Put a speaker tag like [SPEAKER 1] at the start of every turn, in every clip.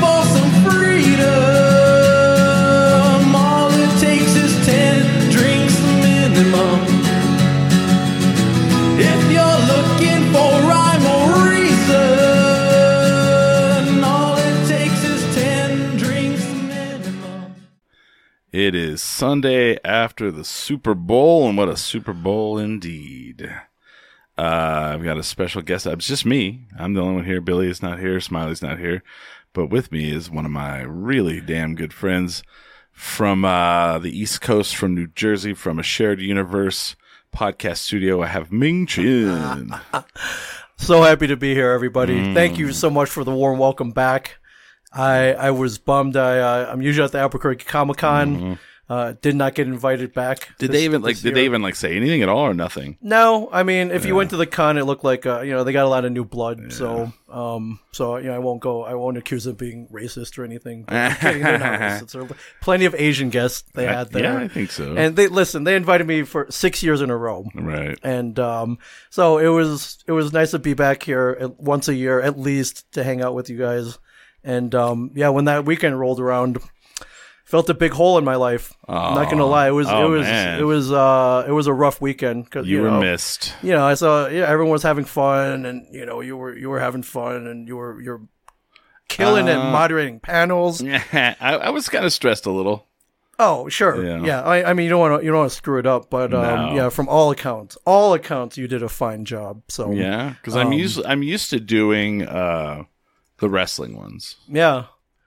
[SPEAKER 1] for some freedom, all it takes is 10 drinks minimum. If you're looking for rhyme or reason, all it takes is 10 drinks minimum.
[SPEAKER 2] It is Sunday after the Super Bowl, and what a Super Bowl indeed. Uh, I've got a special guest. It's just me. I'm the only one here. Billy is not here. Smiley's not here. But with me is one of my really damn good friends from uh, the East Coast, from New Jersey, from a shared universe podcast studio. I have Ming Chin.
[SPEAKER 3] So happy to be here, everybody. Thank
[SPEAKER 2] Mm.
[SPEAKER 3] you so much for the warm welcome back. I I was bummed. I uh, I'm usually at the Albuquerque Comic Con.
[SPEAKER 2] Mm-hmm.
[SPEAKER 3] Uh, did not get invited back.
[SPEAKER 2] Did
[SPEAKER 3] this-
[SPEAKER 2] they even like?
[SPEAKER 3] this
[SPEAKER 2] Did they
[SPEAKER 3] year.
[SPEAKER 2] even like say anything at all or nothing?
[SPEAKER 3] No, I mean, if you went to the con, it looked like uh, you know they got a lot of new blood. So um, so you know, I won't go. I won't accuse them of being racist or anything. But I'm kidding, they're not racist. There were plenty of Asian guests they
[SPEAKER 2] I-
[SPEAKER 3] had there.
[SPEAKER 2] yeah, I think so.
[SPEAKER 3] And they listen. They invited me for six years in a row.
[SPEAKER 2] Right.
[SPEAKER 3] and um, so it was it was nice to be back here at, once a year at least to hang out with you guys and um, yeah when that weekend rolled around felt a big hole in my life not gonna lie it was
[SPEAKER 2] Oh,
[SPEAKER 3] it was
[SPEAKER 2] man.
[SPEAKER 3] it was uh it was a rough weekend 'cause,
[SPEAKER 2] You, were
[SPEAKER 3] know,
[SPEAKER 2] missed.
[SPEAKER 3] you know i saw yeah everyone was having fun and you know you were you were having fun and you were you're killing it
[SPEAKER 2] Uh.
[SPEAKER 3] moderating panels
[SPEAKER 2] I, I was kind of stressed a little.
[SPEAKER 3] oh sure
[SPEAKER 2] Yeah.
[SPEAKER 3] yeah, I, I mean you don't want to you don't want to screw it up but um,
[SPEAKER 2] No.
[SPEAKER 3] yeah from all accounts all accounts you did a fine job so
[SPEAKER 2] Yeah, because I'm used I'm used to doing uh, the wrestling ones,
[SPEAKER 3] yeah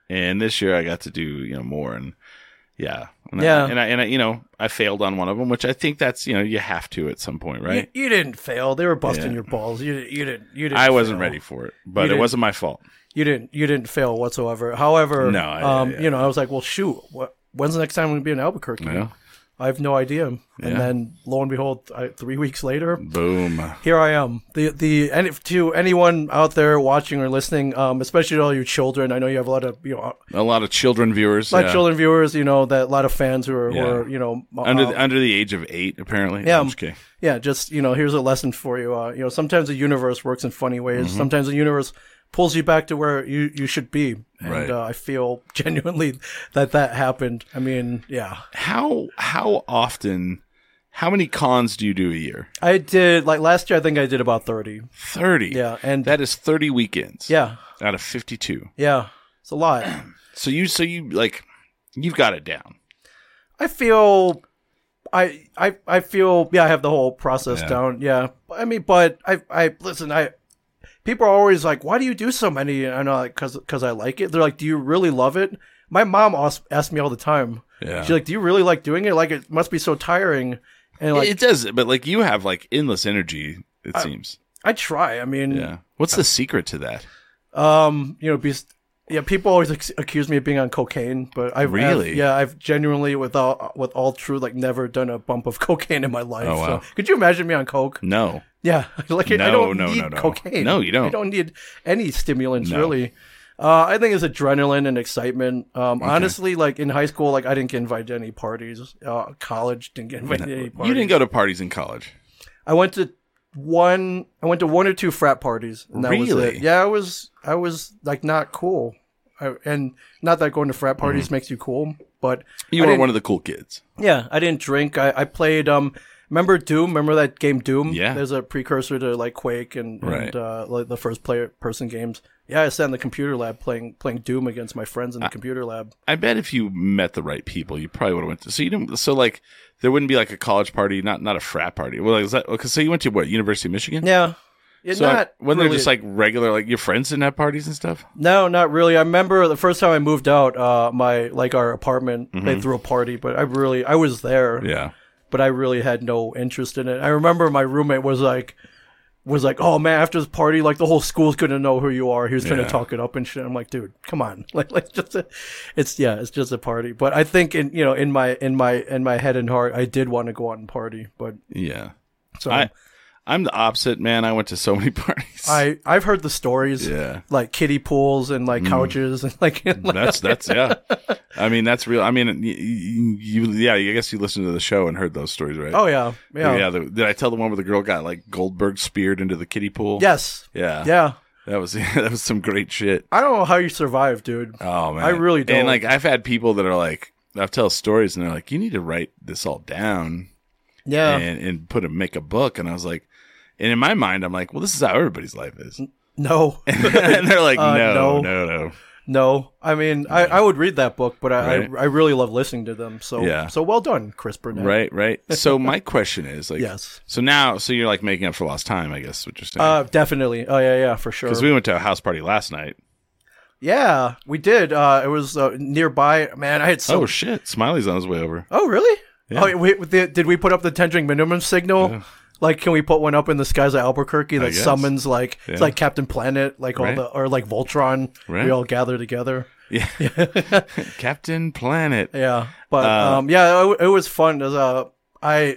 [SPEAKER 2] and this year I got to do you know more and yeah, and
[SPEAKER 3] Yeah.
[SPEAKER 2] I, and I and I you know I failed on one of them, which I think that's you know you have to at some point, right?
[SPEAKER 3] You, you didn't fail. They were busting
[SPEAKER 2] Yeah.
[SPEAKER 3] your balls. You you didn't you didn't.
[SPEAKER 2] I wasn't
[SPEAKER 3] fail.
[SPEAKER 2] ready for it, but it
[SPEAKER 3] didn't-
[SPEAKER 2] wasn't my fault.
[SPEAKER 3] You didn't you didn't fail whatsoever. However,
[SPEAKER 2] No, I-
[SPEAKER 3] um,
[SPEAKER 2] yeah.
[SPEAKER 3] you know, I was like, well, shoot, what? When's the next time we gonna be in Albuquerque?
[SPEAKER 2] Yeah.
[SPEAKER 3] I have no idea.
[SPEAKER 2] Yeah.
[SPEAKER 3] And then lo and behold, I, three weeks later,
[SPEAKER 2] Boom.
[SPEAKER 3] here I am. The the and if, to anyone out there watching or listening, um, especially to all your children, I know you have a lot of you know,
[SPEAKER 2] A lot of children viewers,
[SPEAKER 3] a lot
[SPEAKER 2] yeah.
[SPEAKER 3] of children viewers. You know that a lot of fans who are, who
[SPEAKER 2] Yeah.
[SPEAKER 3] are you know
[SPEAKER 2] under
[SPEAKER 3] uh,
[SPEAKER 2] the, under the age of eight, apparently.
[SPEAKER 3] Yeah.
[SPEAKER 2] I'm just kidding.
[SPEAKER 3] yeah, just you know, here's a lesson for you. Uh, you know, sometimes the universe works in funny ways.
[SPEAKER 2] Mm-hmm.
[SPEAKER 3] Sometimes the universe pulls you back to where you you should be. And
[SPEAKER 2] Right.
[SPEAKER 3] uh, I feel genuinely that that happened. I mean, yeah,
[SPEAKER 2] How how often? How many cons do you do a year?
[SPEAKER 3] I did like last year. I think I did about thirty.
[SPEAKER 2] Thirty.
[SPEAKER 3] Yeah, and
[SPEAKER 2] That is thirty weekends.
[SPEAKER 3] yeah,
[SPEAKER 2] Out of fifty-two.
[SPEAKER 3] yeah, it's a lot.
[SPEAKER 2] So you so you like you've got it down.
[SPEAKER 3] I feel. I, I I feel yeah I have the whole process down yeah I mean but I I listen I people are always like why do you do so many and I'm like because I like it they're like do you really love it my mom as- asked me all the time
[SPEAKER 2] Yeah.
[SPEAKER 3] she's like do you really like doing it like it must be so tiring and like
[SPEAKER 2] it does, but like you have like endless energy. It seems.
[SPEAKER 3] I Mm. try I mean
[SPEAKER 2] Yeah. What's the secret to that?
[SPEAKER 3] Um, you know, be, yeah, people always ac- accuse me of being on cocaine, but I've I've-
[SPEAKER 2] Really?
[SPEAKER 3] yeah, I've genuinely, with all with all truth, like never done a bump of cocaine in my life.
[SPEAKER 2] Oh, wow.
[SPEAKER 3] So, could you imagine me on coke?
[SPEAKER 2] No.
[SPEAKER 3] Yeah, like I- I
[SPEAKER 2] No,
[SPEAKER 3] don't
[SPEAKER 2] no,
[SPEAKER 3] need
[SPEAKER 2] no, no.
[SPEAKER 3] cocaine.
[SPEAKER 2] No, you don't.
[SPEAKER 3] I don't need any stimulants
[SPEAKER 2] No.
[SPEAKER 3] really. Uh, I think it's adrenaline and excitement. Um, honestly, like in high school, like I didn't get invited to any parties. Uh, college didn't get invited to any parties.
[SPEAKER 2] You didn't go to parties in college.
[SPEAKER 3] I went to one. I went to one or two frat parties. And that Was
[SPEAKER 2] Really?
[SPEAKER 3] it. Yeah, I was. I was like not cool, I, and not that going to
[SPEAKER 2] Mm-hmm.
[SPEAKER 3] frat parties makes you cool, but
[SPEAKER 2] You
[SPEAKER 3] I
[SPEAKER 2] were
[SPEAKER 3] didn't-
[SPEAKER 2] one of the cool kids.
[SPEAKER 3] yeah, I didn't drink. I, I played. Um, remember Doom? Remember that game Doom?
[SPEAKER 2] Yeah.
[SPEAKER 3] There's a precursor to like Quake and,
[SPEAKER 2] Right.
[SPEAKER 3] and uh, like the first player person games. Yeah, I sat in the computer lab playing playing Doom against my friends in the computer lab.
[SPEAKER 2] I bet if you met the right people, you probably would have went to. So you didn't. So like, there wouldn't be like a college party, not not a frat party. Well, like, is that because so you went to what University of Michigan?
[SPEAKER 3] Yeah. Yeah,
[SPEAKER 2] So
[SPEAKER 3] not
[SPEAKER 2] when
[SPEAKER 3] really
[SPEAKER 2] they're just like regular, like your friends didn't have parties and stuff.
[SPEAKER 3] No, not really. I remember the first time I moved out, uh, my like our apartment,
[SPEAKER 2] Mm-hmm.
[SPEAKER 3] they threw a party, but I really I was there,
[SPEAKER 2] Yeah.
[SPEAKER 3] but I really had no interest in it. I remember my roommate was like, was like, "Oh man, after this party, like the whole school's gonna know who you are." He was trying
[SPEAKER 2] Yeah.
[SPEAKER 3] to talk it up and shit. I'm like, "Dude, come on!" Like, like just, a, it's yeah, it's just a party. But I think in you know in my in my in my head and heart, I did want to go out and party. But
[SPEAKER 2] Yeah.
[SPEAKER 3] so
[SPEAKER 2] I
[SPEAKER 3] I,
[SPEAKER 2] I'm the opposite, man. I went to so many parties.
[SPEAKER 3] I have heard the stories,
[SPEAKER 2] Yeah.
[SPEAKER 3] like kiddie pools and like couches and like, and, like
[SPEAKER 2] that's that's yeah. I mean, that's real. I mean, y- y- you, yeah. I guess you listened to the show and heard those stories, right?
[SPEAKER 3] oh yeah, yeah,
[SPEAKER 2] yeah. The, did I tell the one where the girl got like Goldberg speared into the kiddie pool?
[SPEAKER 3] yes,
[SPEAKER 2] Yeah.
[SPEAKER 3] yeah.
[SPEAKER 2] That was that was some great shit.
[SPEAKER 3] I don't know how you survive, dude.
[SPEAKER 2] Oh man,
[SPEAKER 3] I really don't.
[SPEAKER 2] And like, I've had people that are like, I've tell stories, and they're like, you need to write this all down
[SPEAKER 3] yeah,
[SPEAKER 2] and and put a make a book. And I was like, and in my mind, I'm like, well, this is how everybody's life is.
[SPEAKER 3] no.
[SPEAKER 2] and they're like,
[SPEAKER 3] Uh,
[SPEAKER 2] no,
[SPEAKER 3] no.
[SPEAKER 2] no, no.
[SPEAKER 3] No, I mean, I, I would read that book, but I,
[SPEAKER 2] Right.
[SPEAKER 3] I I really love listening to them. So
[SPEAKER 2] Yeah.
[SPEAKER 3] so well done, Chris Burnett.
[SPEAKER 2] Right, right. So my question is like,
[SPEAKER 3] Yes.
[SPEAKER 2] So now, so you're like making up for lost time, I guess. What you're saying?
[SPEAKER 3] Uh, definitely. Oh yeah, yeah, for sure.
[SPEAKER 2] Because we went to a house party last night.
[SPEAKER 3] yeah, we did. Uh, it was uh, nearby. Man, I had so.
[SPEAKER 2] oh shit, Smiley's on his way over.
[SPEAKER 3] Oh, really? Oh, we, the, did we put up the ten drink minimum signal? Like, can we put one up in the skies of Albuquerque that
[SPEAKER 2] guess.
[SPEAKER 3] summons like
[SPEAKER 2] Yeah.
[SPEAKER 3] it's like Captain Planet, like all
[SPEAKER 2] Right.
[SPEAKER 3] the or like Voltron?
[SPEAKER 2] Right.
[SPEAKER 3] We all gather together.
[SPEAKER 2] Yeah, Captain Planet.
[SPEAKER 3] Yeah, but
[SPEAKER 2] Uh,
[SPEAKER 3] um, yeah, it, it was fun. As uh, I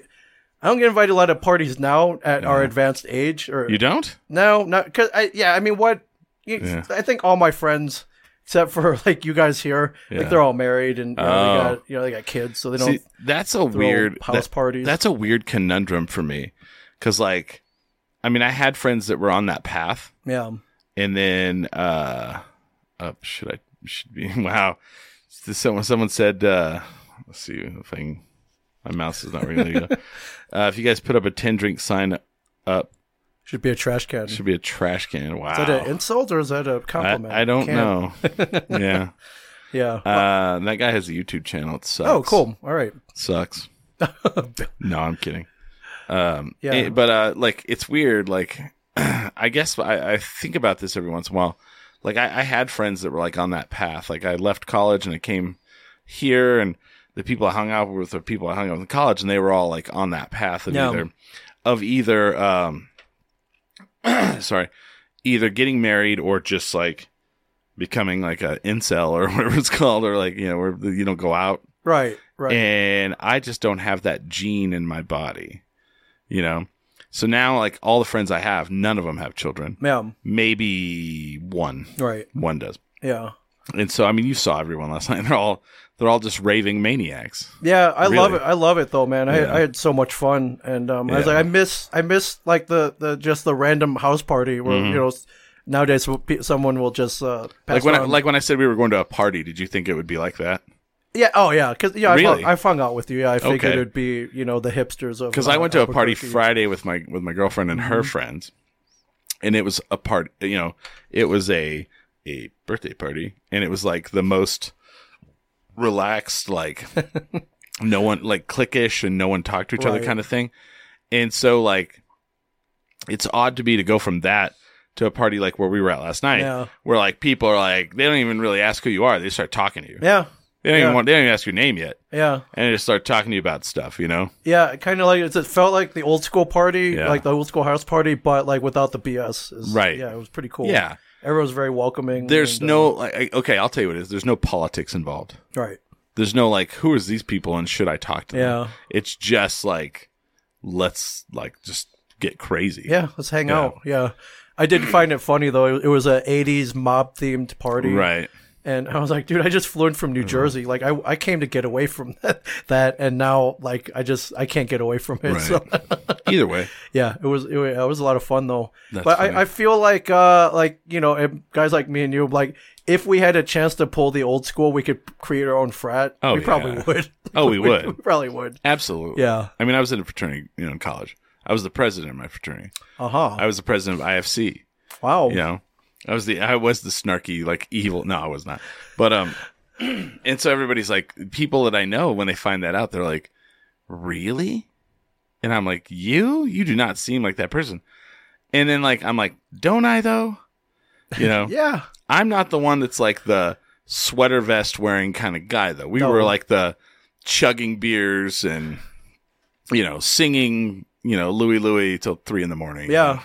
[SPEAKER 3] I don't get invited to a lot of parties now at our advanced age. Or
[SPEAKER 2] You don't?
[SPEAKER 3] no, not because I yeah, I mean what? you-
[SPEAKER 2] Yeah.
[SPEAKER 3] I think all my friends. Except for like you guys here,
[SPEAKER 2] Yeah.
[SPEAKER 3] like they're all married and you know,
[SPEAKER 2] Oh.
[SPEAKER 3] they got you know they got kids, so they don't.
[SPEAKER 2] See, that's a weird
[SPEAKER 3] house
[SPEAKER 2] that-
[SPEAKER 3] parties.
[SPEAKER 2] That's a weird conundrum for me, because like, I mean, I had friends that were on that path,
[SPEAKER 3] yeah,
[SPEAKER 2] and then uh, uh should I should be wow? Someone someone said uh, let's see if I can. My mouse is not really. uh, if you guys put up a ten drink sign up,
[SPEAKER 3] should be a trash can.
[SPEAKER 2] should be a trash can. Wow.
[SPEAKER 3] Is that an insult or is that a compliment?
[SPEAKER 2] I, I don't
[SPEAKER 3] Can't-
[SPEAKER 2] know. yeah.
[SPEAKER 3] Yeah.
[SPEAKER 2] Uh, that guy has a YouTube channel. It sucks.
[SPEAKER 3] oh, cool. All right.
[SPEAKER 2] Sucks. no, I'm kidding. Um,
[SPEAKER 3] Yeah.
[SPEAKER 2] eh, but uh, like it's weird. Like I guess I, I think about this every once in a while. Like I, I had friends that were like on that path. Like I left college and I came here, and the people I hung out with are people I hung out with in college, and they were all like on that path of
[SPEAKER 3] Yeah.
[SPEAKER 2] either of either um, sorry, either getting married or just like becoming like a incel or whatever it's called, or like you know where you don't go out
[SPEAKER 3] Right. Right.
[SPEAKER 2] and I just don't have that gene in my body, you know. So now, like all the friends I have, none of them have children.
[SPEAKER 3] yeah.
[SPEAKER 2] Maybe one,
[SPEAKER 3] Right.
[SPEAKER 2] one does.
[SPEAKER 3] Yeah.
[SPEAKER 2] And so, I mean, you saw everyone last night. They're all they're all just raving maniacs.
[SPEAKER 3] Yeah, I love
[SPEAKER 2] Really?
[SPEAKER 3] it. I love it though, man. I,
[SPEAKER 2] Yeah.
[SPEAKER 3] I had so much fun, and um, I was
[SPEAKER 2] Yeah.
[SPEAKER 3] like, I miss, I miss like the, the just the random house party where you know s- nowadays will pe- someone will just uh, pass
[SPEAKER 2] Mm-hmm. Like when I,
[SPEAKER 3] on-
[SPEAKER 2] like when I said we were going to a party, did you think it would be like that?
[SPEAKER 3] yeah, oh yeah, because yeah, I,
[SPEAKER 2] Really?
[SPEAKER 3] hung, I hung out with you. Yeah, I figured
[SPEAKER 2] Okay.
[SPEAKER 3] it'd be you know the hipsters of
[SPEAKER 2] Because
[SPEAKER 3] uh,
[SPEAKER 2] I went to a party
[SPEAKER 3] Albuquerque.
[SPEAKER 2] Friday with my with my girlfriend and
[SPEAKER 3] Mm-hmm.
[SPEAKER 2] her friends, and it was a part. You know, it was a a birthday party, and it was like the most relaxed, like no one like cliquish, and no one talked to each other
[SPEAKER 3] Right.
[SPEAKER 2] kind of thing. And so like, it's odd to me to go from that to a party like where we were at last night,
[SPEAKER 3] Yeah.
[SPEAKER 2] where like people are like they don't even really ask who you are; they start talking to you.
[SPEAKER 3] Yeah,
[SPEAKER 2] They don't
[SPEAKER 3] yeah.
[SPEAKER 2] even want. They don't even ask your name yet,
[SPEAKER 3] yeah,
[SPEAKER 2] and they just start talking to you about stuff. You know.
[SPEAKER 3] yeah. Kind of like it's- it felt like the old school party,
[SPEAKER 2] Yeah.
[SPEAKER 3] like the old school house party, but like without the BS. Is,
[SPEAKER 2] Right.
[SPEAKER 3] Yeah, it was pretty cool.
[SPEAKER 2] Yeah.
[SPEAKER 3] everyone's very welcoming.
[SPEAKER 2] There's
[SPEAKER 3] and, uh,
[SPEAKER 2] no like I- okay. I'll tell you what it is. There's no politics involved.
[SPEAKER 3] right.
[SPEAKER 2] There's no like who is these people and should I talk to them?
[SPEAKER 3] Yeah.
[SPEAKER 2] It's just like let's like just get crazy.
[SPEAKER 3] Yeah, let's hang
[SPEAKER 2] Yeah.
[SPEAKER 3] out. Yeah. I did find it funny though. It was a '80s mob themed party,
[SPEAKER 2] Right. Mm-hmm.
[SPEAKER 3] And I was like, dude, I just flew in from New Jersey. Like, I, I came to get away from that, that, and now like I just I can't get away from it.
[SPEAKER 2] Right.
[SPEAKER 3] So
[SPEAKER 2] Either way.
[SPEAKER 3] yeah, it was it, wa- it was a lot of fun though.
[SPEAKER 2] That's
[SPEAKER 3] but
[SPEAKER 2] funny.
[SPEAKER 3] I, I feel like uh like you know if guys like me and you like if we had a chance to pull the old school, we could create our own frat.
[SPEAKER 2] Oh,
[SPEAKER 3] we probably
[SPEAKER 2] yeah.
[SPEAKER 3] would.
[SPEAKER 2] Oh, we
[SPEAKER 3] we
[SPEAKER 2] would
[SPEAKER 3] probably would.
[SPEAKER 2] absolutely.
[SPEAKER 3] Yeah.
[SPEAKER 2] I mean, I was in a fraternity, you know, in college. I was the president of my fraternity.
[SPEAKER 3] Uh huh.
[SPEAKER 2] I was the president of IFC.
[SPEAKER 3] Wow.
[SPEAKER 2] You know, I was the I was the snarky like evil. No, I was not. But um, and so everybody's like people that I know when they find that out, they're like, really? And I'm like, you? You do not seem like that person. And then like I'm like, don't I though? You know,
[SPEAKER 3] Yeah.
[SPEAKER 2] I'm not the one that's like the sweater vest wearing kind of guy though. We
[SPEAKER 3] No.
[SPEAKER 2] were like the chugging beers and you know singing you know Louie Louie till three in the morning.
[SPEAKER 3] Yeah.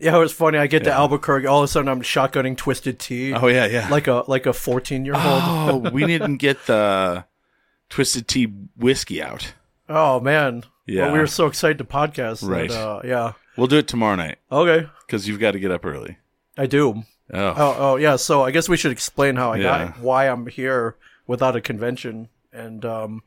[SPEAKER 3] Yeah, it was funny. I get to Albuquerque, all of a sudden I'm shotgunning twisted tea.
[SPEAKER 2] Oh yeah, yeah.
[SPEAKER 3] Like a like a fourteen year old.
[SPEAKER 2] oh, we didn't get the twisted tea whiskey out.
[SPEAKER 3] Oh man.
[SPEAKER 2] Yeah.
[SPEAKER 3] Well, we were so excited to podcast. that,
[SPEAKER 2] Right.
[SPEAKER 3] uh, yeah.
[SPEAKER 2] We'll do it tomorrow night
[SPEAKER 3] Okay.
[SPEAKER 2] because you've got to get up early.
[SPEAKER 3] I do.
[SPEAKER 2] Oh,
[SPEAKER 3] Oh, oh yeah. So I guess we should explain how I
[SPEAKER 2] Yeah.
[SPEAKER 3] got why I'm here without a convention, and um,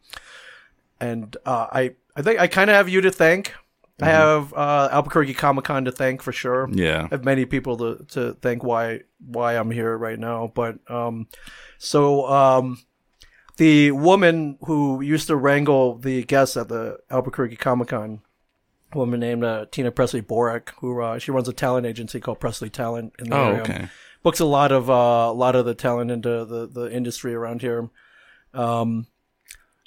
[SPEAKER 3] and uh, I I think I kind of have you to thank.
[SPEAKER 2] Mm-hmm.
[SPEAKER 3] I have uh, Albuquerque Comic Con to thank for sure.
[SPEAKER 2] yeah.
[SPEAKER 3] I have many people to, to thank why why I'm here right now. But um, so um, the woman who used to wrangle the guests at the Albuquerque Comic Con, a woman named uh, Tina Presley Borak, who uh, she runs a talent agency called Presley Talent in the
[SPEAKER 2] Oh,
[SPEAKER 3] area.
[SPEAKER 2] okay.
[SPEAKER 3] Books a lot of uh, a lot of the talent into the the industry around here. Um,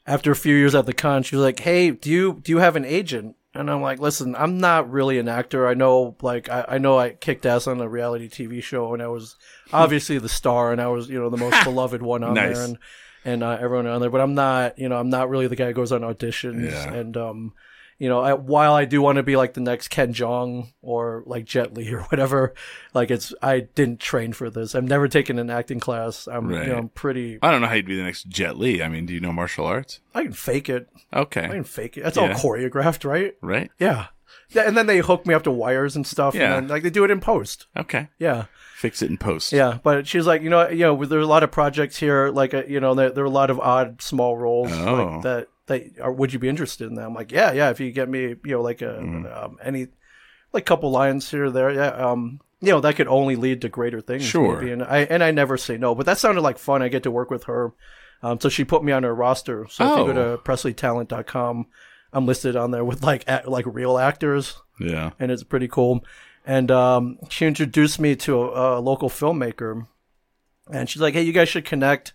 [SPEAKER 3] after a few years at the con, she was like, "Hey, do you do you have an agent?" And I'm like, "Listen, I'm not really an actor. I know, like, I, I know I kicked ass on a reality TV show, and I was obviously the star, and I was, you know, the most beloved one on
[SPEAKER 2] Nice.
[SPEAKER 3] there, and and uh, everyone on there. But I'm not, you know, I'm not really the guy who goes on auditions,
[SPEAKER 2] Yeah.
[SPEAKER 3] and um, you know, I, while I do want to be like the next Ken Jong or like Jet Li or whatever, like it's I didn't train for this. I've never taken an acting class. I'm,
[SPEAKER 2] Right.
[SPEAKER 3] you know, I'm pretty.
[SPEAKER 2] I don't know how you'd be the next Jet Li. I mean, do you know martial arts?
[SPEAKER 3] I can fake it. I
[SPEAKER 2] Okay,
[SPEAKER 3] can fake it. That's
[SPEAKER 2] Yeah.
[SPEAKER 3] all choreographed, right?
[SPEAKER 2] right?
[SPEAKER 3] Yeah. Yeah, and then they hook me up to wires and stuff.
[SPEAKER 2] Yeah.
[SPEAKER 3] And then, like they do it in post.
[SPEAKER 2] Okay,
[SPEAKER 3] Yeah.
[SPEAKER 2] fix it in post.
[SPEAKER 3] Yeah. But she's like, you know, you know, there's a lot of projects here. Like, uh, you know, there, there are a lot of odd small roles
[SPEAKER 2] Oh.
[SPEAKER 3] like that. That are, would you be interested in that? I'm like, yeah, yeah. If you get me, you know, like a
[SPEAKER 2] Mm-hmm.
[SPEAKER 3] um, any, like couple lines here or there, yeah. Um, you know, that could only lead to greater things.
[SPEAKER 2] Sure.
[SPEAKER 3] maybe. And I and I never say no. But that sounded like fun. I get to work with her. Um, so she put me on her roster. So if you
[SPEAKER 2] Oh.
[SPEAKER 3] go to presleytalent.com, I'm listed on there with like act, like real actors
[SPEAKER 2] yeah.
[SPEAKER 3] and it's pretty cool. And um, she introduced me to a, a local filmmaker, and she's like, "Hey, you guys should connect.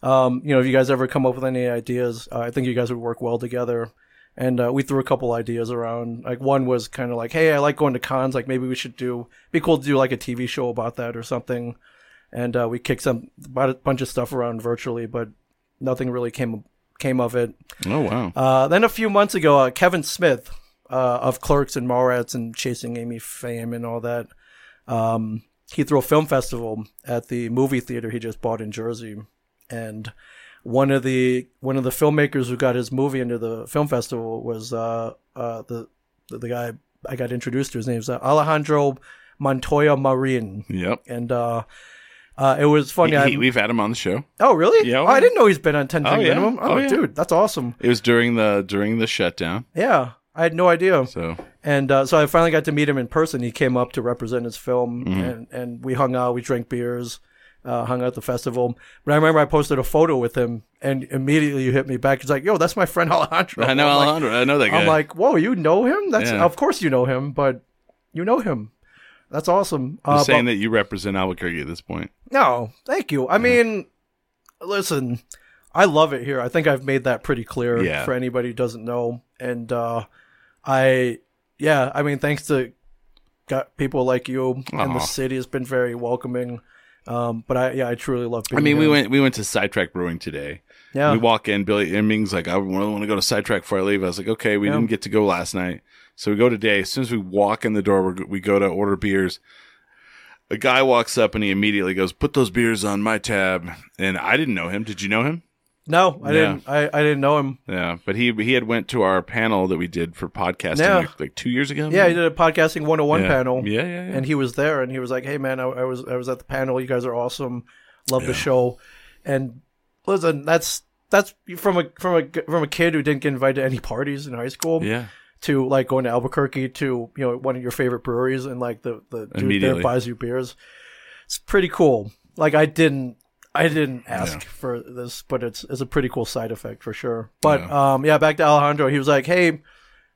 [SPEAKER 3] Um, you know, if you guys ever come up with any ideas, uh, I think you guys would work well together." And uh, we threw a couple ideas around. Like one was kind of like, "Hey, I like going to cons. Like maybe we should do be cool to do like a TV show about that or something." And uh, we kicked some about a bunch of stuff around virtually, but nothing really came came of it.
[SPEAKER 2] Oh wow.
[SPEAKER 3] Uh, then a few months ago, uh, Kevin Smith uh, of Clerks and Mallrats and Chasing Amy fame and all that, um, he threw a film festival at the movie theater he just bought in Jersey, and one of the one of the filmmakers who got his movie into the film festival was uh, uh, the the guy I got introduced to. His name's uh, Alejandro Montoya Marin,
[SPEAKER 2] Yep.
[SPEAKER 3] and uh, uh, it was funny.
[SPEAKER 2] He-
[SPEAKER 3] I-
[SPEAKER 2] he- we've had him on the show.
[SPEAKER 3] oh, really?
[SPEAKER 2] Yeah,
[SPEAKER 3] oh,
[SPEAKER 2] well-
[SPEAKER 3] I didn't know he's been on Ten Thing
[SPEAKER 2] Oh, yeah.
[SPEAKER 3] Minimum. Oh,
[SPEAKER 2] Oh, yeah.
[SPEAKER 3] dude, that's awesome.
[SPEAKER 2] It was during the during the shutdown.
[SPEAKER 3] Yeah, I had no idea.
[SPEAKER 2] So
[SPEAKER 3] And uh, so I finally got to meet him in person. He came up to represent his film,
[SPEAKER 2] Mm-hmm.
[SPEAKER 3] and, and we hung out. We drank beers, uh, hung out at the festival. But I remember I posted a photo with him, and immediately you hit me back. He's like, "Yo, that's my friend Alejandro."
[SPEAKER 2] I know
[SPEAKER 3] I'm like,
[SPEAKER 2] Alejandro. I know that guy.
[SPEAKER 3] I'm like, "Whoa, you know him? That's
[SPEAKER 2] Yeah.
[SPEAKER 3] of course you know him, but you know him. That's awesome."
[SPEAKER 2] You're
[SPEAKER 3] Uh, but-
[SPEAKER 2] saying that you represent Albuquerque at this point.
[SPEAKER 3] no, thank you. I mean, listen, I love it here. I think I've made that pretty clear
[SPEAKER 2] Yeah.
[SPEAKER 3] for anybody who doesn't know. And uh, I, yeah, I mean, thanks to got people like you and
[SPEAKER 2] Aw.
[SPEAKER 3] the city has been very welcoming. Um, but I, yeah, I truly love. Being
[SPEAKER 2] I mean, we
[SPEAKER 3] here.
[SPEAKER 2] went we went to Sidetrack Brewing today.
[SPEAKER 3] Yeah,
[SPEAKER 2] We walk in, Billy Emmings like, I really want to go to Sidetrack before I leave. I was like, okay, we
[SPEAKER 3] Yeah.
[SPEAKER 2] didn't get to go last night, so we go today. As soon as we walk in the door, we're, go- we go to order beers. A guy walks up and he immediately goes, "Put those beers on my tab." And I didn't know him. Did you know him?
[SPEAKER 3] no, I
[SPEAKER 2] Yeah.
[SPEAKER 3] didn't. I, I didn't know him.
[SPEAKER 2] Yeah, but he he had went to our panel that we did for podcasting
[SPEAKER 3] Yeah.
[SPEAKER 2] like, like two years ago.
[SPEAKER 3] Yeah, he did a podcasting 101
[SPEAKER 2] Yeah.
[SPEAKER 3] panel.
[SPEAKER 2] Yeah, yeah, yeah.
[SPEAKER 3] and he was there and he was like hey man i, I was i was at the panel you guys are awesome love the show and listen that's that's from a from a from a kid who didn't get invited to any parties in high school
[SPEAKER 2] yeah.
[SPEAKER 3] to like going to albuquerque to you know one of your favorite breweries and like the the dude there
[SPEAKER 2] Immediately.
[SPEAKER 3] buys you beers it's pretty cool like i didn't I didn't ask for this, but it's it's a pretty cool side effect for sure. But um, yeah, back to Alejandro. He was like, "Hey,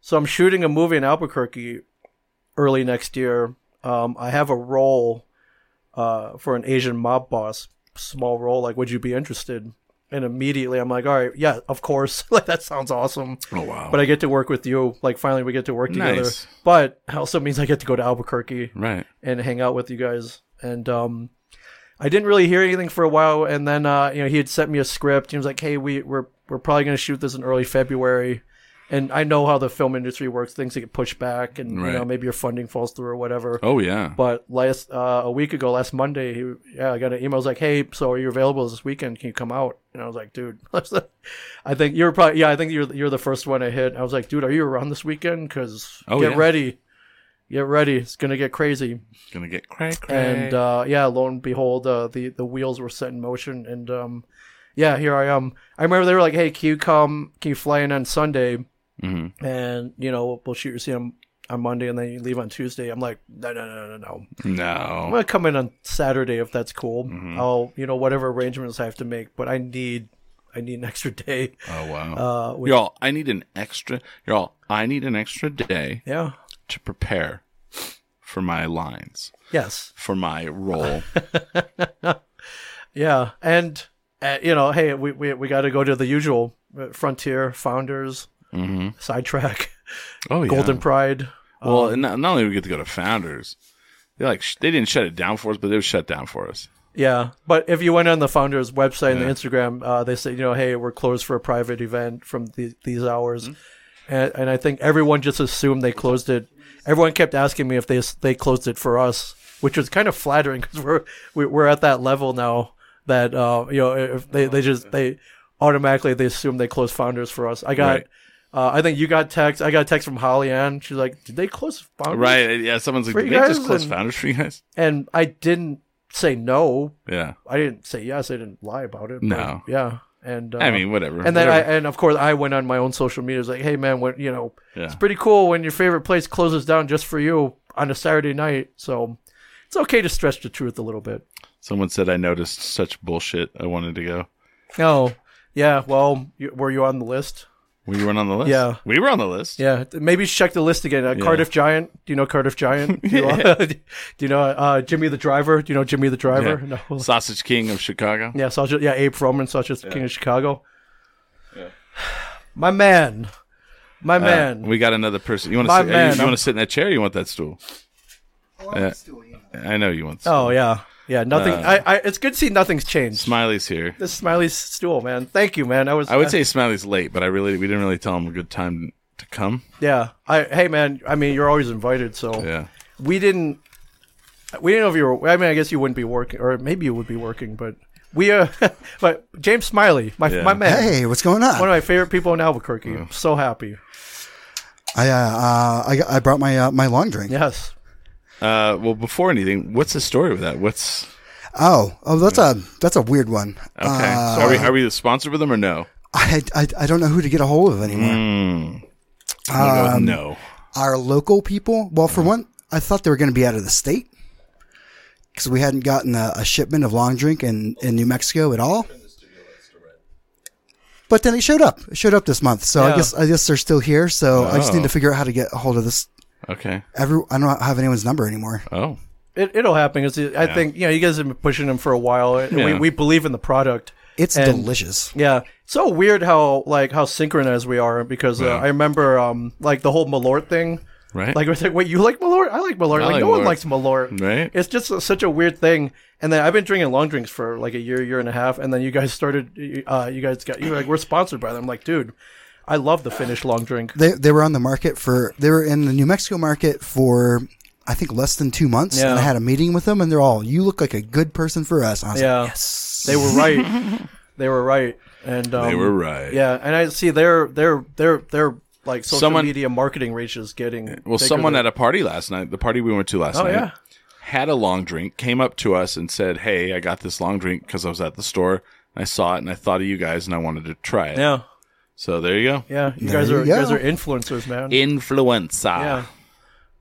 [SPEAKER 3] so I'm shooting a movie in Albuquerque early next year. Um, I have a role uh, for an Asian mob boss, small role. Like, would you be interested? And immediately I'm like, all right, yeah, of course. like, that sounds awesome.
[SPEAKER 2] Oh wow.
[SPEAKER 3] But I get to work with you. Like, finally, we get to work together.
[SPEAKER 2] Nice.
[SPEAKER 3] But it also means I get to go to Albuquerque
[SPEAKER 2] right.
[SPEAKER 3] and hang out with you guys. And um, I didn't really hear anything for a while. And then uh, you know he had sent me a script. He was like, "Hey, we we're we're probably gonna shoot this in early February. and I know how the film industry works. Things get pushed back, and
[SPEAKER 2] Right.
[SPEAKER 3] you know maybe your funding falls through or whatever.
[SPEAKER 2] Oh yeah.
[SPEAKER 3] But last uh, a week ago, last Monday, he, yeah, I got an email. I was like, "Hey, so are you available this weekend? Can you come out?" And I was like, "Dude, I think you're probably yeah, I think you're you're the first one I hit." I was like, "Dude, are you around this weekend? Because
[SPEAKER 2] Oh,
[SPEAKER 3] get
[SPEAKER 2] yeah.
[SPEAKER 3] ready, get ready. It's gonna get crazy."
[SPEAKER 2] Gonna get cray cray.
[SPEAKER 3] And uh, yeah, lo and behold, uh, the the wheels were set in motion, and um, yeah, here I am. I remember they were like, "Hey, can you come? Can you fly in on Sunday?"
[SPEAKER 2] Mhm.
[SPEAKER 3] And you know, we'll, we'll shoot your scene on, on Monday, and then you leave on Tuesday. I'm like, "No, no, no, no, no." I'm
[SPEAKER 2] No.
[SPEAKER 3] gonna come in on Saturday if that's cool.
[SPEAKER 2] Mm-hmm.
[SPEAKER 3] I'll you know whatever arrangements I have to make, but I need I need an extra day.
[SPEAKER 2] Oh wow.
[SPEAKER 3] Uh, with,
[SPEAKER 2] y'all, I need an extra. Y'all, I need an extra day
[SPEAKER 3] yeah.
[SPEAKER 2] to prepare for my lines,
[SPEAKER 3] Yes.
[SPEAKER 2] for my role.
[SPEAKER 3] Yeah. And uh, you know, hey, we we, we got to go to the usual uh, frontier founders
[SPEAKER 2] mm-hmm.
[SPEAKER 3] sidetrack
[SPEAKER 2] Oh yeah.
[SPEAKER 3] Golden Pride.
[SPEAKER 2] Well, and not, not only do we get to go to Founders, they like sh- they didn't shut it down for us, but they were shut down for us.
[SPEAKER 3] Yeah, but if you went on the founders' website and the Instagram, uh, they said, you know, hey, we're closed for a private event from the, these
[SPEAKER 2] Hmm.
[SPEAKER 3] hours, and, and I think everyone just assumed they closed it. Everyone kept asking me if they they closed it for us, which was kind of flattering because we're we, we're at that level now that uh, you know if they they just they automatically they assume they closed founders for us. I got.
[SPEAKER 2] Right.
[SPEAKER 3] Uh, I think you got text. I got a text from Holly Ann. She's like, "Did they close Founders?"
[SPEAKER 2] Right? Yeah. Someone's like,
[SPEAKER 3] Oh, For
[SPEAKER 2] did
[SPEAKER 3] you
[SPEAKER 2] they just
[SPEAKER 3] guys
[SPEAKER 2] close
[SPEAKER 3] and-
[SPEAKER 2] Founders for you guys?
[SPEAKER 3] And I didn't say no,
[SPEAKER 2] Yeah.
[SPEAKER 3] I didn't say yes. I didn't lie about it. but
[SPEAKER 2] No.
[SPEAKER 3] Yeah. And uh,
[SPEAKER 2] I mean, whatever.
[SPEAKER 3] and then I,
[SPEAKER 2] whatever.
[SPEAKER 3] and of course I went on my own social media. was like, hey man, when you know,
[SPEAKER 2] Yeah.
[SPEAKER 3] it's pretty cool when your favorite place closes down just for you on a Saturday night. So it's okay to stretch the truth a little bit.
[SPEAKER 2] someone said I noticed such bullshit. I wanted to go.
[SPEAKER 3] Oh, yeah. Well, you, were you on the list?
[SPEAKER 2] We weren't on the list.
[SPEAKER 3] Yeah.
[SPEAKER 2] We were on the list.
[SPEAKER 3] Yeah. Maybe check the list again. Uh, Cardiff Giant. Do you know Cardiff Giant? Do you, do you know uh, Jimmy the Driver? Do you know Jimmy the Driver?
[SPEAKER 2] Yeah.
[SPEAKER 3] No.
[SPEAKER 2] Sausage King of Chicago.
[SPEAKER 3] Yeah, so yeah, Abe Froman, such as King of Chicago. My man, my
[SPEAKER 2] Uh,
[SPEAKER 3] man.
[SPEAKER 2] we got another person. You want
[SPEAKER 3] My
[SPEAKER 2] to?
[SPEAKER 3] man,
[SPEAKER 2] sit? You,
[SPEAKER 3] I'm-
[SPEAKER 2] want to sit in that chair? Or you want that stool?
[SPEAKER 4] Oh, I'm
[SPEAKER 2] Yeah.
[SPEAKER 4] still, you know.
[SPEAKER 2] I know you want.
[SPEAKER 3] oh yeah, yeah. Nothing.
[SPEAKER 2] Uh,
[SPEAKER 3] I, I. It's good to see nothing's changed.
[SPEAKER 2] Smiley's here.
[SPEAKER 3] this Smiley's stool, man. Thank you, man. I was.
[SPEAKER 2] I would say Smiley's late, but I really we didn't really tell him a good time to come.
[SPEAKER 3] yeah. I. Hey, man. I mean, you're always invited. So
[SPEAKER 2] Yeah.
[SPEAKER 3] we didn't. We didn't know if you were. I mean, I guess you wouldn't be working, or maybe you would be working, but we. Uh, but James Smiley, my
[SPEAKER 2] Yeah.
[SPEAKER 3] my man.
[SPEAKER 4] Hey, what's going
[SPEAKER 3] One
[SPEAKER 4] on?
[SPEAKER 3] of my favorite people in Albuquerque. I'm so happy.
[SPEAKER 4] I, uh, uh, I I brought my uh, my long drink.
[SPEAKER 3] Yes.
[SPEAKER 2] Uh, well, before anything, what's the story with that? What's
[SPEAKER 4] Oh, oh, that's a that's a weird one.
[SPEAKER 2] okay?
[SPEAKER 4] Uh,
[SPEAKER 2] so are we are we sponsored with them or no?
[SPEAKER 4] I, I I don't know who to get a hold of anymore.
[SPEAKER 2] Mm. I'm gonna go with
[SPEAKER 3] Um,
[SPEAKER 2] no.
[SPEAKER 4] Our local people. Well,
[SPEAKER 2] Mm.
[SPEAKER 4] for one, I thought they were going to be out of the state because we hadn't gotten a, a shipment of long drink in in New Mexico at all. But then it showed up. It showed up this month, so
[SPEAKER 3] Yeah.
[SPEAKER 4] I guess I guess they're still here. So I just
[SPEAKER 2] Oh.
[SPEAKER 4] need to figure out how to get a hold of this.
[SPEAKER 2] Okay.
[SPEAKER 4] Every I don't have anyone's number anymore.
[SPEAKER 2] Oh,
[SPEAKER 3] It, it'll happen. 'cause I think you know you guys have been pushing them for a while. We,
[SPEAKER 2] Yeah.
[SPEAKER 3] we believe in the product.
[SPEAKER 4] It's
[SPEAKER 3] And-
[SPEAKER 4] delicious.
[SPEAKER 3] Yeah, it's so weird how like how synchronized we are because uh, I remember um like the whole Malort thing.
[SPEAKER 2] right.
[SPEAKER 3] Like I was like, wait, you like Malort? I like Malort.
[SPEAKER 2] I
[SPEAKER 3] like
[SPEAKER 2] like
[SPEAKER 3] no one
[SPEAKER 2] Malort.
[SPEAKER 3] likes Malort.
[SPEAKER 2] Right.
[SPEAKER 3] It's just a- such a weird thing. And then I've been drinking long drinks for like a year, year and a half, and then you guys started. Uh, you guys got you were like we're sponsored by them. I'm like, dude, I love the Finnish long drink.
[SPEAKER 4] they they were on the market for they were in the New Mexico market for I think less than two months,
[SPEAKER 3] Yeah.
[SPEAKER 4] and I had a meeting with them, and they're all, "You look like a good person for us." And I was like,
[SPEAKER 3] Yeah,
[SPEAKER 4] "Yes."
[SPEAKER 3] they were right. they were right. And um,
[SPEAKER 2] they were right.
[SPEAKER 3] Yeah, and I see their their their their like social
[SPEAKER 2] Someone-
[SPEAKER 3] media marketing reach is getting
[SPEAKER 2] Well, someone at a party last night, the party we went to last
[SPEAKER 3] oh
[SPEAKER 2] night,
[SPEAKER 3] yeah
[SPEAKER 2] had a long drink, came up to us and said, "Hey, I got this long drink because I was at the store. And I saw it and I thought of you guys and I wanted to try it."
[SPEAKER 3] yeah
[SPEAKER 2] So there you go.
[SPEAKER 3] yeah you guys
[SPEAKER 4] There
[SPEAKER 3] are
[SPEAKER 4] you
[SPEAKER 3] you guys
[SPEAKER 4] go.
[SPEAKER 3] are influencers man
[SPEAKER 2] Influenza.
[SPEAKER 3] yeah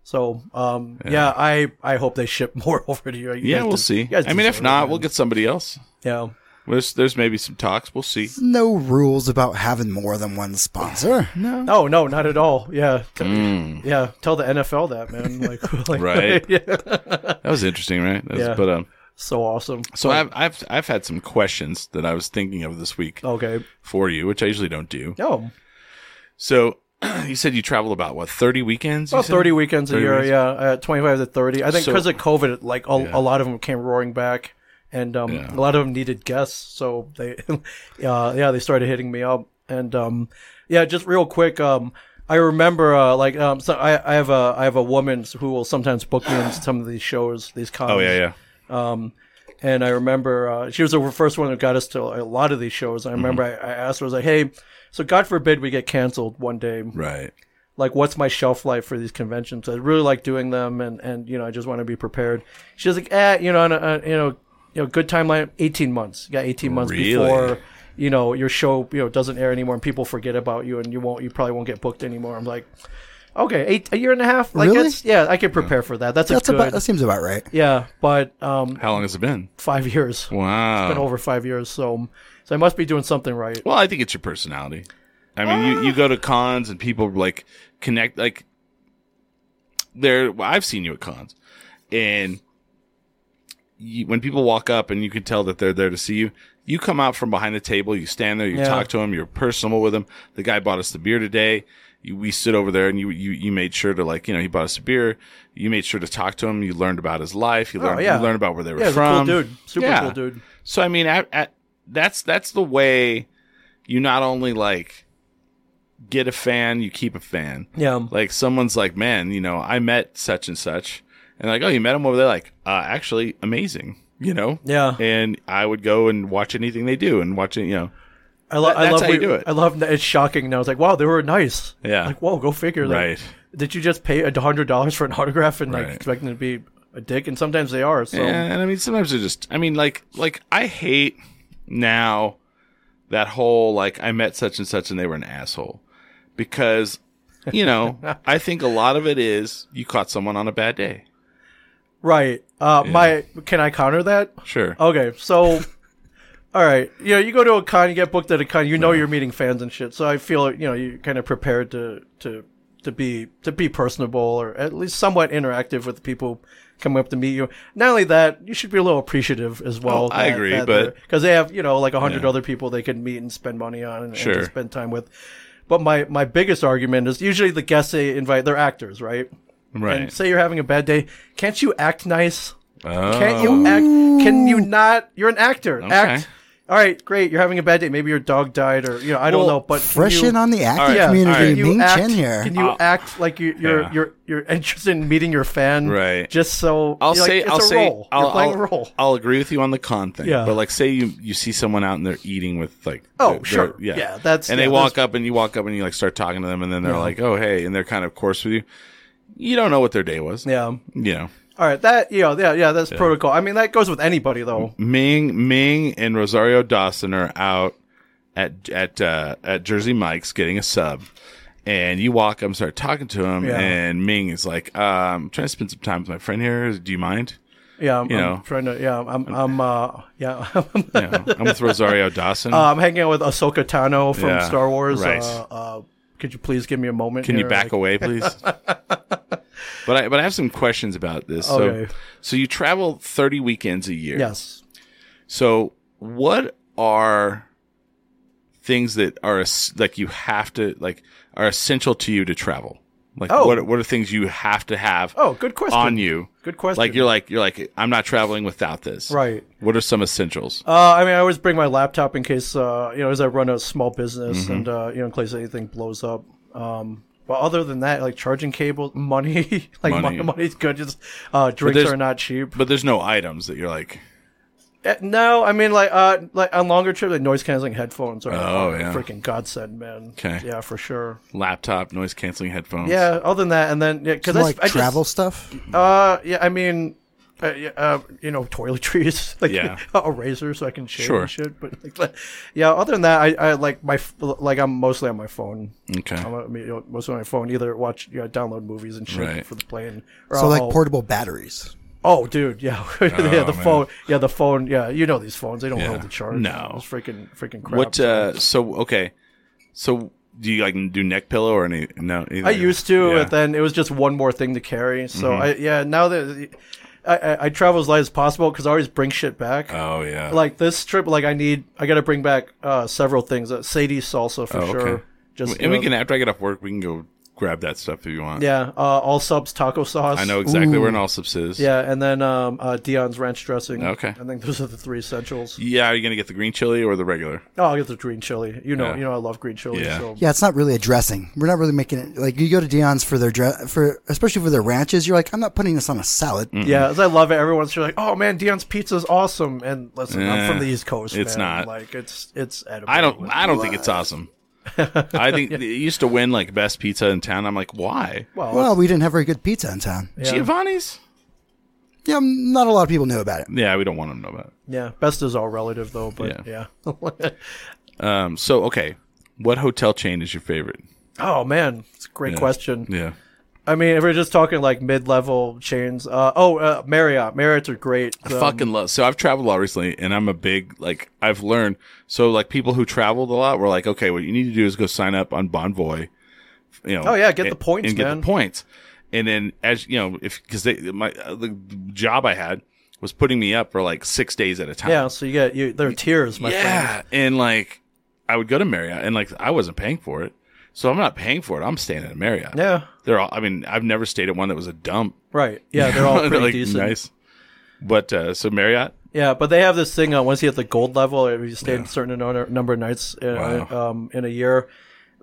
[SPEAKER 3] so um yeah. I I hope they ship more over to you. You
[SPEAKER 2] Yeah,
[SPEAKER 3] guys
[SPEAKER 2] we'll
[SPEAKER 3] des-
[SPEAKER 2] see.
[SPEAKER 3] you guys
[SPEAKER 2] I mean, if
[SPEAKER 3] deserve it,
[SPEAKER 2] not,
[SPEAKER 3] man.
[SPEAKER 2] we'll get somebody else.
[SPEAKER 3] yeah
[SPEAKER 2] There's there's maybe some talks. We'll see.
[SPEAKER 4] no rules about having more than one sponsor. No.
[SPEAKER 3] no Oh, no not at all yeah T- yeah tell the NFL that man like, like
[SPEAKER 2] Hmm. Right.
[SPEAKER 3] yeah
[SPEAKER 2] That was interesting, right? That was-
[SPEAKER 3] Yeah.
[SPEAKER 2] But um,
[SPEAKER 3] so awesome
[SPEAKER 2] so I've I've I've had some questions that I was thinking of this week
[SPEAKER 3] okay
[SPEAKER 2] for you, which I usually don't do.
[SPEAKER 3] no
[SPEAKER 2] So you said you travel about what thirty weekends? you
[SPEAKER 3] About
[SPEAKER 2] said?
[SPEAKER 3] 30 weekends a
[SPEAKER 2] 30
[SPEAKER 3] year,
[SPEAKER 2] weeks.
[SPEAKER 3] yeah, uh, 25 to 30. I think
[SPEAKER 2] So-
[SPEAKER 3] because of COVID, like a, a lot of them came roaring back, and um,
[SPEAKER 2] Yeah.
[SPEAKER 3] a lot of them needed guests, so they, uh, yeah, they started hitting me up, and um, Yeah, just real quick. Um, I remember uh, like um, so I, I have a I have a woman who will sometimes book me in some of these shows, these cons.
[SPEAKER 2] Oh yeah, yeah.
[SPEAKER 3] And I remember uh, she was the first one who got us to a lot of these shows.
[SPEAKER 2] Mm-hmm.
[SPEAKER 3] I remember I, I asked her, I was like, "Hey, so God forbid we get canceled one day.
[SPEAKER 2] Right.
[SPEAKER 3] Like, what's my shelf life for these conventions? I really like doing them, and and you know, I just want to be prepared." She was like, "Eh, you know, on a, on- you know, you know, good timeline, eighteen months. You got eighteen months
[SPEAKER 2] Really?
[SPEAKER 3] before." You know your show, you know doesn't air anymore, and people forget about you, and you won't, you probably won't get booked anymore. I'm like, okay, eight, a year and a half, like
[SPEAKER 4] Really?
[SPEAKER 3] that's yeah, I can prepare for that. That's,
[SPEAKER 4] That's
[SPEAKER 3] a good,
[SPEAKER 4] about that seems about right.
[SPEAKER 3] yeah, but um,
[SPEAKER 2] How long has it been?
[SPEAKER 3] five years
[SPEAKER 2] Wow.
[SPEAKER 3] been over five years, so so I must be doing something right.
[SPEAKER 2] Well, I think it's your personality. I mean, you, you go to cons and people like connect like there. Well, I've seen you at cons, and you, when people walk up and you can tell that they're there to see you, you come out from behind the table, you stand there, you
[SPEAKER 3] Yeah.
[SPEAKER 2] talk to them, you're personal with them. The guy bought us the beer today. You, we stood over there and you, you you made sure to like you know he bought us a beer. You made sure to talk to him. You learned about his life. You learned
[SPEAKER 3] Oh, yeah.
[SPEAKER 2] you learned about where they were
[SPEAKER 3] Yeah, he's a cool
[SPEAKER 2] from.
[SPEAKER 3] dude, super
[SPEAKER 2] Yeah.
[SPEAKER 3] cool dude.
[SPEAKER 2] So I mean, at, at, that's that's the way you not only like get a fan, you keep a fan.
[SPEAKER 3] Yeah.
[SPEAKER 2] Like someone's like, man, you know, I met such and such, and like, oh, you met him over there, like, uh, actually, amazing, you know.
[SPEAKER 3] Yeah.
[SPEAKER 2] And I would go and watch anything they do and watch it, you know.
[SPEAKER 3] I, lo-
[SPEAKER 2] That-
[SPEAKER 3] I
[SPEAKER 2] that's
[SPEAKER 3] love
[SPEAKER 2] how
[SPEAKER 3] we,
[SPEAKER 2] you do it.
[SPEAKER 3] I love that it's shocking now. It's like, wow, they were nice.
[SPEAKER 2] Yeah.
[SPEAKER 3] Like, whoa, go figure. Like,
[SPEAKER 2] Right.
[SPEAKER 3] Did you just pay a hundred dollars for an autograph and
[SPEAKER 2] Right.
[SPEAKER 3] like expecting to be a dick? And sometimes they are. So
[SPEAKER 2] Yeah, and I mean sometimes they're just I mean like like I hate now that whole like I met such and such and they were an asshole because you know I think a lot of it is you caught someone on a bad day.
[SPEAKER 3] right. Uh, my can I counter that?
[SPEAKER 2] Sure.
[SPEAKER 3] Okay, so. All right, you know, you go to a con, you get booked at a con, you know you're meeting fans and shit. So I feel, you know, you're kind of prepared to to to be to be personable or at least somewhat interactive with the people coming up to meet you. Not only that, you should be a little appreciative as well.
[SPEAKER 2] Oh, I agree, but-
[SPEAKER 3] because they have, you know, like a hundred other people they can meet and spend money on and,
[SPEAKER 2] Sure.
[SPEAKER 3] and to spend time with. But my my biggest argument is usually the guests they invite, they're actors, right?
[SPEAKER 2] right.
[SPEAKER 3] And say you're having a bad day, can't you act nice?
[SPEAKER 2] Oh.
[SPEAKER 3] Can't you act? Can you not? You're an actor. Act. All right, great. You're having a bad day. Maybe your dog died, or you know, I don't
[SPEAKER 2] Well,
[SPEAKER 3] know. But
[SPEAKER 4] Fresh in on the acting
[SPEAKER 2] right, all
[SPEAKER 4] community,
[SPEAKER 2] right.
[SPEAKER 4] Ming
[SPEAKER 3] act,
[SPEAKER 4] Chen here.
[SPEAKER 3] Can
[SPEAKER 2] Uh,
[SPEAKER 3] you act like you, you're
[SPEAKER 2] yeah.
[SPEAKER 3] you're you're interested in meeting your fan?
[SPEAKER 2] Right.
[SPEAKER 3] Just so
[SPEAKER 2] I'll
[SPEAKER 3] you're like,
[SPEAKER 2] say
[SPEAKER 3] it's
[SPEAKER 2] I'll
[SPEAKER 3] a
[SPEAKER 2] say
[SPEAKER 3] role.
[SPEAKER 2] I'll,
[SPEAKER 3] you're playing
[SPEAKER 2] I'll,
[SPEAKER 3] a role.
[SPEAKER 2] I'll agree with you on the con thing.
[SPEAKER 3] Yeah.
[SPEAKER 2] But like say you you see someone out and they're eating with like
[SPEAKER 3] Oh,
[SPEAKER 2] they're-
[SPEAKER 3] sure.
[SPEAKER 2] they're- yeah.
[SPEAKER 3] Yeah, that's-
[SPEAKER 2] and
[SPEAKER 3] yeah,
[SPEAKER 2] they walk up and you walk up and you like start talking to them and then they're like, "Oh, hey." And they're kind of coarse with you. You don't know what their day was.
[SPEAKER 3] yeah. All
[SPEAKER 2] You know.
[SPEAKER 3] right. That you know, yeah, yeah. That's protocol. I mean, that goes with anybody though.
[SPEAKER 2] Ming Ming and Rosario Dawson are out at at uh, at Jersey Mike's getting a sub, and you walk up and start talking to him,
[SPEAKER 3] Yeah.
[SPEAKER 2] and Ming is like, uh, "I'm trying to spend some time with my friend here. Do you mind?"
[SPEAKER 3] Yeah. I'm,
[SPEAKER 2] You
[SPEAKER 3] I'm
[SPEAKER 2] know.
[SPEAKER 3] trying to. Yeah. I'm. I'm. Uh, yeah.
[SPEAKER 2] Yeah, I'm with Rosario Dawson.
[SPEAKER 3] Uh, I'm hanging out with Ahsoka Tano from
[SPEAKER 2] Yeah,
[SPEAKER 3] Star Wars.
[SPEAKER 2] right.
[SPEAKER 3] Uh, uh, could you please give me a moment?
[SPEAKER 2] Can you
[SPEAKER 3] here?
[SPEAKER 2] back
[SPEAKER 3] Like,
[SPEAKER 2] away, please? but I but I have some questions about this.
[SPEAKER 3] Okay.
[SPEAKER 2] So, so you travel 30 weekends a year.
[SPEAKER 3] Yes.
[SPEAKER 2] So, what are things that are es- like you have to like are essential to you to travel? Like
[SPEAKER 3] Oh.
[SPEAKER 2] what are- what are things you have to have
[SPEAKER 3] Oh, good question.
[SPEAKER 2] on you?
[SPEAKER 3] Good question.
[SPEAKER 2] Like you're like you're like I'm not traveling without this.
[SPEAKER 3] Right.
[SPEAKER 2] What are some essentials?
[SPEAKER 3] Uh, I mean, I always bring my laptop in case uh, you know, as I run a small business,
[SPEAKER 2] Mm-hmm.
[SPEAKER 3] and uh, you know, in case anything blows up. Um, but other than that, like charging cable, money, like
[SPEAKER 2] Money.
[SPEAKER 3] money. money's good. Just uh, drinks
[SPEAKER 2] there's-
[SPEAKER 3] are not cheap.
[SPEAKER 2] But there's no items that you're like
[SPEAKER 3] Eh, No, I mean like uh, like on longer trips, like noise canceling headphones are
[SPEAKER 2] Oh,
[SPEAKER 3] a
[SPEAKER 2] yeah.
[SPEAKER 3] freaking godsend, man.
[SPEAKER 2] 'Kay.
[SPEAKER 3] yeah, for sure.
[SPEAKER 2] laptop, noise canceling headphones.
[SPEAKER 3] Yeah, other than that, and then yeah, because
[SPEAKER 4] Some, like travel stuff.
[SPEAKER 3] Uh, yeah, I mean, uh, yeah, uh, you know, toiletries, like
[SPEAKER 2] Yeah.
[SPEAKER 3] a razor so I can shave
[SPEAKER 2] Sure.
[SPEAKER 3] and shit. But like, yeah, other than that, I, I like my f- like I'm mostly on my phone.
[SPEAKER 2] Okay.
[SPEAKER 3] I'm I mean, you know, mostly on my phone. Either watch, you know, download movies and shit
[SPEAKER 2] Right.
[SPEAKER 3] for the plane. or
[SPEAKER 4] So like
[SPEAKER 3] I'll-
[SPEAKER 4] portable batteries.
[SPEAKER 3] oh, dude, yeah, yeah, the
[SPEAKER 2] Oh, man.
[SPEAKER 3] phone, yeah, the phone, yeah, you know these phones, they don't hold the charge.
[SPEAKER 2] No.
[SPEAKER 3] it's freaking freaking crap.
[SPEAKER 2] What? Uh, so okay. So do you like do neck pillow or any? No.
[SPEAKER 3] I used to,
[SPEAKER 2] Yeah. Mm-hmm.
[SPEAKER 3] but then it was just one more thing to carry. So I yeah, now that I, I, I travel as light as possible because I always bring shit back.
[SPEAKER 2] Oh yeah.
[SPEAKER 3] like this trip, like I need, I got to bring back uh, several things. Uh, Sadie's salsa for
[SPEAKER 2] Oh, okay.
[SPEAKER 3] sure. Just
[SPEAKER 2] and we
[SPEAKER 3] you
[SPEAKER 2] can
[SPEAKER 3] know,
[SPEAKER 2] after I get off work, we can go grab that stuff if you want.
[SPEAKER 3] Yeah, uh, all subs taco sauce.
[SPEAKER 2] I know exactly where an Allsups is.
[SPEAKER 3] Yeah, and then um, uh, Dion's ranch dressing.
[SPEAKER 2] Okay.
[SPEAKER 3] I think those are the three essentials.
[SPEAKER 2] Yeah, are you gonna get the green chili or the regular?
[SPEAKER 3] Oh, I'll get the green chili. You know,
[SPEAKER 2] Yeah.
[SPEAKER 3] you know, I love green chili.
[SPEAKER 2] Yeah.
[SPEAKER 3] So.
[SPEAKER 4] Yeah, it's not really a dressing. We're not really making it like you go to Dion's for their dress for especially for their ranches. You're like, I'm not putting this on a salad.
[SPEAKER 3] Yeah, 'cause I love it. Everyone's just like, "Oh man, Dion's pizza is awesome." And listen, I'm
[SPEAKER 2] Eh,
[SPEAKER 3] from the East Coast.
[SPEAKER 2] it's
[SPEAKER 3] man.
[SPEAKER 2] not.
[SPEAKER 3] like it's it's edible.
[SPEAKER 2] I don't. I don't think it's awesome. I think it used to win like best pizza in town. I'm like, why?
[SPEAKER 3] Well,
[SPEAKER 4] Well, we didn't have very good pizza in town. Yeah,
[SPEAKER 2] Giovanni's?
[SPEAKER 4] not a lot of people knew about it.
[SPEAKER 2] Yeah, we don't want them to know about.
[SPEAKER 3] yeah, best is all relative though. But yeah.
[SPEAKER 2] It. Um. So okay, what hotel chain is your favorite?
[SPEAKER 3] oh man, it's a great question.
[SPEAKER 2] Yeah.
[SPEAKER 3] I mean, if we're just talking like mid-level chains, uh, oh, uh, Marriott, Marriott's are great. Um,
[SPEAKER 2] Fucking love. So I've traveled a lot recently, and I'm a big like. I've learned. So like people who traveled a lot were like, okay, what you need to do is go sign up on Bonvoy. You know.
[SPEAKER 3] Oh, yeah, get the
[SPEAKER 2] and-
[SPEAKER 3] points,
[SPEAKER 2] and get
[SPEAKER 3] man.
[SPEAKER 2] the points. And then as you know, if because they my uh, the job I had was putting me up for like six days at a time.
[SPEAKER 3] yeah, so you get you. They're tears, my
[SPEAKER 2] yeah.
[SPEAKER 3] friend.
[SPEAKER 2] And like, I would go to Marriott, and like, I wasn't paying for it, so I'm not paying for it. I'm staying at a Marriott.
[SPEAKER 3] Yeah,
[SPEAKER 2] They're all. I mean, I've never stayed at one that was a dump.
[SPEAKER 3] right. Yeah, they're all pretty
[SPEAKER 2] like,
[SPEAKER 3] decent.
[SPEAKER 2] Nice. But uh, so Marriott,
[SPEAKER 3] Yeah, but they have this thing on once you hit the gold level, if you stay a certain number number of nights in,
[SPEAKER 2] Wow.
[SPEAKER 3] um, in a year,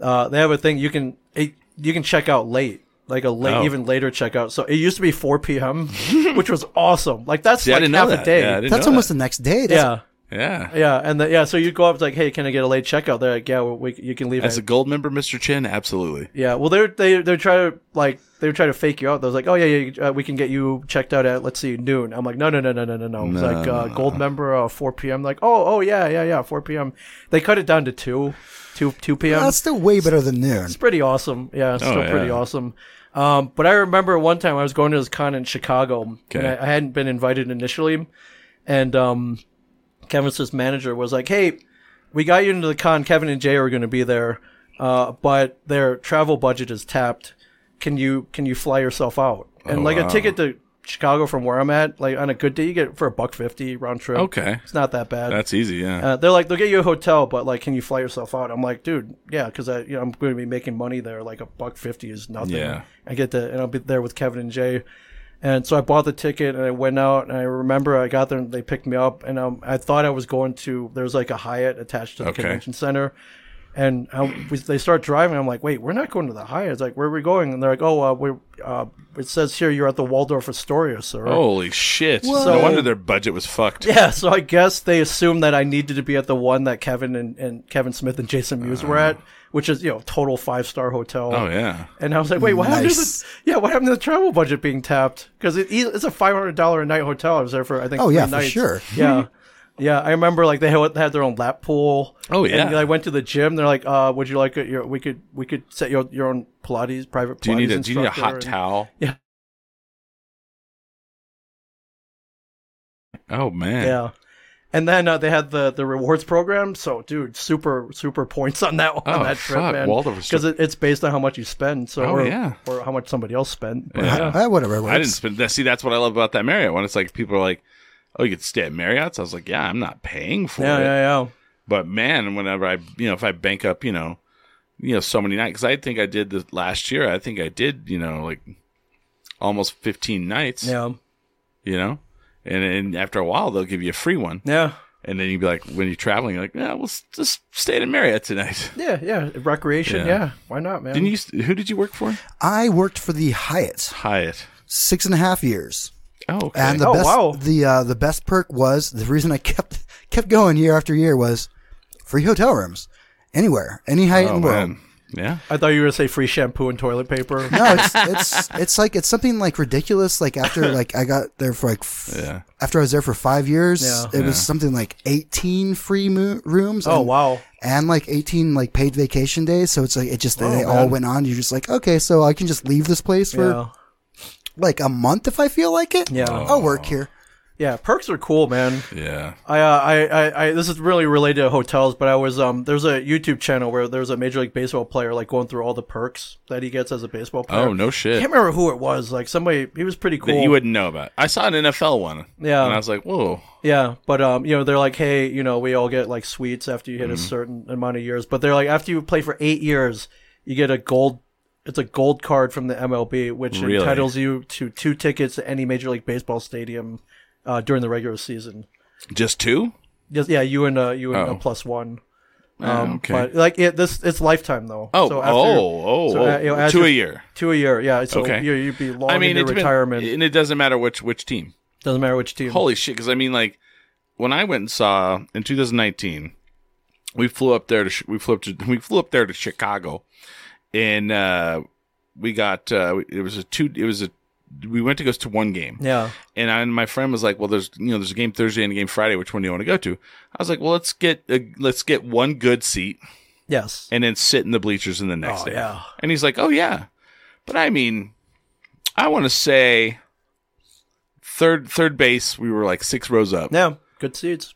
[SPEAKER 3] uh, they have a thing you can it, you can check out late, like a late,
[SPEAKER 2] Oh.
[SPEAKER 3] even later checkout. So it used to be 4 p.m., which was awesome. Like that's
[SPEAKER 2] See, I
[SPEAKER 3] like
[SPEAKER 2] didn't
[SPEAKER 3] half
[SPEAKER 2] know
[SPEAKER 3] a
[SPEAKER 2] that.
[SPEAKER 3] day.
[SPEAKER 2] Yeah, I didn't
[SPEAKER 4] That's
[SPEAKER 2] know
[SPEAKER 4] almost
[SPEAKER 2] that.
[SPEAKER 4] the next day. That's,
[SPEAKER 3] yeah,
[SPEAKER 2] yeah.
[SPEAKER 3] yeah, and the, yeah. So you go up it's like, hey, can I get a late checkout? They're like, yeah, we, we, you can leave.
[SPEAKER 2] As a
[SPEAKER 3] any-
[SPEAKER 2] gold member, Mr. Chin, absolutely.
[SPEAKER 3] yeah, well, they're they they're trying to like they were trying to fake you out. They're like, oh yeah, yeah, you- uh, we can get you checked out at let's see noon. I'm like, no, no, no, no, no, no, no. It's like uh, gold member uh, 4 p.m. Like, oh, oh yeah, yeah, yeah, 4 p.m. They cut it down to two, two, 2 p.m.
[SPEAKER 4] that's still way better than noon.
[SPEAKER 3] It's pretty awesome. Yeah, it's
[SPEAKER 2] Oh,
[SPEAKER 3] still pretty
[SPEAKER 2] yeah.
[SPEAKER 3] awesome. Um, but I remember one time I was going to this con in Chicago, and
[SPEAKER 2] Okay.
[SPEAKER 3] I, I hadn't been invited initially, and um, Kevin's manager was like, "Hey, we got you into the con. Kevin and Jay are going to be there, uh, but their travel budget is tapped. Can you can you fly yourself out?
[SPEAKER 2] Oh,
[SPEAKER 3] And like a ticket to Chicago from where I'm at, like on a good day, you get it for a buck fifty round trip.
[SPEAKER 2] Okay.
[SPEAKER 3] it's not that bad.
[SPEAKER 2] That's easy, yeah.
[SPEAKER 3] Uh, they're like, they'll get you a hotel, but like, can you fly yourself out? I'm like, dude, yeah, because I, you know, I'm going to be making money there. Like a buck fifty is nothing.
[SPEAKER 2] Yeah.
[SPEAKER 3] I get to, and I'll be there with Kevin and Jay. And so I bought the ticket and I went out and I remember I got there and they picked me up and um, I thought I was going to there's like a Hyatt attached to the
[SPEAKER 2] Okay.
[SPEAKER 3] convention center, and I, we, they start driving. I'm like, wait, we're not going to the Hyatt. It's like, where are we going? And they're like, oh, uh, we, uh, it says here you're at the Waldorf Astoria, sir.
[SPEAKER 2] Holy shit.
[SPEAKER 4] Whoa.
[SPEAKER 2] No wonder their budget was fucked.
[SPEAKER 3] Yeah, so I guess they assumed that I needed to be at the one that Kevin and, and Kevin Smith and Jason Mewes were at, which is you know total five star hotel.
[SPEAKER 2] Uh-huh. Oh, yeah.
[SPEAKER 3] And I was like, wait, what happened to
[SPEAKER 4] Nice.
[SPEAKER 3] the yeah? What happened to the travel budget being tapped? Because it, e, it's a five hundred dollar a night hotel. I was there for I think.
[SPEAKER 4] Oh,
[SPEAKER 3] three
[SPEAKER 4] yeah, for
[SPEAKER 3] nights.
[SPEAKER 4] sure.
[SPEAKER 3] Yeah. Yeah, I remember like they had had their own lap pool.
[SPEAKER 2] Oh, yeah.
[SPEAKER 3] and I went to the gym. They're like, "Uh, would you like it? Your, we could we could set your your own Pilates private." Pilates
[SPEAKER 2] Do you need a do you need a
[SPEAKER 3] instructor
[SPEAKER 2] hot
[SPEAKER 3] and-
[SPEAKER 2] towel?
[SPEAKER 3] Yeah.
[SPEAKER 2] Oh man.
[SPEAKER 3] Yeah. And then uh, they had the, the rewards program. So, dude, super super points on that on
[SPEAKER 2] Oh,
[SPEAKER 3] that trip,
[SPEAKER 2] fuck,
[SPEAKER 3] man.
[SPEAKER 2] Waldorf
[SPEAKER 3] Because it, it's based on how much you spend. So,
[SPEAKER 2] Oh,
[SPEAKER 3] or,
[SPEAKER 2] yeah.
[SPEAKER 3] or how much somebody else spent. But,
[SPEAKER 2] Yeah.
[SPEAKER 4] Uh, whatever.
[SPEAKER 2] I didn't
[SPEAKER 4] works.
[SPEAKER 2] spend that see that's what I love about that Marriott one. It's like people are like, Oh, you could stay at Marriott's? I was like, Yeah, I'm not paying for
[SPEAKER 3] yeah,
[SPEAKER 2] it.
[SPEAKER 3] yeah, yeah.
[SPEAKER 2] But man, whenever I, you know, if I bank up, you know, you know, so many nights, because I think I did this last year. I think I did, you know, like almost fifteen nights.
[SPEAKER 3] Yeah.
[SPEAKER 2] You know, and and after a while, they'll give you a free one,
[SPEAKER 3] Yeah.
[SPEAKER 2] and then you'd be like, when you're traveling, you're like, yeah, we'll s- just stay at a Marriott tonight.
[SPEAKER 3] Yeah. Yeah. Recreation. Yeah.
[SPEAKER 2] Yeah.
[SPEAKER 3] Why not, man?
[SPEAKER 2] Didn't you? s- Who did you work for?
[SPEAKER 4] I worked for the Hyatt
[SPEAKER 2] Hyatt.
[SPEAKER 4] six and a half years.
[SPEAKER 2] Oh, okay.
[SPEAKER 4] And the
[SPEAKER 3] Oh,
[SPEAKER 4] best,
[SPEAKER 3] wow.
[SPEAKER 4] the uh, the best perk was the reason I kept kept going year after year was free hotel rooms anywhere, any height
[SPEAKER 2] oh
[SPEAKER 4] in the world.
[SPEAKER 2] man, yeah.
[SPEAKER 3] I thought you were going to say free shampoo and toilet paper.
[SPEAKER 4] No, it's it's it's like it's something like ridiculous. Like after like I got there for like f-
[SPEAKER 2] Yeah.
[SPEAKER 4] after I was there for five years,
[SPEAKER 3] Yeah.
[SPEAKER 4] it was something like eighteen free mo- rooms.
[SPEAKER 3] oh,
[SPEAKER 4] and,
[SPEAKER 3] wow.
[SPEAKER 4] And like eighteen like paid vacation days, so it's like it just they, they all
[SPEAKER 3] Oh, man.
[SPEAKER 4] went on. You're just like, okay, so I can just leave this place for
[SPEAKER 3] Yeah.
[SPEAKER 4] like a month if I feel like it.
[SPEAKER 3] Yeah.
[SPEAKER 4] I'll work here.
[SPEAKER 3] Yeah. Perks are cool, man.
[SPEAKER 2] Yeah.
[SPEAKER 3] I, uh, I, I, I, this is really related to hotels, but I was, um, there's a YouTube channel where there's a Major League Baseball player, like, going through all the perks that he gets as a baseball player.
[SPEAKER 2] Oh no shit.
[SPEAKER 3] I can't remember who it was. Like somebody, he was pretty cool.
[SPEAKER 2] That you wouldn't know about. I saw an NFL one.
[SPEAKER 3] Yeah.
[SPEAKER 2] And I was like, whoa.
[SPEAKER 3] yeah, but um, you know, they're like, hey, you know, we all get like
[SPEAKER 2] Mm-hmm.
[SPEAKER 3] sweets after you hit a certain amount of years. But they're like, after you play for eight years, you get a gold it's a gold card from the MLB, which
[SPEAKER 2] Really?
[SPEAKER 3] entitles you to two tickets to any Major League Baseball stadium uh, during the regular season.
[SPEAKER 2] Just two?
[SPEAKER 3] Yes, yeah, you and uh, you and
[SPEAKER 2] Oh.
[SPEAKER 3] a plus one.
[SPEAKER 2] Ah,
[SPEAKER 3] Um,
[SPEAKER 2] okay.
[SPEAKER 3] But like it, this, it's lifetime though.
[SPEAKER 2] oh,
[SPEAKER 3] So after-
[SPEAKER 2] oh, oh,
[SPEAKER 3] so, uh, you know,
[SPEAKER 2] oh, two
[SPEAKER 3] after-
[SPEAKER 2] a year.
[SPEAKER 3] two a year. Yeah, so
[SPEAKER 2] Okay.
[SPEAKER 3] you you'd be long
[SPEAKER 2] I mean,
[SPEAKER 3] into
[SPEAKER 2] it's been-
[SPEAKER 3] retirement.
[SPEAKER 2] and it doesn't matter which which team.
[SPEAKER 3] Doesn't matter which team.
[SPEAKER 2] Holy shit! Because I mean, like when I went and saw in 2019, we flew up there to Chi- we flew up to we flew up there to Chicago, and uh, we got uh, it was a two it was a we went to go to one game.
[SPEAKER 3] yeah,
[SPEAKER 2] And I, and my friend was like, "Well, there's you know there's a game Thursday and a game Friday. Which one do you want to go to?" I was like, "Well, let's get a, let's get one good seat
[SPEAKER 3] yes.
[SPEAKER 2] and then sit in the bleachers in the next
[SPEAKER 3] Oh,
[SPEAKER 2] day."
[SPEAKER 3] yeah.
[SPEAKER 2] And he's like, "Oh yeah," but I mean, I want to say third third base. We were like six rows up.
[SPEAKER 3] Yeah, good seats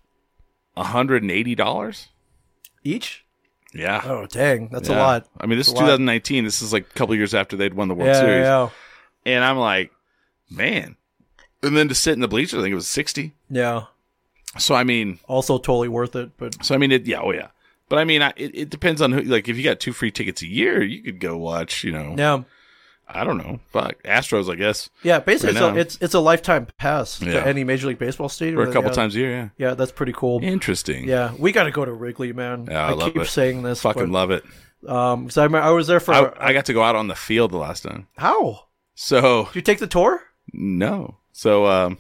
[SPEAKER 2] hundred and eighty dollars.
[SPEAKER 3] each.
[SPEAKER 2] Yeah,
[SPEAKER 3] Oh dang, that's a
[SPEAKER 2] Yeah.
[SPEAKER 3] lot.
[SPEAKER 2] I mean, this is
[SPEAKER 3] It's a lot.
[SPEAKER 2] 2019. This is like a couple years after they'd won the World
[SPEAKER 3] yeah,
[SPEAKER 2] Series,
[SPEAKER 3] yeah,
[SPEAKER 2] and I'm like, man. And then to sit in the bleachers, I think it was sixty.
[SPEAKER 3] yeah.
[SPEAKER 2] So I mean,
[SPEAKER 3] Also, totally worth it. But
[SPEAKER 2] so I mean, it, yeah, oh yeah. But I mean, I, it, it depends on who. Like, if you got two free tickets a year, you could go watch. You know,
[SPEAKER 3] yeah,
[SPEAKER 2] I don't know, fuck Astros, I guess,
[SPEAKER 3] yeah. Basically,
[SPEAKER 2] Right
[SPEAKER 3] it's,
[SPEAKER 2] now.
[SPEAKER 3] a, it's it's a lifetime pass
[SPEAKER 2] Yeah.
[SPEAKER 3] to any Major League Baseball stadium.
[SPEAKER 2] for a couple
[SPEAKER 3] yeah.
[SPEAKER 2] times a year.
[SPEAKER 3] Yeah, that's pretty cool.
[SPEAKER 2] Yeah, interesting.
[SPEAKER 3] Yeah, we got to go to Wrigley, man.
[SPEAKER 2] Yeah, I
[SPEAKER 3] I,
[SPEAKER 2] love
[SPEAKER 3] keep
[SPEAKER 2] it.
[SPEAKER 3] saying this,
[SPEAKER 2] fucking
[SPEAKER 3] but,
[SPEAKER 2] love it.
[SPEAKER 3] um, because I remember I was there for
[SPEAKER 2] I, I got to go out on the field the last time.
[SPEAKER 3] how
[SPEAKER 2] So
[SPEAKER 3] did you take the tour?
[SPEAKER 2] no. So um,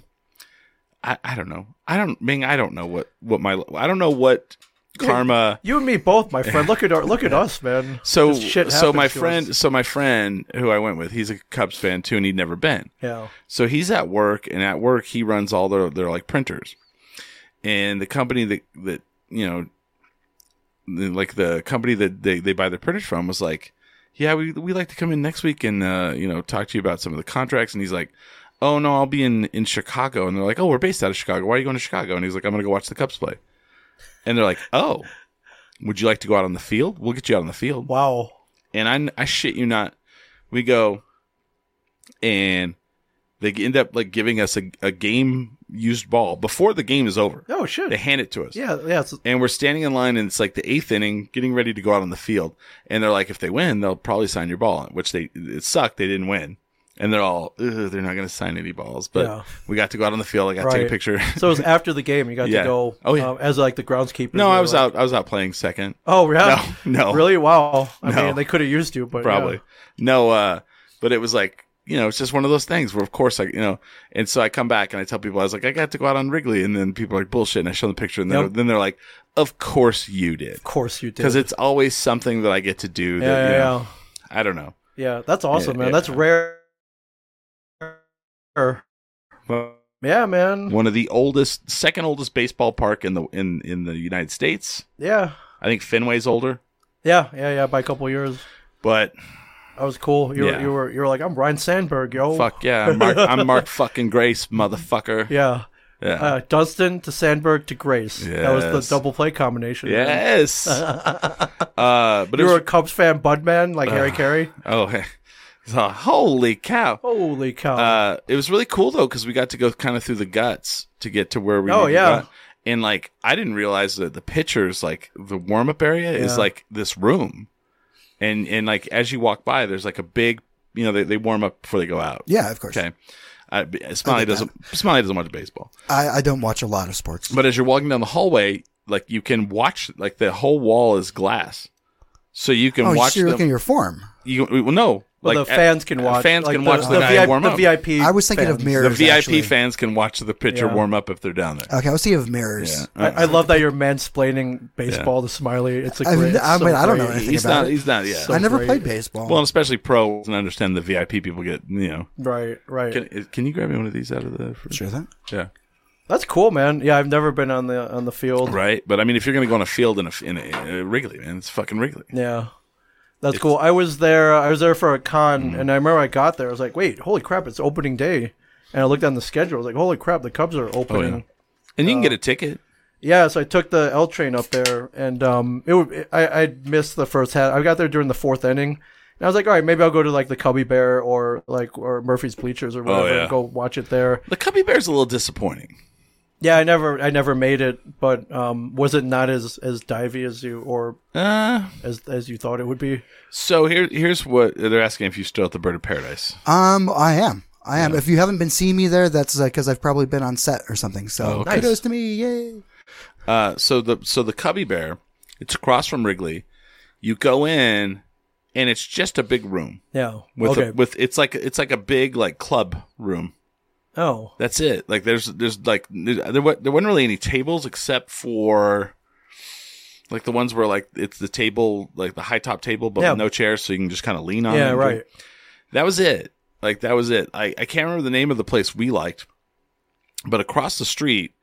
[SPEAKER 2] I I don't know. I don't Ming. I don't know what what my I don't know what karma.
[SPEAKER 3] You and me both, my friend. Look at our, look at us, man.
[SPEAKER 2] So
[SPEAKER 3] This shit
[SPEAKER 2] so my
[SPEAKER 3] happens to
[SPEAKER 2] friend
[SPEAKER 3] us.
[SPEAKER 2] so my friend who I went with he's a Cubs fan too and he'd never been.
[SPEAKER 3] Yeah,
[SPEAKER 2] So he's at work, and at work he runs all their their like printers, and the company that that you know, the- like the company that they they buy their printers from was like, yeah, we we like to come in next week and uh, you know talk to you about some of the contracts, and he's like. Oh no! I'll be in in Chicago, and they're like, "Oh, we're based out of Chicago. Why are you going to Chicago?" And he's like, "I'm going to go watch the Cubs play." And they're like, "Oh, would you like to go out on the field? We'll get you out on the field."
[SPEAKER 3] wow.
[SPEAKER 2] and I, I shit you not, we go and they end up like giving us a, a game used ball before the game is over.
[SPEAKER 3] Oh
[SPEAKER 2] They
[SPEAKER 3] shit.
[SPEAKER 2] hand it to us.
[SPEAKER 3] Yeah, yeah. It's,
[SPEAKER 2] And we're standing in line and it's like the eighth inning, getting ready to go out on the field. And they're like, if they win, they'll probably sign your ball, which they, it sucked. They didn't win. And they're all, Ugh, they're not going to sign any balls. But
[SPEAKER 3] Yeah.
[SPEAKER 2] we got to go out on the field. I got to take a
[SPEAKER 3] Right.
[SPEAKER 2] picture.
[SPEAKER 3] so it was after the game. You got
[SPEAKER 2] Yeah.
[SPEAKER 3] to go.
[SPEAKER 2] Oh, yeah.
[SPEAKER 3] um, as like the groundskeeper.
[SPEAKER 2] no,
[SPEAKER 3] you
[SPEAKER 2] I
[SPEAKER 3] were
[SPEAKER 2] was
[SPEAKER 3] like-
[SPEAKER 2] out. I was out playing second.
[SPEAKER 3] Oh yeah.
[SPEAKER 2] No, no.
[SPEAKER 3] Really? Wow. I
[SPEAKER 2] No.
[SPEAKER 3] mean, they could have used you, but
[SPEAKER 2] probably
[SPEAKER 3] yeah.
[SPEAKER 2] no uh but it was like you know it's just one of those things where of course i you know and so i come back and i tell people i was like i got to go out on wrigley and then people are like bullshit and i show them the picture and they're,
[SPEAKER 3] Yep.
[SPEAKER 2] then they're like of course you did
[SPEAKER 3] Of course you did.
[SPEAKER 2] because it's always something that i get to do that,
[SPEAKER 3] yeah,
[SPEAKER 2] you
[SPEAKER 3] yeah,
[SPEAKER 2] know,
[SPEAKER 3] yeah.
[SPEAKER 2] i don't know
[SPEAKER 3] Yeah, that's awesome,
[SPEAKER 2] Yeah,
[SPEAKER 3] man.
[SPEAKER 2] yeah.
[SPEAKER 3] That's rare. Yeah, man.
[SPEAKER 2] one of the oldest second oldest baseball park in the in in the united states
[SPEAKER 3] Yeah,
[SPEAKER 2] i think fenway's older
[SPEAKER 3] yeah, yeah, yeah. By a couple years,
[SPEAKER 2] but
[SPEAKER 3] that was cool. You, were-
[SPEAKER 2] Yeah.
[SPEAKER 3] you were, you were like, I'm Ryan Sandberg, yo.
[SPEAKER 2] fuck yeah i'm mark, I'm mark fucking grace motherfucker
[SPEAKER 3] Oh. Yeah.
[SPEAKER 2] yeah.
[SPEAKER 3] Uh, Dunstan to Sandberg to Grace. That was
[SPEAKER 2] Yes.
[SPEAKER 3] the double play combination. man.
[SPEAKER 2] yes uh but it
[SPEAKER 3] You
[SPEAKER 2] was
[SPEAKER 3] were a Cubs fan, Budman, like Harry Carey.
[SPEAKER 2] Oh, so, holy cow!
[SPEAKER 3] Holy cow.
[SPEAKER 2] Uh, it was really cool though because we got to go kind of through the guts to get to where we. needed
[SPEAKER 3] Oh,
[SPEAKER 2] to
[SPEAKER 3] yeah.
[SPEAKER 2] go. And like, I didn't realize that the pitchers, like the warm up area, is
[SPEAKER 3] Yeah.
[SPEAKER 2] like this room, and and like as you walk by, there's like a big, you know, they, they warm up before they go out.
[SPEAKER 4] Yeah, of course.
[SPEAKER 2] Okay. I, Smiley doesn't. Smiley doesn't watch baseball,
[SPEAKER 4] I, I don't watch a lot of sports.
[SPEAKER 2] but as you're walking down the hallway, like you can watch, like the whole wall is glass, so you can
[SPEAKER 4] oh,
[SPEAKER 2] watch
[SPEAKER 4] you're
[SPEAKER 2] them.
[SPEAKER 4] looking at your form.
[SPEAKER 2] you well, no,
[SPEAKER 3] Well,
[SPEAKER 2] like
[SPEAKER 3] the
[SPEAKER 2] at- uh,
[SPEAKER 3] fans can watch.
[SPEAKER 2] Fans
[SPEAKER 3] like,
[SPEAKER 2] can watch the, guy
[SPEAKER 3] VIP,
[SPEAKER 2] warm up.
[SPEAKER 3] The VIP.
[SPEAKER 4] I was thinking of
[SPEAKER 3] fans.
[SPEAKER 4] mirrors.
[SPEAKER 2] the VIP
[SPEAKER 4] actually.
[SPEAKER 2] fans can watch the pitcher
[SPEAKER 3] Yeah.
[SPEAKER 2] warm up if they're down there.
[SPEAKER 4] Okay, I was thinking of mirrors.
[SPEAKER 3] I, I love that you're mansplaining baseball to Smiley. It's a
[SPEAKER 4] I
[SPEAKER 3] great.
[SPEAKER 4] mean, I,
[SPEAKER 3] so
[SPEAKER 4] mean, I don't know
[SPEAKER 3] great.
[SPEAKER 4] anything
[SPEAKER 2] he's
[SPEAKER 4] about
[SPEAKER 2] not.
[SPEAKER 4] it.
[SPEAKER 2] He's not. Yeah.
[SPEAKER 3] So-
[SPEAKER 4] I never
[SPEAKER 3] great.
[SPEAKER 4] played baseball.
[SPEAKER 2] well, and especially pro and understand the VIP people get. You know,
[SPEAKER 3] Right, right.
[SPEAKER 2] can, is- can you grab me one of these out of the fridge?
[SPEAKER 4] sure thing.
[SPEAKER 2] Yeah.
[SPEAKER 3] That's cool, man. Yeah, I've never been on the on the field.
[SPEAKER 2] Right. But I mean, if you're gonna go on a field in a, in a, in a Wrigley, man, it's fucking Wrigley.
[SPEAKER 3] Yeah. That's cool. I was there I was there for a con
[SPEAKER 2] Mm-hmm.
[SPEAKER 3] and I remember I got there. I was like, "Wait, holy crap, it's opening day." And I looked on the schedule. I was like, "Holy crap, the Cubs are opening."
[SPEAKER 2] Oh, yeah. And you can get a ticket.
[SPEAKER 3] yeah. so I took the L train up there and um it would, I I missed the first half. I got there during the fourth inning. And I was like, "All right, maybe I'll go to like the Cubby Bear or like or Murphy's Bleachers or whatever
[SPEAKER 2] Oh, yeah.
[SPEAKER 3] and go watch it there."
[SPEAKER 2] The Cubby Bear's a little disappointing.
[SPEAKER 3] Yeah, I never I never made it, but um, was it not as as divey as you or
[SPEAKER 2] Uh,
[SPEAKER 3] as as you thought it would be?
[SPEAKER 2] so here, here's what they're asking if you still at the Bird of Paradise.
[SPEAKER 4] Um, I am. I am. If you haven't been seeing me there, that's because I've probably been on set or something. So
[SPEAKER 2] Oh, okay.
[SPEAKER 4] kudos to me. Yay.
[SPEAKER 2] Uh, so the so the Cubby Bear, it's across from Wrigley. You go in, and it's just a big room
[SPEAKER 3] Yeah.
[SPEAKER 2] with
[SPEAKER 3] okay.
[SPEAKER 2] a, with it's like it's like a big like club room.
[SPEAKER 3] oh.
[SPEAKER 2] That's it. Like there's there's like there wa- there weren't really any tables except for like the ones where like it's the table like the high top table but
[SPEAKER 3] Yeah.
[SPEAKER 2] with no chairs so you can just kind of lean on. it
[SPEAKER 3] Yeah.
[SPEAKER 2] and drink.
[SPEAKER 3] Right.
[SPEAKER 2] That was it. Like that was it. I I can't remember the name of the place we liked, but across the street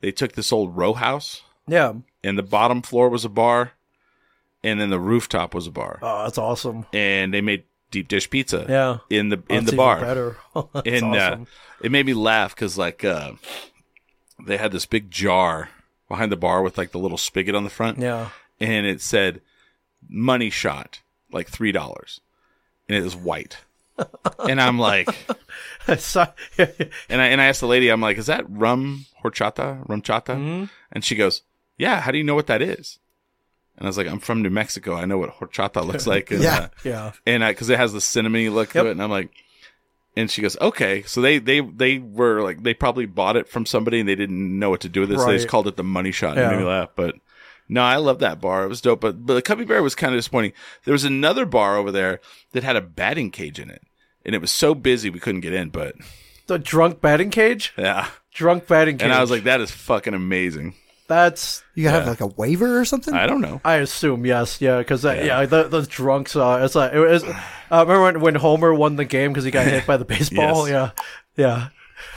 [SPEAKER 2] they took this old row house
[SPEAKER 3] Yeah.
[SPEAKER 2] and the bottom floor was a bar, and then the rooftop was a bar,
[SPEAKER 3] Oh, that's awesome.
[SPEAKER 2] and they made deep dish pizza.
[SPEAKER 3] Yeah.
[SPEAKER 2] in the in the
[SPEAKER 3] That's even
[SPEAKER 2] bar.
[SPEAKER 3] Better. that's
[SPEAKER 2] and
[SPEAKER 3] awesome.
[SPEAKER 2] uh, it made me laugh because like uh, they had this big jar behind the bar with like the little spigot on the front,
[SPEAKER 3] yeah.
[SPEAKER 2] and it said "money shot" like three dollars, and it was white. and I'm like,
[SPEAKER 3] So-
[SPEAKER 2] and I and I asked the lady, I'm like, is that rum horchata, rum chata?
[SPEAKER 3] Mm-hmm. Hmm?
[SPEAKER 2] And she goes, yeah. How do you know what that is? And I was like, I'm from New Mexico. I know what horchata looks like. And,
[SPEAKER 4] Yeah.
[SPEAKER 2] uh,
[SPEAKER 3] yeah.
[SPEAKER 2] and because it has the cinnamony look
[SPEAKER 3] Yep.
[SPEAKER 2] to it, and I'm like, and she goes, okay. So they they they were like they probably bought it from somebody and they didn't know what to do with it. so they just
[SPEAKER 3] Right.
[SPEAKER 2] called it the money shot. And it
[SPEAKER 3] Yeah.
[SPEAKER 2] made me laugh, but no, I love that bar. It was dope, but but the Cubby Bear was kind of disappointing. There was another bar over there that had a batting cage in it, and it was so busy we couldn't get in. But
[SPEAKER 3] The drunk batting cage.
[SPEAKER 2] yeah,
[SPEAKER 3] Drunk batting cage.
[SPEAKER 2] and I was like, that is fucking amazing.
[SPEAKER 3] that's.
[SPEAKER 4] You gotta have like a waiver or something.
[SPEAKER 2] I don't know.
[SPEAKER 3] I assume yes, yeah, because yeah, the, the drunks. Uh, it's like it was. Uh, remember when, when Homer won the game because he got hit by the baseball?
[SPEAKER 2] Yes.
[SPEAKER 3] Yeah,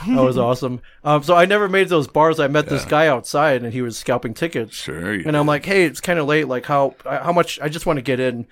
[SPEAKER 3] yeah, that was awesome. Um, so I never made those bars. I met this guy outside and he was scalping tickets.
[SPEAKER 2] Sure, you
[SPEAKER 3] And I'm like, hey, it's kind of late. Like, how I- how much? I just want to get in.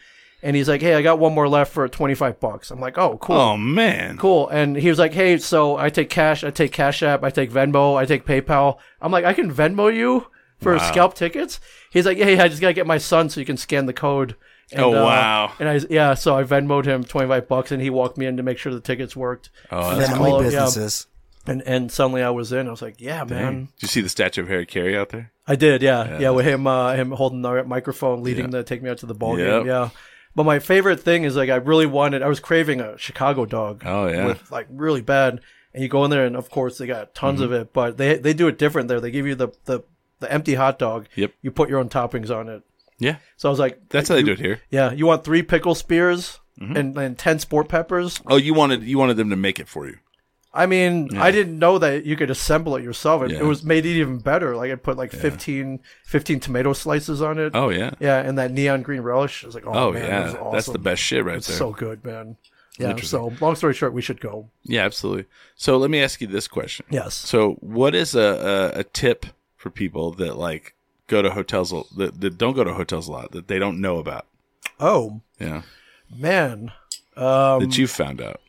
[SPEAKER 3] And he's like, hey, I got one more left for 25 bucks. I'm like, oh, cool.
[SPEAKER 2] Oh man,
[SPEAKER 3] Cool. And he was like, hey, so I take cash, I take Cash App, I take Venmo, I take PayPal. I'm like, I can Venmo you for scalp tickets? He's like, hey, I just got to get my son so you can scan the code. And, uh,
[SPEAKER 2] Oh, wow.
[SPEAKER 3] And I, yeah, so I Venmoed him 25 bucks and he walked me in to make sure the tickets worked.
[SPEAKER 2] Oh,
[SPEAKER 3] and
[SPEAKER 2] that's
[SPEAKER 3] then
[SPEAKER 4] Family
[SPEAKER 3] all of- yeah.
[SPEAKER 4] businesses.
[SPEAKER 3] and, and suddenly I was in. I was like, yeah, man.
[SPEAKER 2] Did you see the statue of Harry Carey out there?
[SPEAKER 3] I did, yeah, yeah, with him, uh, him holding the microphone, leading the take me out to the ball
[SPEAKER 2] Yep.
[SPEAKER 3] game, yeah. But my favorite thing is like I really wanted, I was craving a Chicago dog,
[SPEAKER 2] Oh, yeah.
[SPEAKER 3] with like really bad. And you go in there, and of course they got tons
[SPEAKER 2] Mm-hmm.
[SPEAKER 3] of it, but they they do it different there. They give you the the, the empty hot dog.
[SPEAKER 2] Yep.
[SPEAKER 3] You put your own toppings on it.
[SPEAKER 2] Yeah,
[SPEAKER 3] So I was like,
[SPEAKER 2] that's how they do it here.
[SPEAKER 3] yeah, you want three pickle spears
[SPEAKER 2] Mm-hmm.
[SPEAKER 3] and, and ten sport peppers.
[SPEAKER 2] Oh, you wanted you wanted them to make it for you.
[SPEAKER 3] I mean, I didn't know that you could assemble it yourself. It,
[SPEAKER 2] Yeah.
[SPEAKER 3] it was made it even better. Like I put like 15, 15 tomato slices on it.
[SPEAKER 2] Oh yeah.
[SPEAKER 3] Yeah, and that neon green relish. I was like, oh,
[SPEAKER 2] Oh
[SPEAKER 3] man,
[SPEAKER 2] yeah,
[SPEAKER 3] that was awesome.
[SPEAKER 2] that's the best shit right
[SPEAKER 3] It's
[SPEAKER 2] there.
[SPEAKER 3] so good, man. Yeah. So long story short, we should go.
[SPEAKER 2] yeah, absolutely. So let me ask you this question.
[SPEAKER 3] Yes.
[SPEAKER 2] So what is a, a, a tip for people that like go to hotels a- that, that don't go to hotels a lot that they don't know about?
[SPEAKER 3] oh
[SPEAKER 2] Yeah,
[SPEAKER 3] man, um,
[SPEAKER 2] that you found out.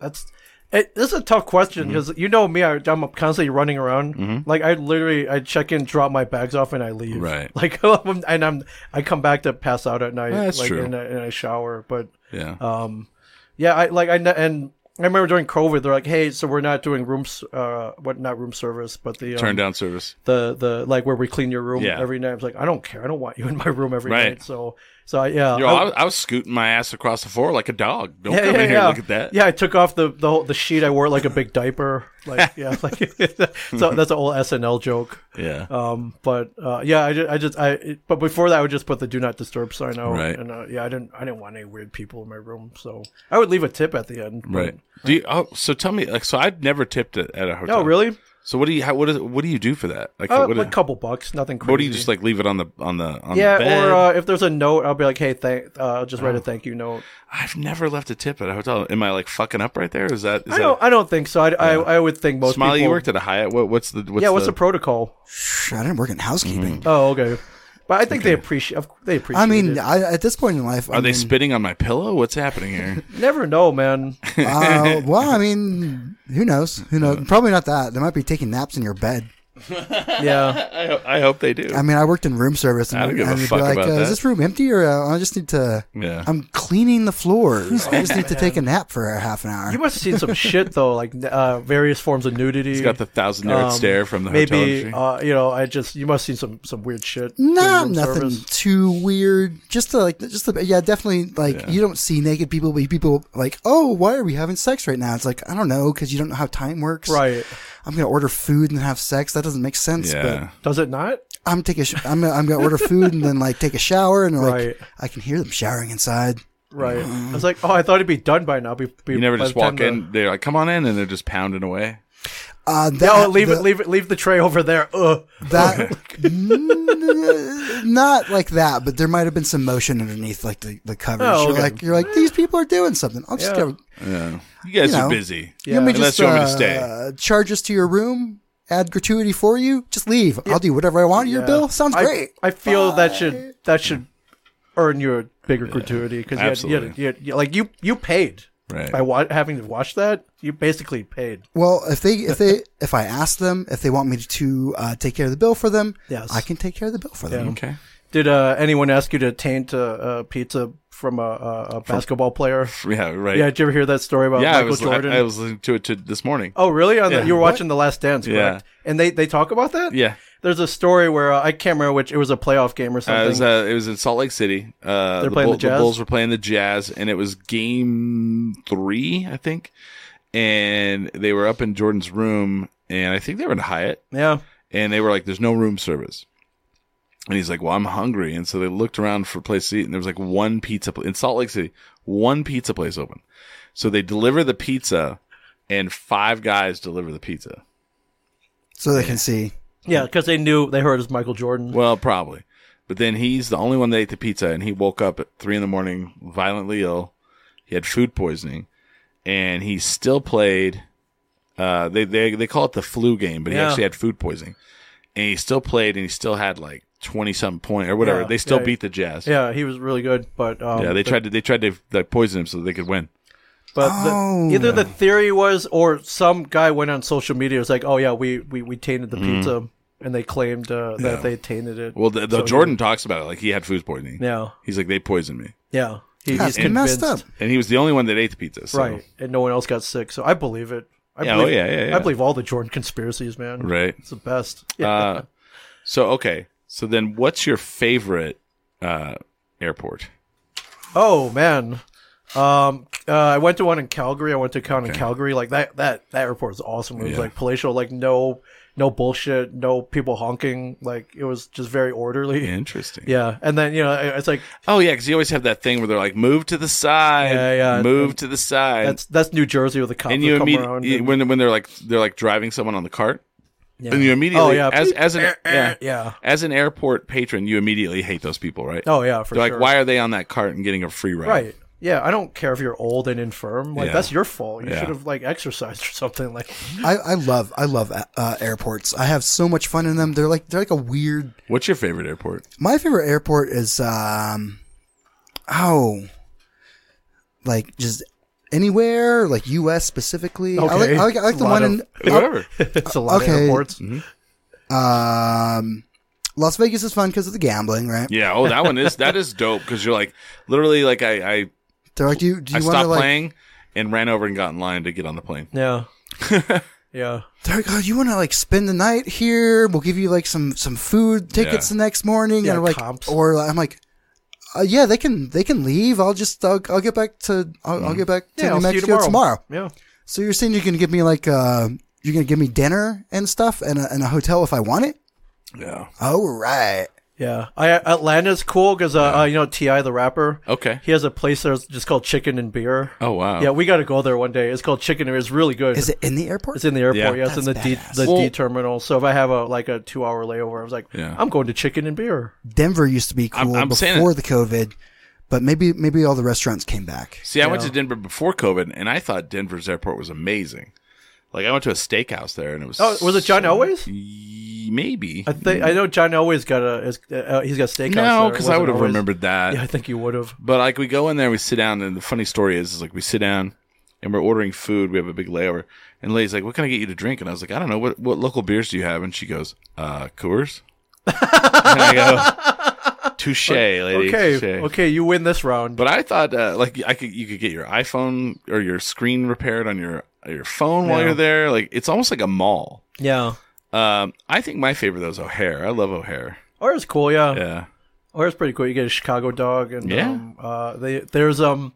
[SPEAKER 3] that's it, this is a tough question
[SPEAKER 2] Mm-hmm.
[SPEAKER 3] because you know me, I, I'm constantly running around. Like I literally, I check in, drop my bags off, and I leave.
[SPEAKER 2] Right.
[SPEAKER 3] Like and I'm, I come back to pass out at night.
[SPEAKER 2] That's
[SPEAKER 3] like,
[SPEAKER 2] true.
[SPEAKER 3] And I, and I shower, but
[SPEAKER 2] Yeah.
[SPEAKER 3] um, Yeah, I like I ne- and I remember during COVID, they're like, "Hey, so we're not doing rooms, uh, what not room service, but the um,
[SPEAKER 2] Turn down service.
[SPEAKER 3] the the like where we clean your room
[SPEAKER 2] Yeah.
[SPEAKER 3] every night." I was like, "I don't care, I don't want you in my room every
[SPEAKER 2] Right.
[SPEAKER 3] night." So, so I, yeah,
[SPEAKER 2] Yo,
[SPEAKER 3] I-
[SPEAKER 2] I, was- I was scooting my ass across the floor like a dog. Don't
[SPEAKER 3] yeah,
[SPEAKER 2] come
[SPEAKER 3] yeah,
[SPEAKER 2] in here.
[SPEAKER 3] yeah.
[SPEAKER 2] Look at that.
[SPEAKER 3] Yeah, I took off the the, whole, the sheet. I wore it like a big diaper. Like, yeah, like so that's an old SNL joke.
[SPEAKER 2] Yeah.
[SPEAKER 3] Um, but uh, yeah, I just, I just I it- but before that, I would just put the do not disturb sign out.
[SPEAKER 2] Right.
[SPEAKER 3] And uh, yeah, I didn't I didn't want any weird people in my room, so I would leave a tip at the end. but-
[SPEAKER 2] right. Do you? Oh, so tell me. Like, so I've never tipped at, at a hotel.
[SPEAKER 3] No, Oh, really.
[SPEAKER 2] So what do you? How, what is? What do you do for that? Like,
[SPEAKER 3] Uh,
[SPEAKER 2] what,
[SPEAKER 3] like a couple bucks, nothing crazy.
[SPEAKER 2] what do you just like leave it on the on the on
[SPEAKER 3] Yeah,
[SPEAKER 2] the bed?
[SPEAKER 3] or uh, if there's a note, I'll be like, "Hey, thank." Uh, I'll just
[SPEAKER 2] Oh.
[SPEAKER 3] write a thank you note.
[SPEAKER 2] I've never left a tip at a hotel. Am I like fucking up right there? Is that is
[SPEAKER 3] I
[SPEAKER 2] that
[SPEAKER 3] don't. I don't think so. I, I, I would think most
[SPEAKER 2] Smiley?
[SPEAKER 3] people.
[SPEAKER 2] You worked at a Hyatt. What, what's the what's
[SPEAKER 3] yeah, what's the, protocol?
[SPEAKER 4] Psh, I didn't work in housekeeping.
[SPEAKER 2] Mm-hmm.
[SPEAKER 3] Oh, okay. But I think they appreciate. They appreciate.
[SPEAKER 4] I mean,
[SPEAKER 3] it.
[SPEAKER 4] I, at this point in life, I
[SPEAKER 2] are they
[SPEAKER 4] mean,
[SPEAKER 2] spitting on my pillow? What's happening here?
[SPEAKER 3] never know, man.
[SPEAKER 4] uh, well, I mean, who knows? Who knows? Probably not that. They might be taking naps in your bed.
[SPEAKER 3] Yeah.
[SPEAKER 2] I, ho- I hope they do.
[SPEAKER 4] I mean, I worked in room service, and
[SPEAKER 2] I don't give a
[SPEAKER 4] and you'd
[SPEAKER 2] fuck
[SPEAKER 4] be like,
[SPEAKER 2] about
[SPEAKER 4] uh,
[SPEAKER 2] that.
[SPEAKER 4] "Is this room empty, or uh, I just need to?
[SPEAKER 2] yeah.
[SPEAKER 4] I'm cleaning the floors. I just need to take a nap for a half an hour."
[SPEAKER 3] You must have seen some shit though, like uh, various forms of nudity.
[SPEAKER 2] He's got the thousand yard
[SPEAKER 3] Um,
[SPEAKER 2] stare from the hotel
[SPEAKER 3] maybe
[SPEAKER 2] industry.
[SPEAKER 3] uh, you know. I just you must have seen some some weird shit. during
[SPEAKER 4] Not
[SPEAKER 3] room
[SPEAKER 4] nothing
[SPEAKER 3] service.
[SPEAKER 4] too weird. Just the, like, just the yeah, definitely like you don't see naked people, but people like, oh, why are we having sex right now? It's like I don't know because you don't know how time works.
[SPEAKER 3] right?
[SPEAKER 4] I'm gonna order food and have sex. That doesn't make sense.
[SPEAKER 2] yeah.
[SPEAKER 3] Does it not?
[SPEAKER 4] But I'm taking. Sh- I'm gonna, I'm gonna order food and then like take a shower and like
[SPEAKER 3] Right.
[SPEAKER 4] I can hear them showering inside.
[SPEAKER 3] Right. I was like, oh, I thought it'd be done by now. Be, be,
[SPEAKER 2] You never
[SPEAKER 3] by
[SPEAKER 2] just
[SPEAKER 3] the time
[SPEAKER 2] walk
[SPEAKER 3] the-
[SPEAKER 2] in. They're like, "Come on in," and they're just pounding away.
[SPEAKER 4] Uh, that,
[SPEAKER 3] No, oh, leave Oh
[SPEAKER 4] the-
[SPEAKER 3] it. Leave it. Leave the tray over there. Ugh.
[SPEAKER 4] that N- not like that, but there might have been some motion underneath, like the, the coverage.
[SPEAKER 3] Oh, okay.
[SPEAKER 4] You're like you're like these people are doing something. I'll just
[SPEAKER 3] Yeah.
[SPEAKER 4] go.
[SPEAKER 2] Yeah. You guys
[SPEAKER 4] You
[SPEAKER 2] are
[SPEAKER 4] know.
[SPEAKER 2] busy.
[SPEAKER 4] You want me
[SPEAKER 2] Unless
[SPEAKER 4] just,
[SPEAKER 2] you want me to
[SPEAKER 4] uh,
[SPEAKER 2] stay.
[SPEAKER 4] Charge us to your room. Add gratuity for you. Just leave. I'll do whatever I want. to Your
[SPEAKER 3] Yeah.
[SPEAKER 4] bill sounds
[SPEAKER 3] I-
[SPEAKER 4] great.
[SPEAKER 3] I feel that should that should earn you a bigger gratuity because you, had-
[SPEAKER 2] absolutely.
[SPEAKER 3] you, had- you like you you paid
[SPEAKER 2] Right.
[SPEAKER 3] by wa- having to watch that. You basically paid.
[SPEAKER 4] Well, if they if they if I ask them if they want me to uh, take care of the bill for them,
[SPEAKER 3] Yes.
[SPEAKER 4] I can take care of the bill for them.
[SPEAKER 2] okay.
[SPEAKER 3] Did uh, anyone ask you to taint a, a pizza from a, a, a basketball player?
[SPEAKER 2] Yeah. Right.
[SPEAKER 3] Yeah, did you ever hear that story about
[SPEAKER 2] Yeah, I
[SPEAKER 3] Michael
[SPEAKER 2] was.
[SPEAKER 3] Jordan?
[SPEAKER 2] I, I was listening to it to this morning.
[SPEAKER 3] Oh, really? On
[SPEAKER 2] Yeah.
[SPEAKER 3] the, you were watching The Last Dance, correct? And they, they talk about that?
[SPEAKER 2] Yeah.
[SPEAKER 3] There's a story where uh, I can't remember which, it was a playoff game or
[SPEAKER 2] Uh,
[SPEAKER 3] something.
[SPEAKER 2] it, was, uh, it was in Salt Lake City. Uh,
[SPEAKER 3] They're playing the Jazz?
[SPEAKER 2] Bulls were playing the Jazz, and it was game three, I think. And they were up in Jordan's room, and I think they were in Hyatt.
[SPEAKER 3] yeah.
[SPEAKER 2] and they were like, "There's no room service." And he's like, "Well, I'm hungry," and so they looked around for a place to eat, and there was like one pizza pl- in Salt Lake City, one pizza place open. So they deliver the pizza, and five guys deliver the pizza.
[SPEAKER 4] So they can see.
[SPEAKER 3] Yeah, because they knew, they heard it was Michael Jordan.
[SPEAKER 2] Well, probably, but then he's the only one that ate the pizza, and he woke up at three in the morning, violently ill. He had food poisoning, and he still played. Uh, they they they call it the flu game, but he
[SPEAKER 3] Yeah.
[SPEAKER 2] actually had food poisoning, and he still played, and he still had like twenty something point or whatever.
[SPEAKER 3] Yeah,
[SPEAKER 2] they still
[SPEAKER 3] yeah.
[SPEAKER 2] beat the Jazz.
[SPEAKER 3] yeah, he was really good, but. Um,
[SPEAKER 2] Yeah, they
[SPEAKER 3] the-
[SPEAKER 2] tried to they tried to like poison him so they could win.
[SPEAKER 3] But
[SPEAKER 4] Oh.
[SPEAKER 3] the, either the theory was, or some guy went on social media was like, "Oh yeah, we we, we tainted the pizza," and they claimed uh, that they tainted it.
[SPEAKER 2] Mm-hmm. Well, the, the
[SPEAKER 3] So-
[SPEAKER 2] Jordan talks about it like he had food poisoning.
[SPEAKER 3] Yeah,
[SPEAKER 2] he's like they poisoned me,
[SPEAKER 3] yeah, he,
[SPEAKER 4] That's
[SPEAKER 3] he's
[SPEAKER 4] messed
[SPEAKER 3] convinced,
[SPEAKER 4] up.
[SPEAKER 2] and he was the only one that ate the pizza. So.
[SPEAKER 3] right? And no one else got sick, so I believe it. I
[SPEAKER 2] Yeah, oh,
[SPEAKER 3] believe,
[SPEAKER 2] yeah, yeah, yeah.
[SPEAKER 3] I believe all the Jordan conspiracies, man.
[SPEAKER 2] right.
[SPEAKER 3] It's the best. Yeah.
[SPEAKER 2] Uh, so okay. So then, what's your favorite uh, airport?
[SPEAKER 3] oh man. Um, uh, I went to one in Calgary. I went to con in Calgary. Like that, that, that airport was awesome. It was
[SPEAKER 2] Yeah.
[SPEAKER 3] like palatial, like no, no bullshit, no people honking. Like it was just very orderly.
[SPEAKER 2] Interesting.
[SPEAKER 3] Yeah, and then you know it- it's like
[SPEAKER 2] Oh yeah, because you always have that thing where they're like, "Move to the side,
[SPEAKER 3] Yeah, yeah.
[SPEAKER 2] move to the side,"
[SPEAKER 3] that's that's New Jersey with the cops
[SPEAKER 2] and
[SPEAKER 3] will
[SPEAKER 2] you
[SPEAKER 3] come
[SPEAKER 2] immediately
[SPEAKER 3] around. and-
[SPEAKER 2] when when they're like they're like driving someone on the cart,
[SPEAKER 3] yeah.
[SPEAKER 2] and you immediately
[SPEAKER 3] Oh, yeah.
[SPEAKER 2] as as an yeah,
[SPEAKER 3] yeah.
[SPEAKER 2] as an airport patron, you immediately hate those people, right?
[SPEAKER 3] Oh yeah, for
[SPEAKER 2] they're like,
[SPEAKER 3] sure.
[SPEAKER 2] "Why are they on that cart and getting a free ride?"
[SPEAKER 3] Right. Yeah, I don't care if you're old and infirm. Like
[SPEAKER 2] Yeah.
[SPEAKER 3] that's your fault. You
[SPEAKER 2] Yeah.
[SPEAKER 3] should have like exercised or something. Like
[SPEAKER 4] I, I love I love uh, airports. I have so much fun in them. They're like they're like a weird.
[SPEAKER 2] What's your favorite airport?
[SPEAKER 4] My favorite airport is um, oh, like just anywhere, like U.S. specifically. I like
[SPEAKER 3] Okay.
[SPEAKER 4] I like, I like
[SPEAKER 3] It's
[SPEAKER 4] the
[SPEAKER 3] a
[SPEAKER 4] one
[SPEAKER 3] lot
[SPEAKER 4] in
[SPEAKER 2] Whatever.
[SPEAKER 3] it's a lot
[SPEAKER 4] Okay.
[SPEAKER 3] of airports.
[SPEAKER 2] Mm-hmm.
[SPEAKER 4] um, Las Vegas is fun because of the gambling, right?
[SPEAKER 2] yeah. Oh, that one is that is dope because you're like literally like I I,
[SPEAKER 4] They're like, do you, do
[SPEAKER 2] I
[SPEAKER 4] you want to
[SPEAKER 2] stopped
[SPEAKER 4] like?
[SPEAKER 2] playing and ran over and got in line to get on the plane.
[SPEAKER 3] Yeah. yeah.
[SPEAKER 4] They're like, oh, you want to like spend the night here? We'll give you like some some food tickets
[SPEAKER 2] Yeah.
[SPEAKER 4] the next morning,
[SPEAKER 3] Yeah,
[SPEAKER 4] and I'm like,
[SPEAKER 3] comps.
[SPEAKER 4] or I'm like, uh, yeah, they can they can leave. I'll just I'll, I'll get back to I'll, I'll get back to
[SPEAKER 3] Yeah, I'll
[SPEAKER 4] New
[SPEAKER 3] see you
[SPEAKER 4] Mexico tomorrow.
[SPEAKER 3] Yeah.
[SPEAKER 4] So you're saying you're gonna give me like uh you're gonna give me dinner and stuff and a, and a hotel if I want it?
[SPEAKER 2] Yeah.
[SPEAKER 4] Oh right.
[SPEAKER 3] Yeah. I Atlanta's cool because uh, uh, you know Ti the rapper.
[SPEAKER 2] Okay.
[SPEAKER 3] He has a place there that's just called Chicken and Beer.
[SPEAKER 2] Oh wow.
[SPEAKER 3] Yeah, we got to go there one day. It's called Chicken and Beer. It's really good.
[SPEAKER 4] Is it in the airport?
[SPEAKER 3] It's in the airport.
[SPEAKER 2] Yeah.
[SPEAKER 3] Yeah, it's in the
[SPEAKER 4] That's
[SPEAKER 3] D,
[SPEAKER 4] badass.
[SPEAKER 3] the
[SPEAKER 2] Well-
[SPEAKER 3] D terminal. So if I have a like a two hour layover, I was like,
[SPEAKER 2] Yeah.
[SPEAKER 3] I'm going to chicken and beer.
[SPEAKER 4] Denver used to be
[SPEAKER 2] I'm-
[SPEAKER 4] cool
[SPEAKER 2] I'm saying
[SPEAKER 4] before the COVID, but maybe maybe all the restaurants came back.
[SPEAKER 2] See, I went to Denver before COVID, and I thought Denver's airport was amazing. Like I went to a steakhouse there, and it was
[SPEAKER 3] Oh, was it John
[SPEAKER 2] so-
[SPEAKER 3] Elway's?
[SPEAKER 2] Y- Maybe
[SPEAKER 3] I think I know John Elway's got a is, uh, he's got steakhouse.
[SPEAKER 2] no,
[SPEAKER 3] there.
[SPEAKER 2] because
[SPEAKER 3] Was
[SPEAKER 2] I
[SPEAKER 3] it
[SPEAKER 2] would have
[SPEAKER 3] always-
[SPEAKER 2] remembered that.
[SPEAKER 3] Yeah, I think you would have.
[SPEAKER 2] But like we go in there, we sit down, and the funny story is, is like we sit down, and we're ordering food. We have a big layover, and Lay's like, "What can I get you to drink?" And I was like, "I don't know. What what local beers do you have?" And she goes, "Uh, Coors." and I go, "Touche, lady."
[SPEAKER 3] Okay,
[SPEAKER 2] touche."
[SPEAKER 3] okay, you win this round.
[SPEAKER 2] But I thought uh, like I could you could get your iPhone or your screen repaired on your your phone while
[SPEAKER 3] Yeah.
[SPEAKER 2] you're there. Like it's almost like a mall.
[SPEAKER 3] yeah,
[SPEAKER 2] Um, I think my favorite though is O'Hare. I love O'Hare.
[SPEAKER 3] or it's cool. Yeah,
[SPEAKER 2] Yeah.
[SPEAKER 3] or it's pretty cool. You get a Chicago dog, and
[SPEAKER 2] Yeah.
[SPEAKER 3] um, uh, they there's um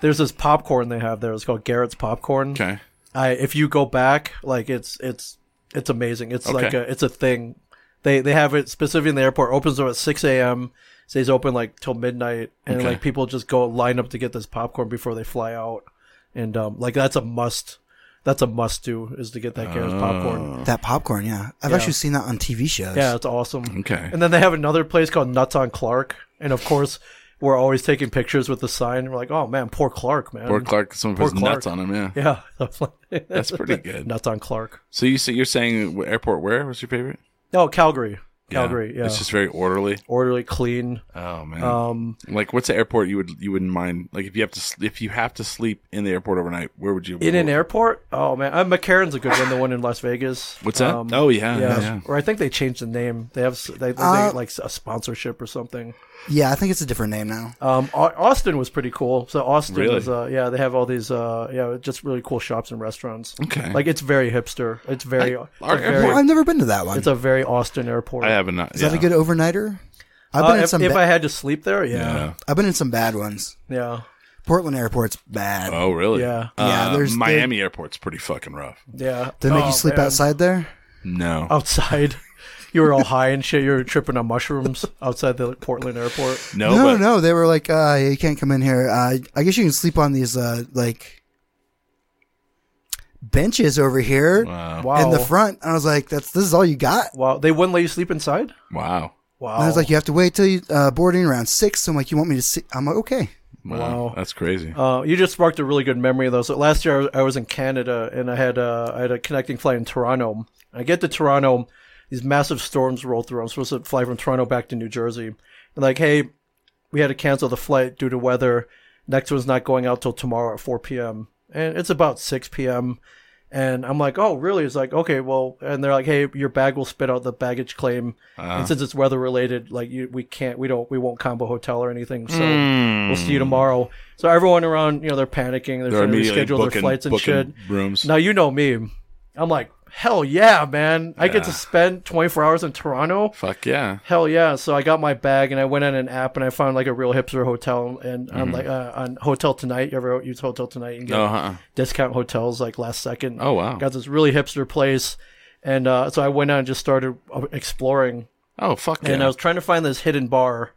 [SPEAKER 3] there's this popcorn they have there. It's called Garrett's popcorn.
[SPEAKER 2] Okay.
[SPEAKER 3] I if you go back, like it's it's it's amazing. It's
[SPEAKER 2] Okay.
[SPEAKER 3] like a, it's a thing. They they have it specifically in the airport. Opens at six a.m. Stays open like till midnight, and
[SPEAKER 2] Okay.
[SPEAKER 3] like people just go line up to get this popcorn before they fly out. And um, like that's a must. That's a must do is to get that Garrett's popcorn.
[SPEAKER 2] Oh,
[SPEAKER 4] That popcorn, yeah. I've actually seen that on TV shows.
[SPEAKER 3] Yeah, it's awesome.
[SPEAKER 2] Okay.
[SPEAKER 3] And then they have another place called Nuts on Clark, and of course we're always taking pictures with the sign. We're like, oh man, poor Clark, man.
[SPEAKER 2] Or Clark, someone
[SPEAKER 3] Poor
[SPEAKER 2] puts nuts
[SPEAKER 3] Clark.
[SPEAKER 2] on him. Yeah.
[SPEAKER 3] Yeah,
[SPEAKER 2] That's pretty good.
[SPEAKER 3] Nuts on Clark.
[SPEAKER 2] So you say you're saying wh- airport where was your favorite?
[SPEAKER 3] Oh, Calgary. Calgary, yeah.
[SPEAKER 2] It's just very orderly.
[SPEAKER 3] orderly, clean.
[SPEAKER 2] Oh man.
[SPEAKER 3] Um,
[SPEAKER 2] like what's the airport you would you wouldn't mind? Like if you have to sl- if you have to sleep in the airport overnight, where would you?
[SPEAKER 3] in an airport. Oh man, uh, McCarran's a good one. The one in Las Vegas. Um,
[SPEAKER 2] What's that? Oh, yeah, yeah, yeah.
[SPEAKER 3] Or I think they changed the name. They have s- they, they
[SPEAKER 4] Uh,
[SPEAKER 3] like a sponsorship or something.
[SPEAKER 4] Yeah, I think it's a different name now.
[SPEAKER 3] Um, Au- Austin was pretty cool. So Austin
[SPEAKER 2] Really?
[SPEAKER 3] was uh, yeah. They have all these uh, yeah, just really cool shops and restaurants.
[SPEAKER 2] Okay.
[SPEAKER 3] Like it's very hipster. It's very. it's,
[SPEAKER 2] our
[SPEAKER 3] a
[SPEAKER 2] Very-
[SPEAKER 4] well,
[SPEAKER 3] very
[SPEAKER 4] I've never been to that one.
[SPEAKER 3] it's a very Austin airport.
[SPEAKER 2] I haven't. Not,
[SPEAKER 4] Is that a good overnighter? I've
[SPEAKER 3] Uh,
[SPEAKER 4] been in
[SPEAKER 3] if,
[SPEAKER 4] some.
[SPEAKER 3] if
[SPEAKER 4] ba-
[SPEAKER 3] I had to sleep there, yeah,
[SPEAKER 2] Yeah.
[SPEAKER 4] I've been in some bad ones.
[SPEAKER 3] yeah,
[SPEAKER 4] Portland Airport's bad.
[SPEAKER 2] Oh really?
[SPEAKER 3] Yeah.
[SPEAKER 4] Yeah,
[SPEAKER 2] Uh,
[SPEAKER 4] there's-
[SPEAKER 2] Miami airport's pretty fucking rough.
[SPEAKER 3] yeah.
[SPEAKER 4] Did they make
[SPEAKER 3] Oh,
[SPEAKER 4] you sleep
[SPEAKER 3] man.
[SPEAKER 4] outside there?
[SPEAKER 3] Oh,
[SPEAKER 2] No.
[SPEAKER 3] outside. You were all high and shit. You were tripping on mushrooms outside the Portland airport.
[SPEAKER 2] no.
[SPEAKER 4] no,
[SPEAKER 2] but-
[SPEAKER 4] no. They were like, uh, you can't come in here. Uh, I guess you can sleep on these uh, like benches over here
[SPEAKER 2] Wow.
[SPEAKER 3] Wow.
[SPEAKER 4] in the front. And I was like, that's this is all you got.
[SPEAKER 3] Wow. They wouldn't let you sleep inside?
[SPEAKER 2] Wow.
[SPEAKER 3] Wow.
[SPEAKER 4] And I was like, you have to wait till you, uh, boarding around six. So I'm like, you want me to see? I'm like, okay.
[SPEAKER 2] Wow.
[SPEAKER 3] Wow.
[SPEAKER 2] That's crazy.
[SPEAKER 3] uh, you just sparked a really good memory though. So last year I was- I was in Canada and I had uh, I had a connecting flight in Toronto. I get to Toronto, these massive storms roll through. I'm supposed to fly from Toronto back to New Jersey. And like, hey, we had to cancel the flight due to weather. Next one's not going out till tomorrow at 4 p.m. And it's about 6 p.m. And I'm like, oh, really? It's like, okay, well, and they're like, hey, your bag will spit out the baggage claim, and since it's weather related, like, you, we can't, we don't, we won't combo hotel or anything. So
[SPEAKER 2] Hmm.
[SPEAKER 3] we'll see you tomorrow. So everyone around, you know, they're panicking. They're,
[SPEAKER 2] They're
[SPEAKER 3] trying to
[SPEAKER 2] immediately
[SPEAKER 3] reschedule
[SPEAKER 2] booking,
[SPEAKER 3] their flights and
[SPEAKER 2] booking
[SPEAKER 3] shit.
[SPEAKER 2] rooms.
[SPEAKER 3] Now you know me. I'm like, hell yeah, man! I get to
[SPEAKER 2] Yeah.
[SPEAKER 3] spend 24 hours in Toronto.
[SPEAKER 2] Fuck yeah.
[SPEAKER 3] Hell yeah! So I got my bag and I went on an app and I found like a real hipster hotel and I'm
[SPEAKER 2] Mm-hmm.
[SPEAKER 3] like uh, on Hotel Tonight. You ever use Hotel Tonight? You can get
[SPEAKER 2] Uh huh.
[SPEAKER 3] discount hotels like last second.
[SPEAKER 2] Oh, wow.
[SPEAKER 3] Got this really hipster place, and uh, so I went on and just started uh, exploring.
[SPEAKER 2] Oh fuck yeah.
[SPEAKER 3] And I was trying to find this hidden bar,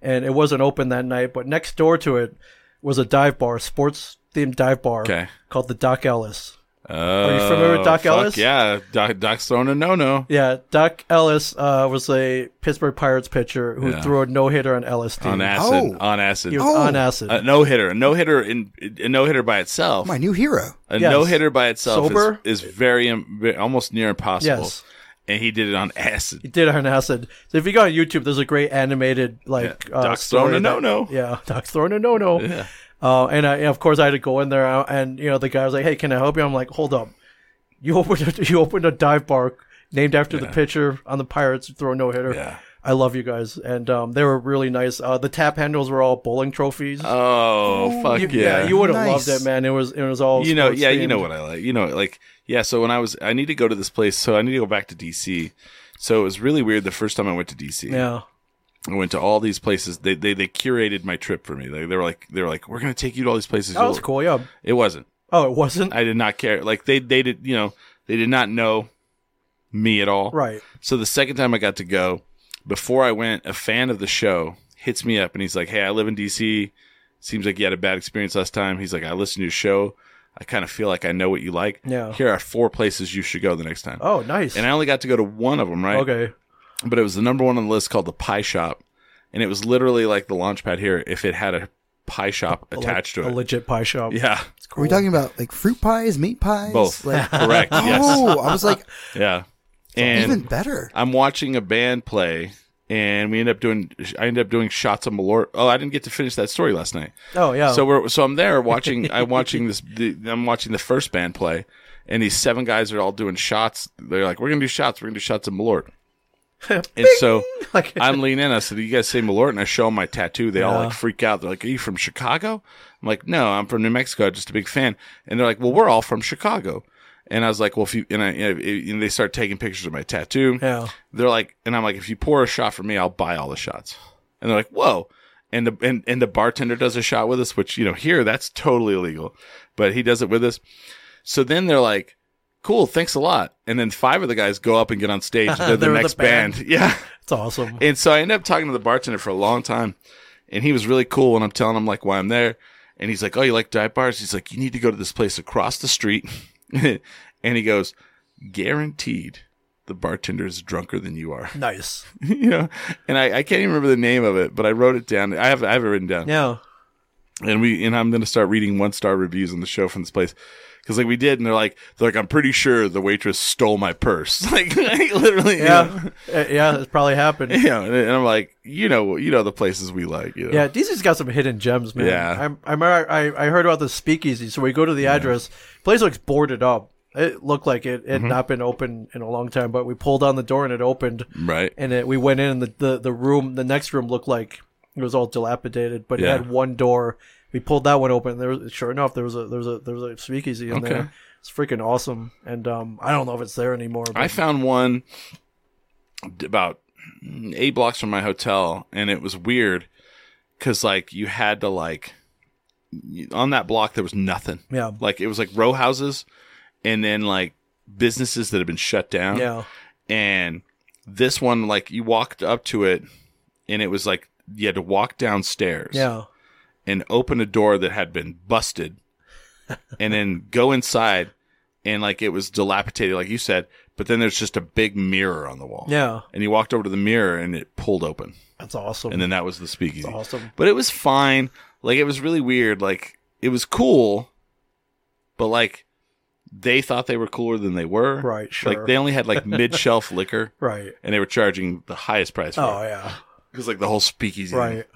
[SPEAKER 3] and it wasn't open that night. But next door to it was a dive bar, sports themed dive bar
[SPEAKER 2] Okay.
[SPEAKER 3] called the Doc Ellis.
[SPEAKER 2] Are
[SPEAKER 3] you familiar with Doc Ellis?
[SPEAKER 2] Yeah, Doc, Doc's throwing a no-no.
[SPEAKER 3] Yeah, Doc Ellis uh, was a Pittsburgh Pirates pitcher who
[SPEAKER 2] Yeah.
[SPEAKER 3] threw a no hitter on LSD.
[SPEAKER 2] On acid,
[SPEAKER 4] Oh.
[SPEAKER 2] on acid. Uh,
[SPEAKER 3] He was
[SPEAKER 4] Oh.
[SPEAKER 3] on acid.
[SPEAKER 2] A no hitter, a no hitter, in a no hitter by itself.
[SPEAKER 4] My new hero.
[SPEAKER 2] a
[SPEAKER 3] Yes.
[SPEAKER 2] no hitter by itself
[SPEAKER 3] Sober?
[SPEAKER 2] is, is very im- ve- almost near impossible.
[SPEAKER 3] Yes.
[SPEAKER 2] And he did it on acid.
[SPEAKER 3] He did on acid. So if you go on YouTube, there's a great animated like
[SPEAKER 2] Yeah.
[SPEAKER 3] uh,
[SPEAKER 2] Doc's
[SPEAKER 3] story
[SPEAKER 2] throwing a
[SPEAKER 3] that-
[SPEAKER 2] no-no.
[SPEAKER 3] Yeah, Doc's throwing a no no.
[SPEAKER 2] Yeah.
[SPEAKER 3] Uh, and, I, and of course, I had to go in there, uh, and you know, the guy was like, "Hey, can I help you?" I'm like, "Hold up, you opened a, you opened a dive bar named after the pitcher on the Pirates who throw no hitter.
[SPEAKER 2] Yeah.
[SPEAKER 3] I love you guys, and um, they were really nice. Uh, the tap handles were all bowling trophies.
[SPEAKER 2] Oh, fuck
[SPEAKER 3] You-
[SPEAKER 2] yeah.
[SPEAKER 3] you would have
[SPEAKER 4] Nice.
[SPEAKER 3] loved it, man. It was it was all
[SPEAKER 2] you know,
[SPEAKER 3] sports
[SPEAKER 2] yeah, you
[SPEAKER 3] themed.
[SPEAKER 2] know what I like. You know, like yeah. So when I was, I need to go to this place. So I need to go back to DC. So it was really weird the first time I went to DC.
[SPEAKER 3] Yeah,
[SPEAKER 2] I went to all these places. They they, they curated my trip for me. Like they were like they were like we're gonna take you to all these places.
[SPEAKER 3] that was
[SPEAKER 2] You'll-
[SPEAKER 3] cool. Yeah.
[SPEAKER 2] It wasn't.
[SPEAKER 3] Oh, it wasn't
[SPEAKER 2] I did not care. Like they they did you know they did not know me at all.
[SPEAKER 3] right.
[SPEAKER 2] So the second time I got to go, before I went, a fan of the show hits me up and he's like, "Hey, I live in DC. Seems like you had a bad experience last time." He's like, "I listened to your show. I kind of feel like I know what you like.
[SPEAKER 3] Yeah.
[SPEAKER 2] Here are four places you should go the next time."
[SPEAKER 3] Oh, nice.
[SPEAKER 2] And I only got to go to one of them, right?
[SPEAKER 3] okay.
[SPEAKER 2] But it was the number one on the list called the Pie Shop, and it was literally like the launch pad here if it had a pie shop
[SPEAKER 3] Like
[SPEAKER 2] attached
[SPEAKER 3] a
[SPEAKER 2] to it.
[SPEAKER 3] legit pie shop.
[SPEAKER 2] yeah,
[SPEAKER 4] Are we talking about like fruit pies, meat pies?
[SPEAKER 2] both
[SPEAKER 4] Like,
[SPEAKER 2] correct. Yes,
[SPEAKER 4] Oh, I was like,
[SPEAKER 2] yeah. And
[SPEAKER 4] even better.
[SPEAKER 2] I'm watching a band play and we end up doing. I end up doing shots of Malort. Oh, I didn't get to finish that story last night.
[SPEAKER 3] Oh yeah.
[SPEAKER 2] So we're so I'm there watching. I'm watching this. The, I'm watching the first band play, and these seven guys are all doing shots. They're like, "We're gonna do shots. We're gonna do shots of Malort." and so
[SPEAKER 3] Like-
[SPEAKER 2] I'm leaning in. I said, "You guys say Malort?" And I show them my tattoo. They all like freak out. They're like, "Are you from Chicago?" I'm like, "No, I'm from New Mexico. Just a big fan." And they're like, "Well, we're all from Chicago." And I was like, "Well, if you and I and they start taking pictures of my tattoo."
[SPEAKER 3] Yeah.
[SPEAKER 2] They're like, and I'm like, "If you pour a shot for me, I'll buy all the shots." And they're like, "Whoa." And the and, and the bartender does a shot with us, which you know here that's totally illegal, but he does it with us. So then they're like, "Cool, thanks a lot." And then five of the guys go up and get on stage. They're the
[SPEAKER 3] They're the
[SPEAKER 2] next
[SPEAKER 3] band.
[SPEAKER 2] band. Yeah.
[SPEAKER 3] it's awesome.
[SPEAKER 2] And so I ended up talking to the bartender for a long time, and he was really cool. And I'm telling him like why I'm there, and he's like, "Oh, you like dive bars?" He's like, "You need to go to this place across the street," and he goes, "Guaranteed, the bartender is drunker than you are."
[SPEAKER 3] nice.
[SPEAKER 2] you know, and I, I can't even remember the name of it, but I wrote it down. I have I have it written down,
[SPEAKER 3] Yeah.
[SPEAKER 2] and we and I'm gonna start reading one star reviews on the show from this place. Cause like we did, and they're like, they're like, I'm pretty sure the waitress stole my purse. Like, literally, you know?
[SPEAKER 3] Yeah. Uh, yeah. It's probably happened.
[SPEAKER 2] Yeah, and, and I'm like, you know, you know the places we like. You know?
[SPEAKER 3] Yeah, DC's got some hidden gems, man.
[SPEAKER 2] Yeah.
[SPEAKER 3] I'm, I remember I, I heard about the speakeasy, so we go to the address. Place looks boarded up. It looked like it it
[SPEAKER 2] Mm-hmm.
[SPEAKER 3] had not been open in a long time, but we pulled down the door and it opened.
[SPEAKER 2] right.
[SPEAKER 3] And it, we went in, and the, the, the room, the next room looked like it was all dilapidated, but
[SPEAKER 2] Yeah.
[SPEAKER 3] it had one door. We pulled that one open. And there, was, sure enough, there was a there was a there was a speakeasy in
[SPEAKER 2] Okay.
[SPEAKER 3] there. It's freaking awesome, and um, I don't know if it's there anymore. But
[SPEAKER 2] I found one d- about eight blocks from my hotel, and it was weird because like you had to like y- on that block there was nothing.
[SPEAKER 3] Yeah.
[SPEAKER 2] like it was like row houses, and then like businesses that had been shut down.
[SPEAKER 3] yeah,
[SPEAKER 2] and this one like you walked up to it, and it was like you had to walk downstairs.
[SPEAKER 3] yeah,
[SPEAKER 2] and open a door that had been busted and then go inside and like it was dilapidated like you said but then there's just a big mirror on the wall
[SPEAKER 3] yeah.
[SPEAKER 2] and you walked over to the mirror and it pulled open
[SPEAKER 3] That's awesome.
[SPEAKER 2] and then that was the speakeasy
[SPEAKER 3] That's awesome.
[SPEAKER 2] but it was fine like it was really weird like it was cool but like they thought they were cooler than they were
[SPEAKER 3] Right, sure.
[SPEAKER 2] like they only had like mid-shelf liquor
[SPEAKER 3] right.
[SPEAKER 2] and they were charging the highest price for
[SPEAKER 3] Oh
[SPEAKER 2] it
[SPEAKER 3] yeah.
[SPEAKER 2] it was like the whole speakeasy thing.
[SPEAKER 3] Right.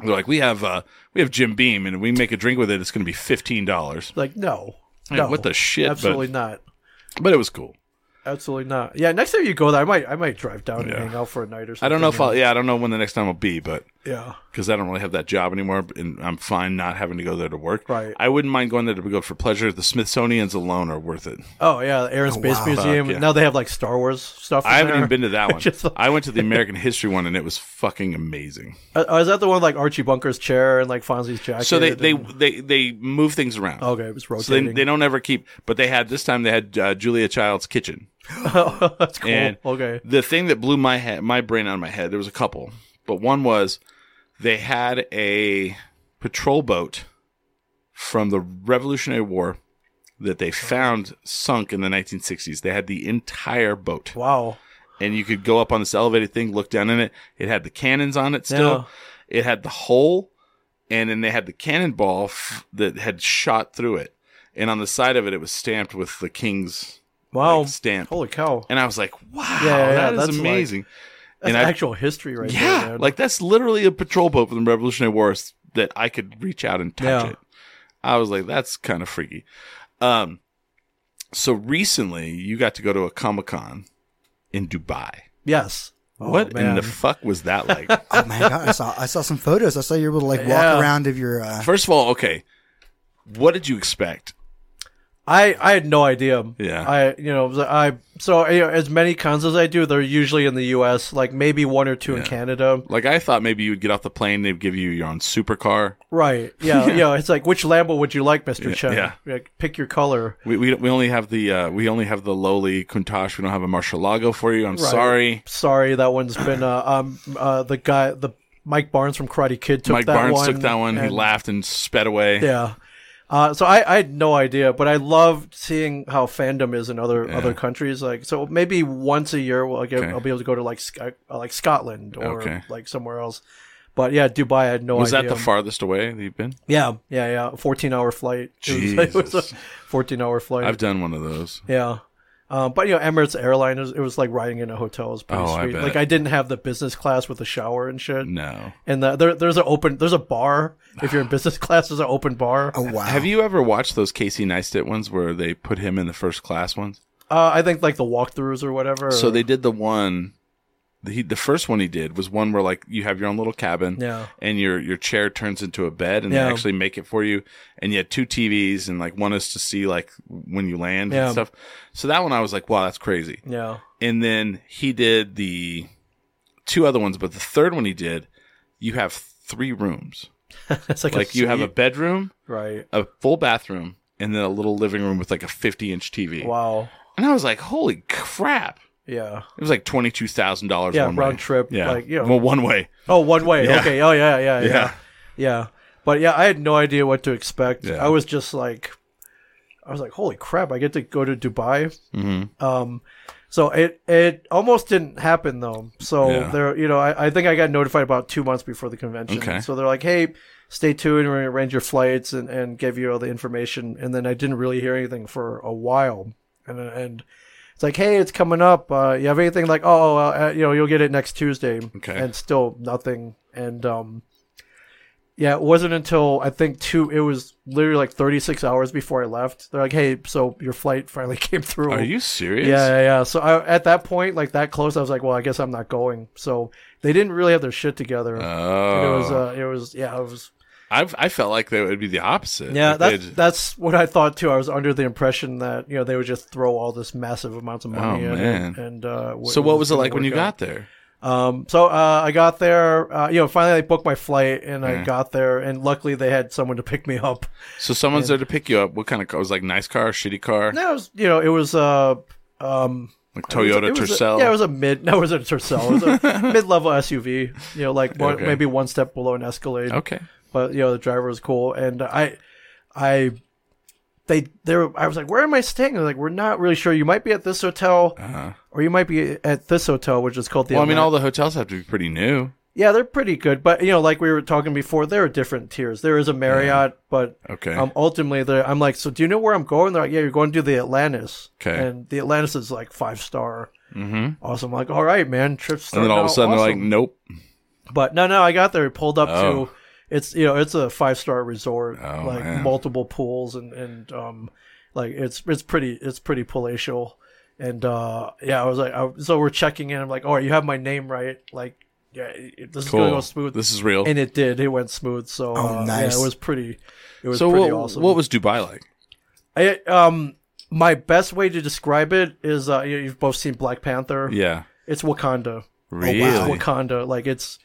[SPEAKER 2] They're like, we have uh, we have Jim Beam, and we make a drink with it. It's going to be fifteen dollars.
[SPEAKER 3] Like no,
[SPEAKER 2] Yeah,
[SPEAKER 3] no,
[SPEAKER 2] what the shit,
[SPEAKER 3] Absolutely not.
[SPEAKER 2] But it was cool.
[SPEAKER 3] Absolutely not. Yeah, next time you go there, I might, I might drive down
[SPEAKER 2] Yeah.
[SPEAKER 3] and hang out for a night or something.
[SPEAKER 2] I don't know if I'll, yeah, I don't know when the next time will be, but
[SPEAKER 3] yeah,
[SPEAKER 2] because I don't really have that job anymore, and I'm fine not having to go there to work.
[SPEAKER 3] Right.
[SPEAKER 2] I wouldn't mind going there to go for pleasure. The Smithsonian's alone are worth it.
[SPEAKER 3] oh yeah, the Air and Space
[SPEAKER 4] wow.
[SPEAKER 3] Museum.
[SPEAKER 2] Fuck, yeah.
[SPEAKER 3] Now they have like Star Wars stuff. in
[SPEAKER 2] I haven't
[SPEAKER 3] there.
[SPEAKER 2] even been to that one.
[SPEAKER 3] Just like-
[SPEAKER 2] I went to the American History one, and it was fucking amazing.
[SPEAKER 3] Uh, oh, is that the one with, like Archie Bunker's chair and like Fonzie's jacket?
[SPEAKER 2] So they
[SPEAKER 3] and-
[SPEAKER 2] they they they move things around.
[SPEAKER 3] okay, it was
[SPEAKER 2] So they,
[SPEAKER 3] rotating.
[SPEAKER 2] they don't ever keep, but they had this time they had uh, Julia Child's kitchen.
[SPEAKER 3] That's cool.
[SPEAKER 2] And
[SPEAKER 3] okay,
[SPEAKER 2] the thing that blew my head, my brain out of my head, there was a couple, but one was they had a patrol boat from the Revolutionary War that they found sunk in the 1960s. They had the entire boat,
[SPEAKER 3] wow.
[SPEAKER 2] and you could go up on this elevated thing, look down in it. It had the cannons on it still. It had the hole, and then they had the cannonball f- that had shot through it. And on the side of it, it was stamped with the king's
[SPEAKER 3] Wow.
[SPEAKER 2] like, stamp.
[SPEAKER 3] Holy cow.
[SPEAKER 2] And I was like, wow,
[SPEAKER 3] Oh. Yeah, yeah,
[SPEAKER 2] that
[SPEAKER 3] yeah,
[SPEAKER 2] is
[SPEAKER 3] that's
[SPEAKER 2] amazing.
[SPEAKER 3] That's
[SPEAKER 2] and I-
[SPEAKER 3] actual history right
[SPEAKER 2] yeah,
[SPEAKER 3] there. man.
[SPEAKER 2] like that's literally a patrol boat from the Revolutionary War s- that I could reach out and touch
[SPEAKER 3] Yeah.
[SPEAKER 2] it. I was like, that's kind of freaky. Um, so recently you got to go to a Comic Con in Dubai.
[SPEAKER 3] yes. Oh,
[SPEAKER 2] what in
[SPEAKER 3] man.
[SPEAKER 2] the fuck was that like?
[SPEAKER 4] Oh my god, I saw I saw some photos. I saw you were able to like walk
[SPEAKER 3] Yeah.
[SPEAKER 4] around of your. Uh,
[SPEAKER 2] First of all, okay, what did you expect?
[SPEAKER 3] I I had no idea.
[SPEAKER 2] Yeah.
[SPEAKER 3] I you know I so you know, as many cons as I do, they're usually in the U.S. Like maybe one or two in Canada.
[SPEAKER 2] Like I thought maybe you would get off the plane, they'd give you your own supercar.
[SPEAKER 3] Right. Yeah. yeah. It's like which Lambo would you like, Mister Chen?
[SPEAKER 2] yeah.
[SPEAKER 3] Like, pick your color.
[SPEAKER 2] We, we, we only have the uh, we only have the lowly Kuntash. We don't have a Marshalago for you. I'm
[SPEAKER 3] Right.
[SPEAKER 2] sorry.
[SPEAKER 3] Sorry, that one's been uh, um uh the guy the Mike Barnes from Karate Kid took
[SPEAKER 2] Mike
[SPEAKER 3] that
[SPEAKER 2] Barnes
[SPEAKER 3] one.
[SPEAKER 2] took that one. he
[SPEAKER 3] and-
[SPEAKER 2] laughed and sped away.
[SPEAKER 3] Yeah. Uh, so I, I had no idea, but I love seeing how fandom is in other other countries. Like, so maybe once a year, we'll, like, I'll be able to go to like Sc- uh, like Scotland or
[SPEAKER 2] Okay.
[SPEAKER 3] like somewhere else. But yeah, Dubai, I had no
[SPEAKER 2] Was
[SPEAKER 3] idea.
[SPEAKER 2] that the farthest away that you've been?
[SPEAKER 3] yeah, yeah, yeah. Fourteen hour flight. It was- It was,
[SPEAKER 2] Jesus.
[SPEAKER 3] a fourteen hour flight.
[SPEAKER 2] I've done one of those.
[SPEAKER 3] yeah. Um, but you know, Emirates airline is it was like riding in a hotel is pretty
[SPEAKER 2] Oh, I
[SPEAKER 3] sweet.
[SPEAKER 2] bet.
[SPEAKER 3] Like I didn't have the business class with a shower and shit.
[SPEAKER 2] No.
[SPEAKER 3] And the, there, there's an open, there's a bar. If you're in business class, there's an open bar.
[SPEAKER 4] Oh wow!
[SPEAKER 2] Have you ever watched those Casey Neistat ones where they put him in the first class ones?
[SPEAKER 3] Uh, I think like the walkthroughs or whatever.
[SPEAKER 2] So they did the one. The, he, the first one he did was one where like you have your own little cabin,
[SPEAKER 3] Yeah.
[SPEAKER 2] and your your chair turns into a bed, and
[SPEAKER 3] Yeah.
[SPEAKER 2] they actually make it for you. And you had two TVs, and like one is to see like when you land
[SPEAKER 3] Yeah.
[SPEAKER 2] and stuff. So that one I was like, wow, that's crazy.
[SPEAKER 3] yeah,
[SPEAKER 2] And then he did the two other ones, but the third one he did, you have three rooms.
[SPEAKER 3] it's like,
[SPEAKER 2] Like you have a
[SPEAKER 3] suite,
[SPEAKER 2] bedroom,
[SPEAKER 3] right.
[SPEAKER 2] a full bathroom, and then a little living room with like a 50 inch TV.
[SPEAKER 3] Wow.
[SPEAKER 2] And I was like, holy crap.
[SPEAKER 3] Yeah.
[SPEAKER 2] It was like $22,000
[SPEAKER 3] Yeah.
[SPEAKER 2] one
[SPEAKER 3] round
[SPEAKER 2] way.
[SPEAKER 3] trip.
[SPEAKER 2] Yeah.
[SPEAKER 3] Like you know.
[SPEAKER 2] Well, one way.
[SPEAKER 3] oh, one way.
[SPEAKER 2] Yeah.
[SPEAKER 3] Okay. Oh yeah, yeah. Yeah.
[SPEAKER 2] Yeah.
[SPEAKER 3] Yeah. But yeah, I had no idea what to expect.
[SPEAKER 2] Yeah.
[SPEAKER 3] I was just like, I was like, holy crap, I get to go to Dubai. Mm-hmm. Um, so it, it almost didn't happen though. So
[SPEAKER 2] Yeah.
[SPEAKER 3] there, you know, I, I think I got notified about two months before the convention.
[SPEAKER 2] Okay.
[SPEAKER 3] So they're like, hey, stay tuned. We're going to arrange your flights and, and give you all the information. And then I didn't really hear anything for a while. And, and it's like, hey, it's coming up. Uh, you have anything like, oh, uh, you know, you'll get it next Tuesday.
[SPEAKER 2] Okay.
[SPEAKER 3] And still nothing. And, um, yeah, it wasn't until I think two. It was literally like 36 hours before I left. They're like, "Hey, so your flight finally came through."
[SPEAKER 2] Are you serious?
[SPEAKER 3] Yeah, yeah, yeah. So I, at that point, like that close, I was like, "Well, I guess I'm not going." So they didn't really have their shit together.
[SPEAKER 2] Oh.
[SPEAKER 3] And It was, uh, it was, yeah, it was,
[SPEAKER 2] I've, I felt like that would be the opposite.
[SPEAKER 3] yeah.
[SPEAKER 2] Like they'd-
[SPEAKER 3] That's that's what I thought too. I was under the impression that you know they would just throw all this massive amounts of money
[SPEAKER 2] Oh,
[SPEAKER 3] in.
[SPEAKER 2] man.
[SPEAKER 3] And, and uh,
[SPEAKER 2] so what was it
[SPEAKER 3] gonna
[SPEAKER 2] like when you
[SPEAKER 3] work
[SPEAKER 2] got
[SPEAKER 3] out.
[SPEAKER 2] there?
[SPEAKER 3] Um, so uh, I got there, uh, you know, finally I booked my flight, and I
[SPEAKER 2] Yeah.
[SPEAKER 3] got there, and luckily they had someone to pick me up.
[SPEAKER 2] So someone's there to pick you up. What kind of car? It was like nice car, shitty car,
[SPEAKER 3] No, it was, you know, it was uh, um,
[SPEAKER 2] like
[SPEAKER 3] it
[SPEAKER 2] Toyota
[SPEAKER 3] was a-
[SPEAKER 2] Tercel.
[SPEAKER 3] yeah, it was a mid. No, it was a Tercel. It was a mid-level SUV. You know, like one,
[SPEAKER 2] Okay.
[SPEAKER 3] maybe one step below an Escalade.
[SPEAKER 2] okay.
[SPEAKER 3] But you know, the driver was cool, and I, I, they, they were, I was like, where am I staying? They're like, we're not really sure. You might be at this hotel, or you might be at this hotel, which is called the.
[SPEAKER 2] Uh-huh. Well, I mean,
[SPEAKER 3] Atlantic-
[SPEAKER 2] all the hotels have to be pretty new.
[SPEAKER 3] yeah, they're pretty good, but you know, like we were talking before, there are different tiers. There is a Marriott, but
[SPEAKER 2] Okay.
[SPEAKER 3] um, ultimately, they're- I'm like, so do you know where I'm going? They're like, yeah, you're going to the Atlantis.
[SPEAKER 2] Okay.
[SPEAKER 3] And the Atlantis is like five star. Mm-hmm. Awesome. I'm like, all right, man, trip.
[SPEAKER 2] and then all of a sudden they're like, nope.
[SPEAKER 3] but no, no, I got there. Pulled up
[SPEAKER 2] Oh.
[SPEAKER 3] to, it's you know, it's a five star resort,
[SPEAKER 2] Oh,
[SPEAKER 3] like
[SPEAKER 2] man.
[SPEAKER 3] multiple pools and and um, like it's it's pretty it's pretty palatial, and uh yeah, I was like, I, so we're checking in. I'm like, all right, you have my name right, like. Yeah, it- this is
[SPEAKER 2] Cool.
[SPEAKER 3] gonna go smooth
[SPEAKER 2] This is real.
[SPEAKER 3] and it did. It went smooth. So uh,
[SPEAKER 4] nice.
[SPEAKER 3] yeah, it was pretty. It was
[SPEAKER 2] so
[SPEAKER 3] pretty
[SPEAKER 2] what,
[SPEAKER 3] awesome.
[SPEAKER 2] what was Dubai like?
[SPEAKER 3] I, um my best way to describe it is uh, you- you've both seen Black Panther.
[SPEAKER 2] Yeah.
[SPEAKER 3] It's Wakanda.
[SPEAKER 2] Really?
[SPEAKER 3] It's Wakanda. Like it's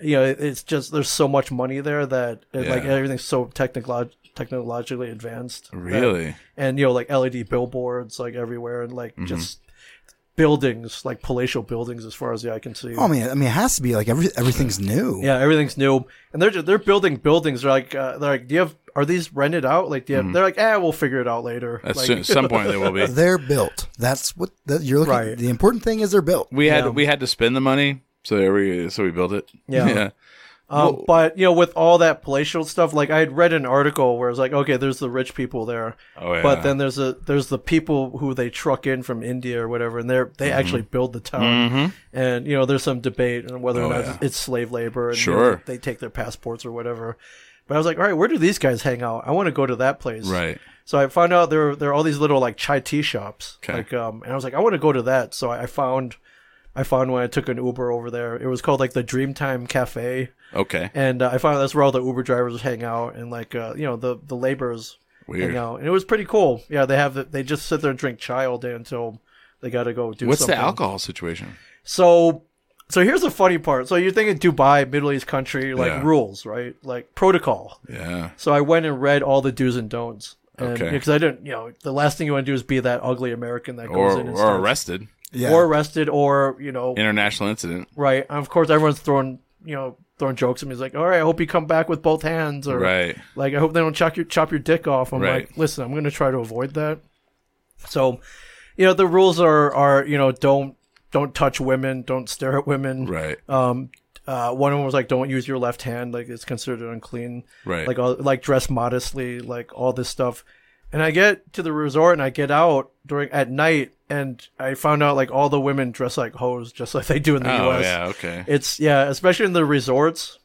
[SPEAKER 3] you know it's just there's so much money there that it, like
[SPEAKER 2] Yeah.
[SPEAKER 3] everything's so technolo- technologically advanced. that-
[SPEAKER 2] Really?
[SPEAKER 3] and you know like LED billboards like everywhere and
[SPEAKER 2] Mm-hmm.
[SPEAKER 3] like just buildings like palatial buildings as far as the eye can see.
[SPEAKER 4] oh man, I mean, it has to be like every, everything's new.
[SPEAKER 3] Yeah, everything's new, and they're ju- they're building buildings. They're like uh, they're like, do you have? Are these rented out? Like, do you
[SPEAKER 2] Mm-hmm.
[SPEAKER 3] have, they're like, eh, we'll figure it out later.
[SPEAKER 2] At
[SPEAKER 3] like,
[SPEAKER 2] so- some point they will be.
[SPEAKER 4] They're built. That's what that you're looking.
[SPEAKER 3] Right.
[SPEAKER 4] The important thing is they're built.
[SPEAKER 2] We had
[SPEAKER 3] Yeah.
[SPEAKER 2] we had to spend the money, so there we so we built it.
[SPEAKER 3] Yeah. um, but you know, with all that palatial stuff, like I had read an article where it's like, okay, there's the rich people there,
[SPEAKER 2] Oh yeah.
[SPEAKER 3] but then there's a there's the people who they truck in from India or whatever, and they're they
[SPEAKER 2] Mm-hmm.
[SPEAKER 3] actually build the town, and you know, there's some debate on whether
[SPEAKER 2] Oh,
[SPEAKER 3] or not
[SPEAKER 2] yeah.
[SPEAKER 3] it's slave labor. And, you know,
[SPEAKER 2] Sure.
[SPEAKER 3] they take their passports or whatever. But I was like, all right, where do these guys hang out? I want to go to that place.
[SPEAKER 2] right.
[SPEAKER 3] So I found out there there are all these little like chai tea shops.
[SPEAKER 2] Okay.
[SPEAKER 3] Like um and I was like, I want to go to that. So I, I found I found when I took an Uber over there. It was called like the Dreamtime Cafe.
[SPEAKER 2] Okay.
[SPEAKER 3] And uh, I found that's where all the Uber drivers hang out and like uh you know the the laborers
[SPEAKER 2] Weird.
[SPEAKER 3] hang out. And it was pretty cool. Yeah, they have the, they just sit there and drink chai all day until they got to go do
[SPEAKER 2] What's
[SPEAKER 3] something.
[SPEAKER 2] the alcohol situation?
[SPEAKER 3] So so here's the funny part. So you're thinking Dubai, Middle East country, like
[SPEAKER 2] Yeah.
[SPEAKER 3] rules, right? Like protocol.
[SPEAKER 2] Yeah.
[SPEAKER 3] So I went and read all the do's and don'ts.
[SPEAKER 2] Okay.
[SPEAKER 3] Because I didn't, you know, the last thing you want to do is be that ugly American that goes
[SPEAKER 2] Or
[SPEAKER 3] in and
[SPEAKER 2] or
[SPEAKER 3] starts-
[SPEAKER 2] arrested.
[SPEAKER 4] Yeah.
[SPEAKER 3] or arrested, or you know,
[SPEAKER 2] International incident.
[SPEAKER 3] right? And of course, everyone's throwing, you know, throwing jokes at me. It's like, all right, I hope you come back with both hands, or
[SPEAKER 2] Right.
[SPEAKER 3] like, I hope they don't chop your chop your dick off. I'm
[SPEAKER 2] Right.
[SPEAKER 3] like, listen, I'm going to try to avoid that. So, you know, the rules are are you know, don't don't touch women, don't stare at women,
[SPEAKER 2] Right.
[SPEAKER 3] um uh, one of them was like don't use your left hand like it's considered unclean
[SPEAKER 2] Right.
[SPEAKER 3] like all, like dress modestly like all this stuff and i get to the resort and i get out during at night and I found out like all the women dress like hoes, just like they do in the
[SPEAKER 2] Oh
[SPEAKER 3] U.S.
[SPEAKER 2] yeah, okay.
[SPEAKER 3] It's yeah, especially in the resorts,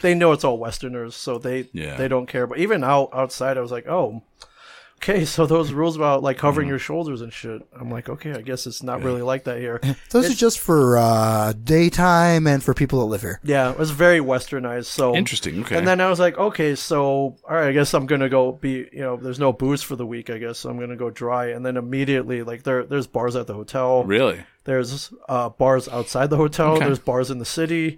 [SPEAKER 3] they know it's all Westerners, so they
[SPEAKER 2] Yeah.
[SPEAKER 3] they don't care. But even out outside, I was like, oh, okay, so those rules about like covering
[SPEAKER 2] Mm-hmm.
[SPEAKER 3] your shoulders and shit. I'm like, okay, I guess it's not really like that here.
[SPEAKER 4] Those are just for uh, daytime and for people that live here.
[SPEAKER 3] yeah, it was very Westernized. So
[SPEAKER 2] Interesting. Okay.
[SPEAKER 3] And then I was like, okay, so all right, I guess I'm gonna go be, you know, there's no booze for the week, I guess, so I'm gonna go dry. And then immediately, like there, there's bars at the hotel,
[SPEAKER 2] really?
[SPEAKER 3] there's uh, bars outside the hotel,
[SPEAKER 2] Okay.
[SPEAKER 3] there's bars in the city,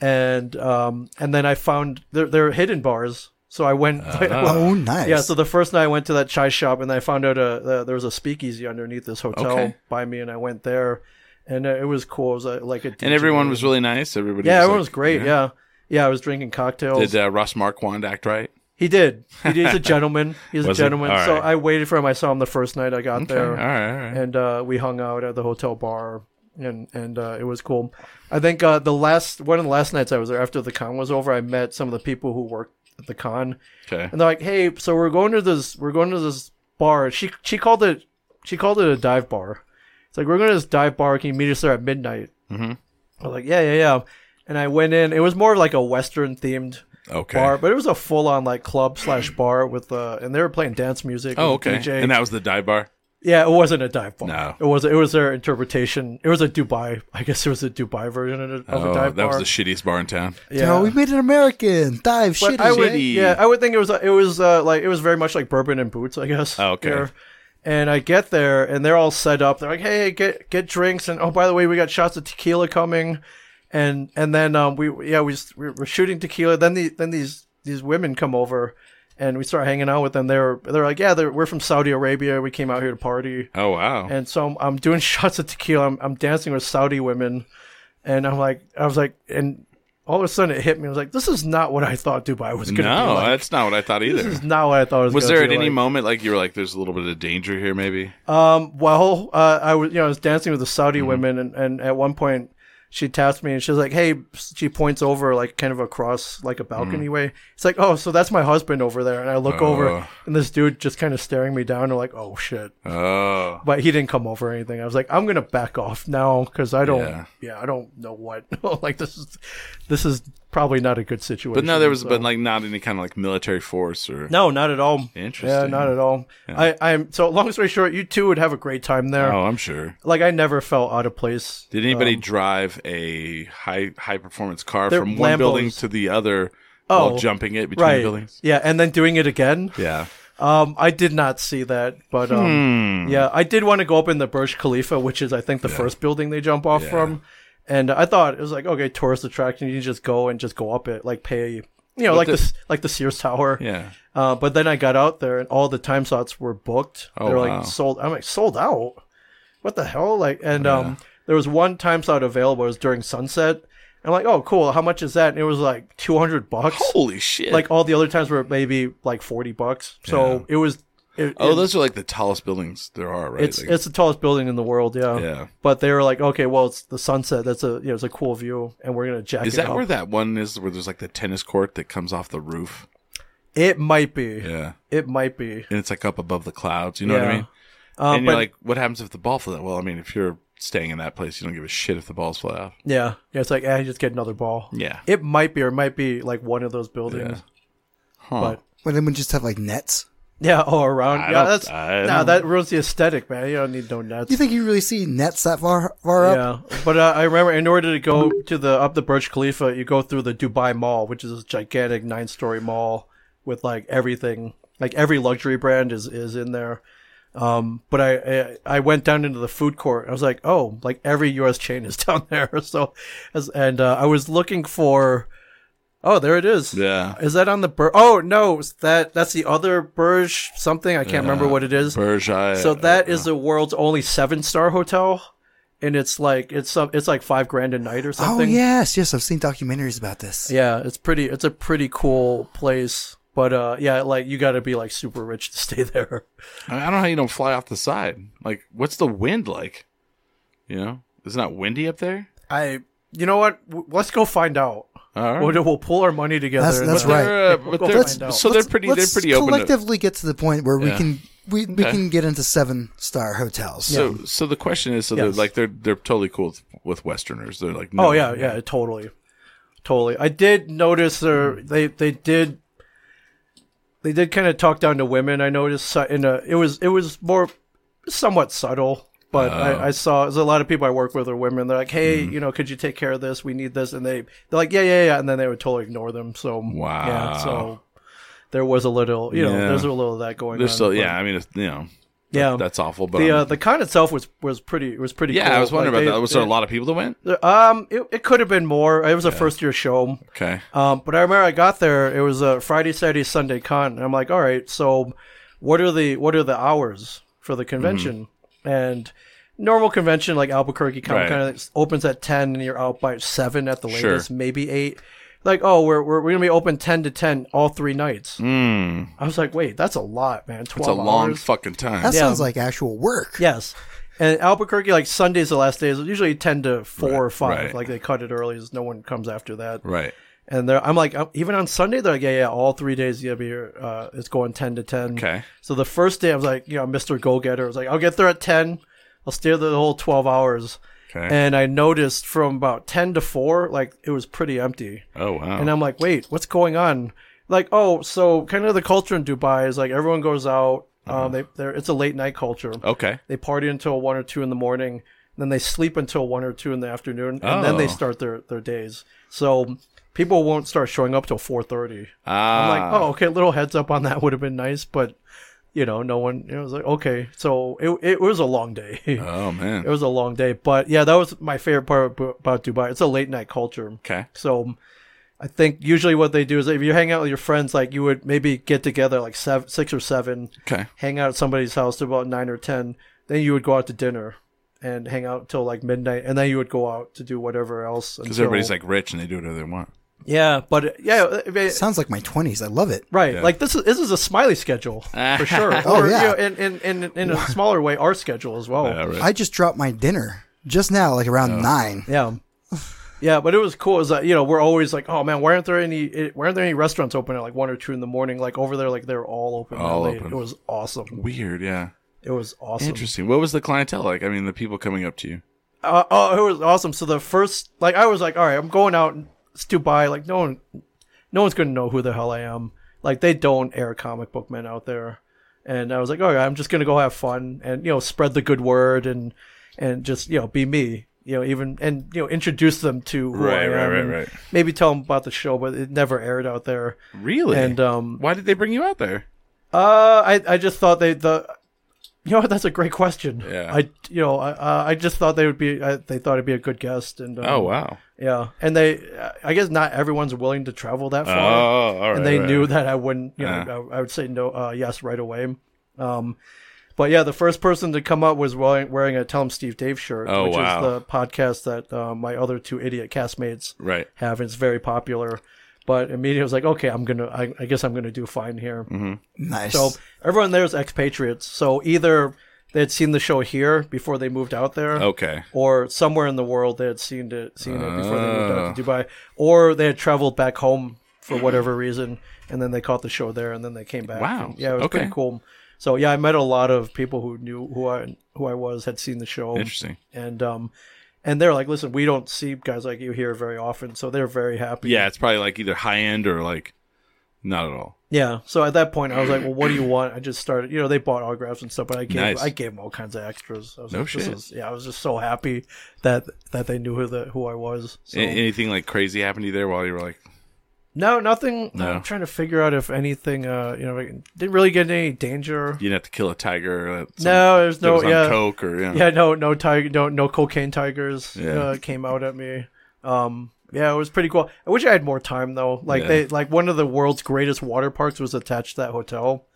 [SPEAKER 3] and um, and then I found there there are hidden bars, so I went.
[SPEAKER 2] Uh-huh.
[SPEAKER 4] Oh, nice.
[SPEAKER 3] Uh, Yeah, so the first night I went to that chai shop and I found out uh, uh, there was a speakeasy underneath this hotel
[SPEAKER 2] Okay.
[SPEAKER 3] by me, and I went there, and uh, it was cool. It was uh, like a
[SPEAKER 2] And
[SPEAKER 3] DJ
[SPEAKER 2] everyone was really nice. Everybody.
[SPEAKER 3] yeah,
[SPEAKER 2] was
[SPEAKER 3] everyone
[SPEAKER 2] like-
[SPEAKER 3] was great. Yeah. yeah, I was drinking cocktails.
[SPEAKER 2] Did uh, Ross Marquand act right?
[SPEAKER 3] He did. He did. He's a gentleman. He's a
[SPEAKER 2] Was he?
[SPEAKER 3] gentleman.
[SPEAKER 2] All
[SPEAKER 3] So
[SPEAKER 2] right.
[SPEAKER 3] I waited for him. I saw him the first night I got
[SPEAKER 2] Okay.
[SPEAKER 3] there,
[SPEAKER 2] All right. All right.
[SPEAKER 3] and uh, we hung out at the hotel bar, and and uh, it was cool. I think uh, the last one of the last nights I was there after the con was over, I met some of the people who worked at the con,
[SPEAKER 2] okay.
[SPEAKER 3] and they're like, "Hey, so we're going to this. We're going to this bar." She she called it she called it a dive bar. It's like we're going to this dive bar. Can you meet us there at midnight? Mm-hmm. I was like, "Yeah, yeah, yeah." And I went in. It was more of like a western themed
[SPEAKER 2] Okay.
[SPEAKER 3] bar, but it was a full on like club slash bar with uh, and they were playing dance music.
[SPEAKER 2] oh,
[SPEAKER 3] with
[SPEAKER 2] okay.
[SPEAKER 3] DJ.
[SPEAKER 2] And that was the dive bar.
[SPEAKER 3] yeah, it wasn't a dive bar.
[SPEAKER 2] No.
[SPEAKER 3] it was it was their interpretation. It was a Dubai. I guess it was a Dubai version of, a- of
[SPEAKER 2] Oh,
[SPEAKER 3] a dive
[SPEAKER 2] that was
[SPEAKER 3] bar.
[SPEAKER 2] the shittiest bar in town.
[SPEAKER 3] yeah.
[SPEAKER 4] Oh, we made an American dive shitty.
[SPEAKER 3] I would,
[SPEAKER 2] shitty.
[SPEAKER 3] yeah, I would think it was it was uh, like it was very much like bourbon and boots, I guess.
[SPEAKER 2] Oh, okay.
[SPEAKER 3] there. And I get there, and they're all set up. They're like, "Hey, get get drinks," and oh, by the way, we got shots of tequila coming, and and then um, we yeah we s- we we're shooting tequila. Then the then these these women come over, and we start hanging out with them. They're they're like, "Yeah, they're, we're from Saudi Arabia. We came out here to party."
[SPEAKER 2] Oh wow.
[SPEAKER 3] And so I'm, I'm doing shots of tequila. I'm, I'm dancing with Saudi women, and I'm like, I was like, and all of a sudden it hit me. I was like, this is not what I thought Dubai was going to be
[SPEAKER 2] no,
[SPEAKER 3] like.
[SPEAKER 2] that's not what I thought
[SPEAKER 3] This
[SPEAKER 2] either.
[SPEAKER 3] is not what I thought it was.
[SPEAKER 2] Was
[SPEAKER 3] gonna
[SPEAKER 2] there at
[SPEAKER 3] be
[SPEAKER 2] any
[SPEAKER 3] like.
[SPEAKER 2] moment like you were like, "There's a little bit of danger here, maybe"?
[SPEAKER 3] Um, well, uh, I was, you know, I was dancing with the Saudi
[SPEAKER 2] Mm-hmm.
[SPEAKER 3] women, and, and at one point she taps me and she's like, "Hey," she points over like kind of across like a
[SPEAKER 2] Mm-hmm.
[SPEAKER 3] balcony way. It's like, "Oh, so that's my husband over there," and I look
[SPEAKER 2] Oh.
[SPEAKER 3] over, and this dude just kind of staring me down, and like, "Oh shit."
[SPEAKER 2] Oh,
[SPEAKER 3] but he didn't come over or anything. I was like, I'm gonna back off now because I don't,
[SPEAKER 2] Yeah.
[SPEAKER 3] yeah. I don't know what. like this is, this is probably not a good situation.
[SPEAKER 2] but no, there was,
[SPEAKER 3] so-
[SPEAKER 2] but like not any kind of like military force or.
[SPEAKER 3] uh, no, not at all. Yeah,
[SPEAKER 2] Interesting.
[SPEAKER 3] not at all. I, I'm so long story short, you two would have a great time there.
[SPEAKER 2] Oh, I'm sure.
[SPEAKER 3] Like I never felt out of place.
[SPEAKER 2] Did anybody drive a high high performance car
[SPEAKER 3] Um, They're
[SPEAKER 2] from one
[SPEAKER 3] Lambos.
[SPEAKER 2] building to the other
[SPEAKER 3] Oh,
[SPEAKER 2] while jumping it between
[SPEAKER 3] Right.
[SPEAKER 2] buildings?
[SPEAKER 3] Yeah, and then doing it again.
[SPEAKER 2] Yeah.
[SPEAKER 3] Um, I did not see that, but um,
[SPEAKER 2] Hmm.
[SPEAKER 3] yeah, I did want to go up in the Burj Khalifa, which is I think the first building they jump off from, and I thought it was like okay, tourist attraction. You just go and just go up it, like pay, you know, like
[SPEAKER 2] the-
[SPEAKER 3] this, like the Sears Tower.
[SPEAKER 2] Yeah.
[SPEAKER 3] Uh, but then I got out there and all the time slots were booked.
[SPEAKER 2] Oh,
[SPEAKER 3] They're
[SPEAKER 2] wow.
[SPEAKER 3] like sold. I'm like sold out. What the hell? Like, and um, there was one time slot available. It was during sunset. I'm like, oh, cool. How much is that? And it was like 200 bucks
[SPEAKER 2] Holy shit!
[SPEAKER 3] like all the other times were maybe like 40 bucks so it was it,
[SPEAKER 2] oh,
[SPEAKER 3] it-
[SPEAKER 2] those are like the tallest buildings there are, right?
[SPEAKER 3] it's
[SPEAKER 2] Like-
[SPEAKER 3] it's the tallest building in the world yeah
[SPEAKER 2] Yeah.
[SPEAKER 3] but they were like okay well it's the sunset that's a you know it's a cool view and we're gonna jack
[SPEAKER 2] is
[SPEAKER 3] it
[SPEAKER 2] that
[SPEAKER 3] up.
[SPEAKER 2] where that one is where there's like the tennis court that comes off the roof?
[SPEAKER 3] it might be
[SPEAKER 2] Yeah.
[SPEAKER 3] it might be
[SPEAKER 2] and it's like up above the clouds. You know what I
[SPEAKER 3] Yeah.
[SPEAKER 2] mean?
[SPEAKER 3] Uh,
[SPEAKER 2] and you're
[SPEAKER 3] but-
[SPEAKER 2] like, what happens if the ball flies? Well, I mean, if you're staying in that place, you don't give a shit if the balls fly off.
[SPEAKER 3] yeah yeah it's like eh, just get another ball
[SPEAKER 2] Yeah.
[SPEAKER 3] it might be or it might be like one of those buildings
[SPEAKER 2] Huh.
[SPEAKER 3] But-
[SPEAKER 4] Would anyone just have like nets?
[SPEAKER 3] yeah all around yeah
[SPEAKER 2] don't-
[SPEAKER 3] that's
[SPEAKER 2] I
[SPEAKER 3] nah,
[SPEAKER 2] don't-
[SPEAKER 3] that ruins the aesthetic man you don't need no nets
[SPEAKER 4] Do you think you really see nets that far far up?
[SPEAKER 3] yeah, but uh, I remember in order to go to the up the Burj Khalifa, you go through the Dubai Mall, which is this gigantic nine story mall with like everything, like every luxury brand is is in there. Um, but I, I I went down into the food court. I was like, oh, like every U.S. chain is down there. So, as, and uh, I was looking for, oh, there it is.
[SPEAKER 2] Yeah.
[SPEAKER 3] Is that on the Burj? Oh no, it's that that's the other Burj something. I can't remember what it is.
[SPEAKER 2] Berge,
[SPEAKER 4] Uh,
[SPEAKER 3] So that is the world's only seven star hotel, and it's like it's some it's like five grand a night or
[SPEAKER 4] Oh
[SPEAKER 3] something.
[SPEAKER 4] yes, yes, I've seen documentaries about this.
[SPEAKER 3] yeah. It's pretty. It's a pretty cool place, but uh, yeah, like you got to be like super rich to stay there.
[SPEAKER 2] I I don't know how you don't fly off the side. Like, what's the wind like? You know, it's not windy up there.
[SPEAKER 3] I, you know what? W- let's go find out.
[SPEAKER 2] All right.
[SPEAKER 3] We'll, we'll pull our money together.
[SPEAKER 4] That's-
[SPEAKER 3] and-
[SPEAKER 4] that's right.
[SPEAKER 2] They're, uh, but
[SPEAKER 3] Go
[SPEAKER 2] they're,
[SPEAKER 3] find out.
[SPEAKER 2] so they're pretty. They're
[SPEAKER 4] let's
[SPEAKER 2] pretty open. To,
[SPEAKER 4] collectively get to the point where we
[SPEAKER 2] Yeah.
[SPEAKER 4] can we, we can get into seven star hotels.
[SPEAKER 2] So, so the question is, so they're
[SPEAKER 3] Yes.
[SPEAKER 2] like they're they're totally cool with, with Westerners. They're like, no,
[SPEAKER 3] Oh yeah, yeah, totally, totally. I did notice there they they did they did kind of talk down to women. I noticed su- in a it was it was more somewhat subtle, but
[SPEAKER 2] Oh.
[SPEAKER 3] I, I saw there's a lot of people I work with are women. They're like, hey,
[SPEAKER 2] Mm-hmm.
[SPEAKER 3] you know, could you take care of this? We need this, and they they're like, yeah, yeah, yeah, and then they would totally ignore them. So
[SPEAKER 2] Wow.
[SPEAKER 3] yeah, so there was a little, you know,
[SPEAKER 2] Yeah.
[SPEAKER 3] there's a little of that going
[SPEAKER 2] They're
[SPEAKER 3] on.
[SPEAKER 2] still,
[SPEAKER 3] but-
[SPEAKER 2] yeah. I mean, it's, you know,
[SPEAKER 3] yeah.
[SPEAKER 2] that's awful. But
[SPEAKER 3] the uh,
[SPEAKER 2] I'm-
[SPEAKER 3] the con itself was was pretty was pretty.
[SPEAKER 2] yeah,
[SPEAKER 3] cool.
[SPEAKER 2] I was wondering
[SPEAKER 3] Like,
[SPEAKER 2] about
[SPEAKER 3] they-
[SPEAKER 2] that. Was there
[SPEAKER 3] they-
[SPEAKER 2] a lot of people that went?
[SPEAKER 3] there- Um, it, it could have been more. It was a first year show.
[SPEAKER 2] Okay,
[SPEAKER 3] Um, but I remember I got there. It was a Friday, Saturday, Sunday con, and I'm like, all right, so what are the what are the hours for the convention? And normal convention like Albuquerque Comic Con
[SPEAKER 2] Mm-hmm. Right.
[SPEAKER 3] it's- opens at ten, and you're out by seven at the
[SPEAKER 2] Sure.
[SPEAKER 3] latest, maybe eight. Like, oh, we're, we're, we're gonna be open ten to ten all three nights. I was like, wait, that's a lot, man.
[SPEAKER 2] it's Hmm. a
[SPEAKER 3] Twelve
[SPEAKER 2] long
[SPEAKER 3] hours.
[SPEAKER 2] fucking time.
[SPEAKER 4] That
[SPEAKER 3] Yeah.
[SPEAKER 4] sounds like actual work.
[SPEAKER 3] Yes. And Albuquerque, like Sunday's the last day, is usually 10 to 4 or 5.
[SPEAKER 2] right.
[SPEAKER 3] Like they cut it early, so no one comes after that.
[SPEAKER 2] right.
[SPEAKER 3] And they're, I'm like, I'm- even on Sunday, they're like, yeah, yeah, all three days, yeah, here, uh, it's going 10 to 10.
[SPEAKER 2] Okay.
[SPEAKER 3] So the first day, I was like, you know, Mr. Go Getter. I was like, I'll get there at 10. I'll stay there the whole 12 hours.
[SPEAKER 2] Okay.
[SPEAKER 3] And I noticed from about 10 to 4, like it was pretty empty.
[SPEAKER 2] oh wow.
[SPEAKER 3] And I'm like, wait, what's going on? Like, oh, so kind of the culture in Dubai is like everyone goes out.
[SPEAKER 2] Uh-huh.
[SPEAKER 3] Um, they, they're, it's a late night culture.
[SPEAKER 2] okay.
[SPEAKER 3] They party until one or two in the morning, then they sleep until one or two in the afternoon, and then
[SPEAKER 2] Oh.
[SPEAKER 3] they start their, their days. So people won't start showing up till four thirty.
[SPEAKER 2] Ah,
[SPEAKER 3] I'm like, oh, okay, little heads up on that would have been nice, but you know, no one. It was like, okay, so it it was a long day.
[SPEAKER 2] oh man.
[SPEAKER 3] it was a long day, but yeah, that was my favorite part ab- about Dubai. It's a late night culture.
[SPEAKER 2] okay.
[SPEAKER 3] So I think usually what they do is if you hang out with your friends, like you would maybe get together like seven, six or seven,
[SPEAKER 2] Okay.
[SPEAKER 3] hang out at somebody's house till about nine or ten. Then you would go out to dinner and hang out till like midnight, and then you would go out to do whatever else.
[SPEAKER 2] Because everybody's like rich and they do whatever they want.
[SPEAKER 3] yeah, but uh, yeah, uh, I mean,
[SPEAKER 4] Sounds like my 20s. I love it.
[SPEAKER 3] right. Like this is this is a smiley schedule for sure.
[SPEAKER 4] Oh,
[SPEAKER 3] or, you
[SPEAKER 4] yeah.
[SPEAKER 3] know, in, in in in a smaller way, our schedule as well.
[SPEAKER 2] Yeah, right.
[SPEAKER 4] I just dropped my dinner just now, like around
[SPEAKER 2] Oh.
[SPEAKER 4] nine.
[SPEAKER 3] Yeah. Yeah, but it was cool. Is that you know we're always like, oh man, why aren't there any eh, why aren't there any restaurants open at like one or two in the morning? Like over there, like they're all open. man.
[SPEAKER 2] All
[SPEAKER 3] They-
[SPEAKER 2] open.
[SPEAKER 3] It was awesome.
[SPEAKER 2] Weird. Yeah.
[SPEAKER 3] It was awesome.
[SPEAKER 2] Interesting. What was the clientele like? I mean, the people coming up to you.
[SPEAKER 3] Uh, oh, it was awesome. So the first, like, I was like, all right, I'm going out. and It's Dubai. Like, no one, no one's gonna know who the hell I am. Like, they don't air comic book men out there. And I was like, all right, I'm just gonna go have fun and you know spread the good word and and just you know be me. You know, even and you know introduce them to who
[SPEAKER 2] Right,
[SPEAKER 3] I am.
[SPEAKER 2] right, right,
[SPEAKER 3] and
[SPEAKER 2] right.
[SPEAKER 3] Maybe tell them about the show, but it never aired out there.
[SPEAKER 2] Really?
[SPEAKER 3] And um,
[SPEAKER 2] why did they bring you out there?
[SPEAKER 3] uh, I I just thought they the. You know what? That's a great question.
[SPEAKER 2] Yeah.
[SPEAKER 3] I you know I uh, I just thought they would be I, they thought it'd be a good guest and um,
[SPEAKER 2] Oh wow.
[SPEAKER 3] yeah and they uh, I guess not everyone's willing to travel that
[SPEAKER 2] Oh,
[SPEAKER 3] far
[SPEAKER 2] all right.
[SPEAKER 3] and they
[SPEAKER 2] right,
[SPEAKER 3] knew
[SPEAKER 2] right.
[SPEAKER 3] that I wouldn't you know I, I would say no uh, yes right away um but yeah the first person to come up was wearing, wearing a Tell 'em Steve Dave shirt
[SPEAKER 2] Oh,
[SPEAKER 3] which
[SPEAKER 2] wow.
[SPEAKER 3] is the podcast that uh, my other two idiot castmates
[SPEAKER 2] Right.
[SPEAKER 3] have it's very popular but immediately I was like okay I'm gonna I, I guess I'm gonna do fine
[SPEAKER 2] Mm-hmm.
[SPEAKER 3] here.
[SPEAKER 4] Nice.
[SPEAKER 3] So everyone there is expatriates. So either they had seen the show here before they moved out there,
[SPEAKER 2] Okay.
[SPEAKER 3] or somewhere in the world they had seen it seen it before they moved
[SPEAKER 2] Ah.
[SPEAKER 3] out to Dubai, or they had traveled back home for whatever reason, and then they caught the show there, and then they came back.
[SPEAKER 2] Wow.
[SPEAKER 3] And, yeah, it was
[SPEAKER 2] Okay.
[SPEAKER 3] pretty cool. So yeah, I met a lot of people who knew who I who I was had seen the show,
[SPEAKER 2] Interesting.
[SPEAKER 3] and um, and they're like, listen, we don't see guys like you here very often, so they're very happy.
[SPEAKER 2] Yeah, it's probably like either high end or like not at all.
[SPEAKER 3] Yeah. So at that point, I was like, "Well, what do you want?" I just started. You know, they bought autographs and stuff, but I gave
[SPEAKER 2] Nice.
[SPEAKER 3] I gave them all kinds of extras. I was
[SPEAKER 2] No
[SPEAKER 3] like, this
[SPEAKER 2] shit.
[SPEAKER 3] Is, yeah, I was just so happy that that they knew who the who I was. So.
[SPEAKER 2] A- anything like crazy happened to you there while you were like,
[SPEAKER 3] no, nothing.
[SPEAKER 2] No.
[SPEAKER 3] I'm trying to figure out if anything. Uh, you know, I didn't really get in any danger.
[SPEAKER 2] you didn't have to kill a tiger? Or that- some-
[SPEAKER 3] no, there's
[SPEAKER 2] that
[SPEAKER 3] no.
[SPEAKER 2] was on
[SPEAKER 3] yeah.
[SPEAKER 2] coke or yeah.
[SPEAKER 3] yeah, no, no tiger, no, no cocaine tigers
[SPEAKER 2] Yeah.
[SPEAKER 3] uh, came out at me. Um, yeah, it was pretty cool. I wish I had more time though. Like
[SPEAKER 2] Yeah.
[SPEAKER 3] they, like one of the world's greatest water parks was attached to that hotel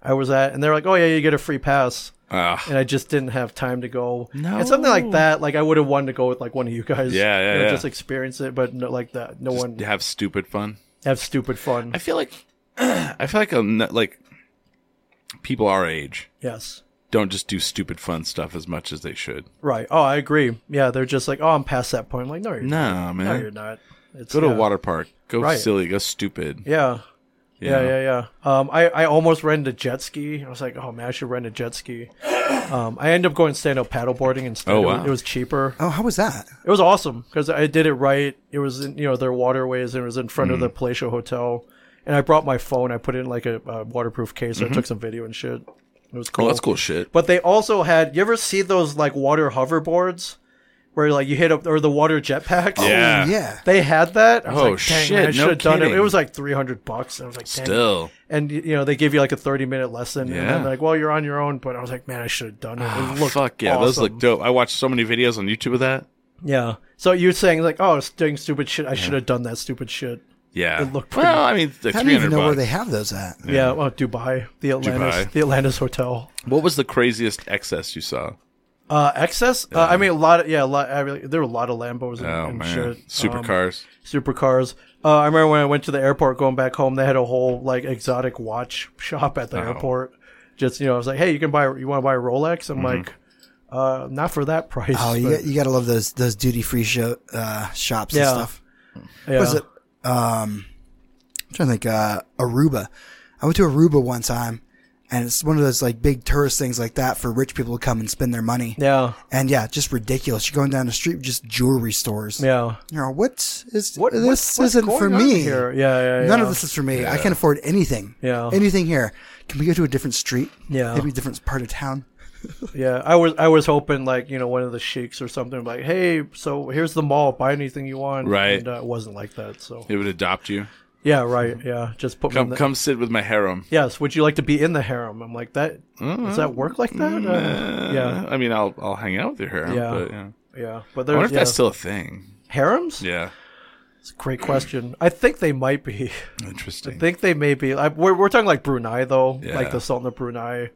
[SPEAKER 3] I was at, and they're like, "Oh yeah, you get a free pass,"
[SPEAKER 2] Ah,
[SPEAKER 3] and I just didn't have time to go.
[SPEAKER 2] No.
[SPEAKER 3] and something like that. Like I would have wanted to go with like one of you guys.
[SPEAKER 2] Yeah, yeah,
[SPEAKER 3] you know,
[SPEAKER 2] yeah.
[SPEAKER 3] Just experience it, but no, like that, no one
[SPEAKER 2] have stupid fun.
[SPEAKER 3] have stupid fun.
[SPEAKER 2] I feel like I feel like I'm not, like people our age
[SPEAKER 3] yes.
[SPEAKER 2] don't just do stupid fun stuff as much as they should.
[SPEAKER 3] Right. Oh, I agree. Yeah, they're just like, oh, I'm past that point. I'm like, no, you're not.
[SPEAKER 2] No,
[SPEAKER 3] No, you're
[SPEAKER 2] man.
[SPEAKER 3] not. It's,
[SPEAKER 2] Go to
[SPEAKER 3] yeah.
[SPEAKER 2] a water park. Go
[SPEAKER 3] Right.
[SPEAKER 2] silly. Go stupid.
[SPEAKER 3] Yeah.
[SPEAKER 2] you
[SPEAKER 3] Yeah,
[SPEAKER 2] know?
[SPEAKER 3] yeah, yeah. Um, I, I almost rented a jet ski. I was like, oh man, I should rent a jet ski. Um, I ended up going stand up paddleboarding instead.
[SPEAKER 2] Oh,
[SPEAKER 3] It was-
[SPEAKER 2] wow.
[SPEAKER 3] It was cheaper.
[SPEAKER 4] Oh, how was that?
[SPEAKER 3] It was awesome because I did it right. It was in you know their waterways and it was in
[SPEAKER 2] Mm.
[SPEAKER 3] front of the Palatial Hotel. And I brought my phone. I put it in like a, uh waterproof case. I took some video and shit. It was
[SPEAKER 2] Mm-hmm.
[SPEAKER 3] cool.
[SPEAKER 2] Well, Oh, that's cool shit.
[SPEAKER 3] But they also had. You ever see those like water hoverboards, where like you hit up or the water jetpacks?
[SPEAKER 2] Yeah.
[SPEAKER 4] Yeah.
[SPEAKER 3] They had that. I was
[SPEAKER 2] Oh,
[SPEAKER 3] like, Dang,
[SPEAKER 2] shit,
[SPEAKER 3] man, I
[SPEAKER 2] no
[SPEAKER 3] should have done it.
[SPEAKER 2] kidding.
[SPEAKER 3] It was like three hundred bucks. I was like, Dang.
[SPEAKER 2] Still,
[SPEAKER 3] and y- you know they give you like a 30 minute lesson and
[SPEAKER 2] Yeah. Ah,
[SPEAKER 3] then like well you're on your own but i was like man i should have done it it looked
[SPEAKER 2] fuck yeah, those
[SPEAKER 3] awesome.
[SPEAKER 2] look dope. I watched so many videos on YouTube of that.
[SPEAKER 3] yeah so you're saying like oh it's doing stupid shit i should have done that stupid shit
[SPEAKER 2] Yeah,
[SPEAKER 3] It looked pretty-
[SPEAKER 2] well. I mean, like
[SPEAKER 4] I
[SPEAKER 2] three
[SPEAKER 4] don't even
[SPEAKER 2] hundred
[SPEAKER 4] know where
[SPEAKER 2] bucks.
[SPEAKER 4] they have those at.
[SPEAKER 3] yeah, well dubai the atlantis
[SPEAKER 2] Dubai.
[SPEAKER 3] the atlantis hotel
[SPEAKER 2] What was the craziest excess you saw?
[SPEAKER 3] uh excess uh, i mean a lot of yeah a lot I really, there were a lot of lambos and,
[SPEAKER 2] Oh
[SPEAKER 3] and
[SPEAKER 2] man,
[SPEAKER 3] shit Um,
[SPEAKER 2] supercars.
[SPEAKER 3] supercars uh i remember when i went to the airport going back home they had a whole like exotic watch shop at the airport just you know i was like hey you can buy you want to buy a rolex
[SPEAKER 2] Mm-hmm.
[SPEAKER 3] i'm like uh not for that price
[SPEAKER 4] Oh, you,
[SPEAKER 3] but-
[SPEAKER 4] got- you gotta love those those duty free show uh, shops
[SPEAKER 3] Yeah.
[SPEAKER 4] and stuff.
[SPEAKER 3] Yeah.
[SPEAKER 4] was it? Um, I'm trying to think. Uh, Aruba. I went to Aruba one time, and it's one of those like big tourist things like that for rich people to come and spend their money.
[SPEAKER 3] Yeah.
[SPEAKER 4] And yeah, just ridiculous. You're going down the street, with just jewelry stores.
[SPEAKER 3] Yeah.
[SPEAKER 4] You know what is
[SPEAKER 3] What-
[SPEAKER 4] this?
[SPEAKER 3] what's- what's
[SPEAKER 4] isn't
[SPEAKER 3] going
[SPEAKER 4] for
[SPEAKER 3] on
[SPEAKER 4] me.
[SPEAKER 3] here? Yeah, yeah, yeah.
[SPEAKER 4] None of this is for me. I can't afford anything.
[SPEAKER 3] Yeah.
[SPEAKER 4] Anything here? Can we go to a different street?
[SPEAKER 3] Yeah.
[SPEAKER 4] Maybe a different part of town.
[SPEAKER 3] Yeah. I was I was hoping like, you know, one of the sheiks or something like, "Hey, so here's the mall, buy anything you want."
[SPEAKER 2] Right.
[SPEAKER 3] And uh, it wasn't like that. So
[SPEAKER 2] It would adopt you.
[SPEAKER 3] Yeah, right. Yeah. Just put me in
[SPEAKER 2] Come,
[SPEAKER 3] the-
[SPEAKER 2] come sit with my harem.
[SPEAKER 3] Yes, would you like to be in the harem? I'm like, "That Does that work like that?" Uh,
[SPEAKER 2] Mm-hmm.
[SPEAKER 3] yeah.
[SPEAKER 2] Eh, I mean, I'll I'll hang out with your harem.
[SPEAKER 3] Yeah.
[SPEAKER 2] But, yeah.
[SPEAKER 3] Yeah. But
[SPEAKER 2] I wonder
[SPEAKER 3] there's
[SPEAKER 2] if
[SPEAKER 3] yeah.
[SPEAKER 2] that's still a thing.
[SPEAKER 3] harems?
[SPEAKER 2] Yeah,
[SPEAKER 3] It's a great question. I think they might be.
[SPEAKER 2] interesting.
[SPEAKER 3] I think they may be. I, we're, we're talking like Brunei though,
[SPEAKER 2] Yeah.
[SPEAKER 3] like the Sultan of Brunei.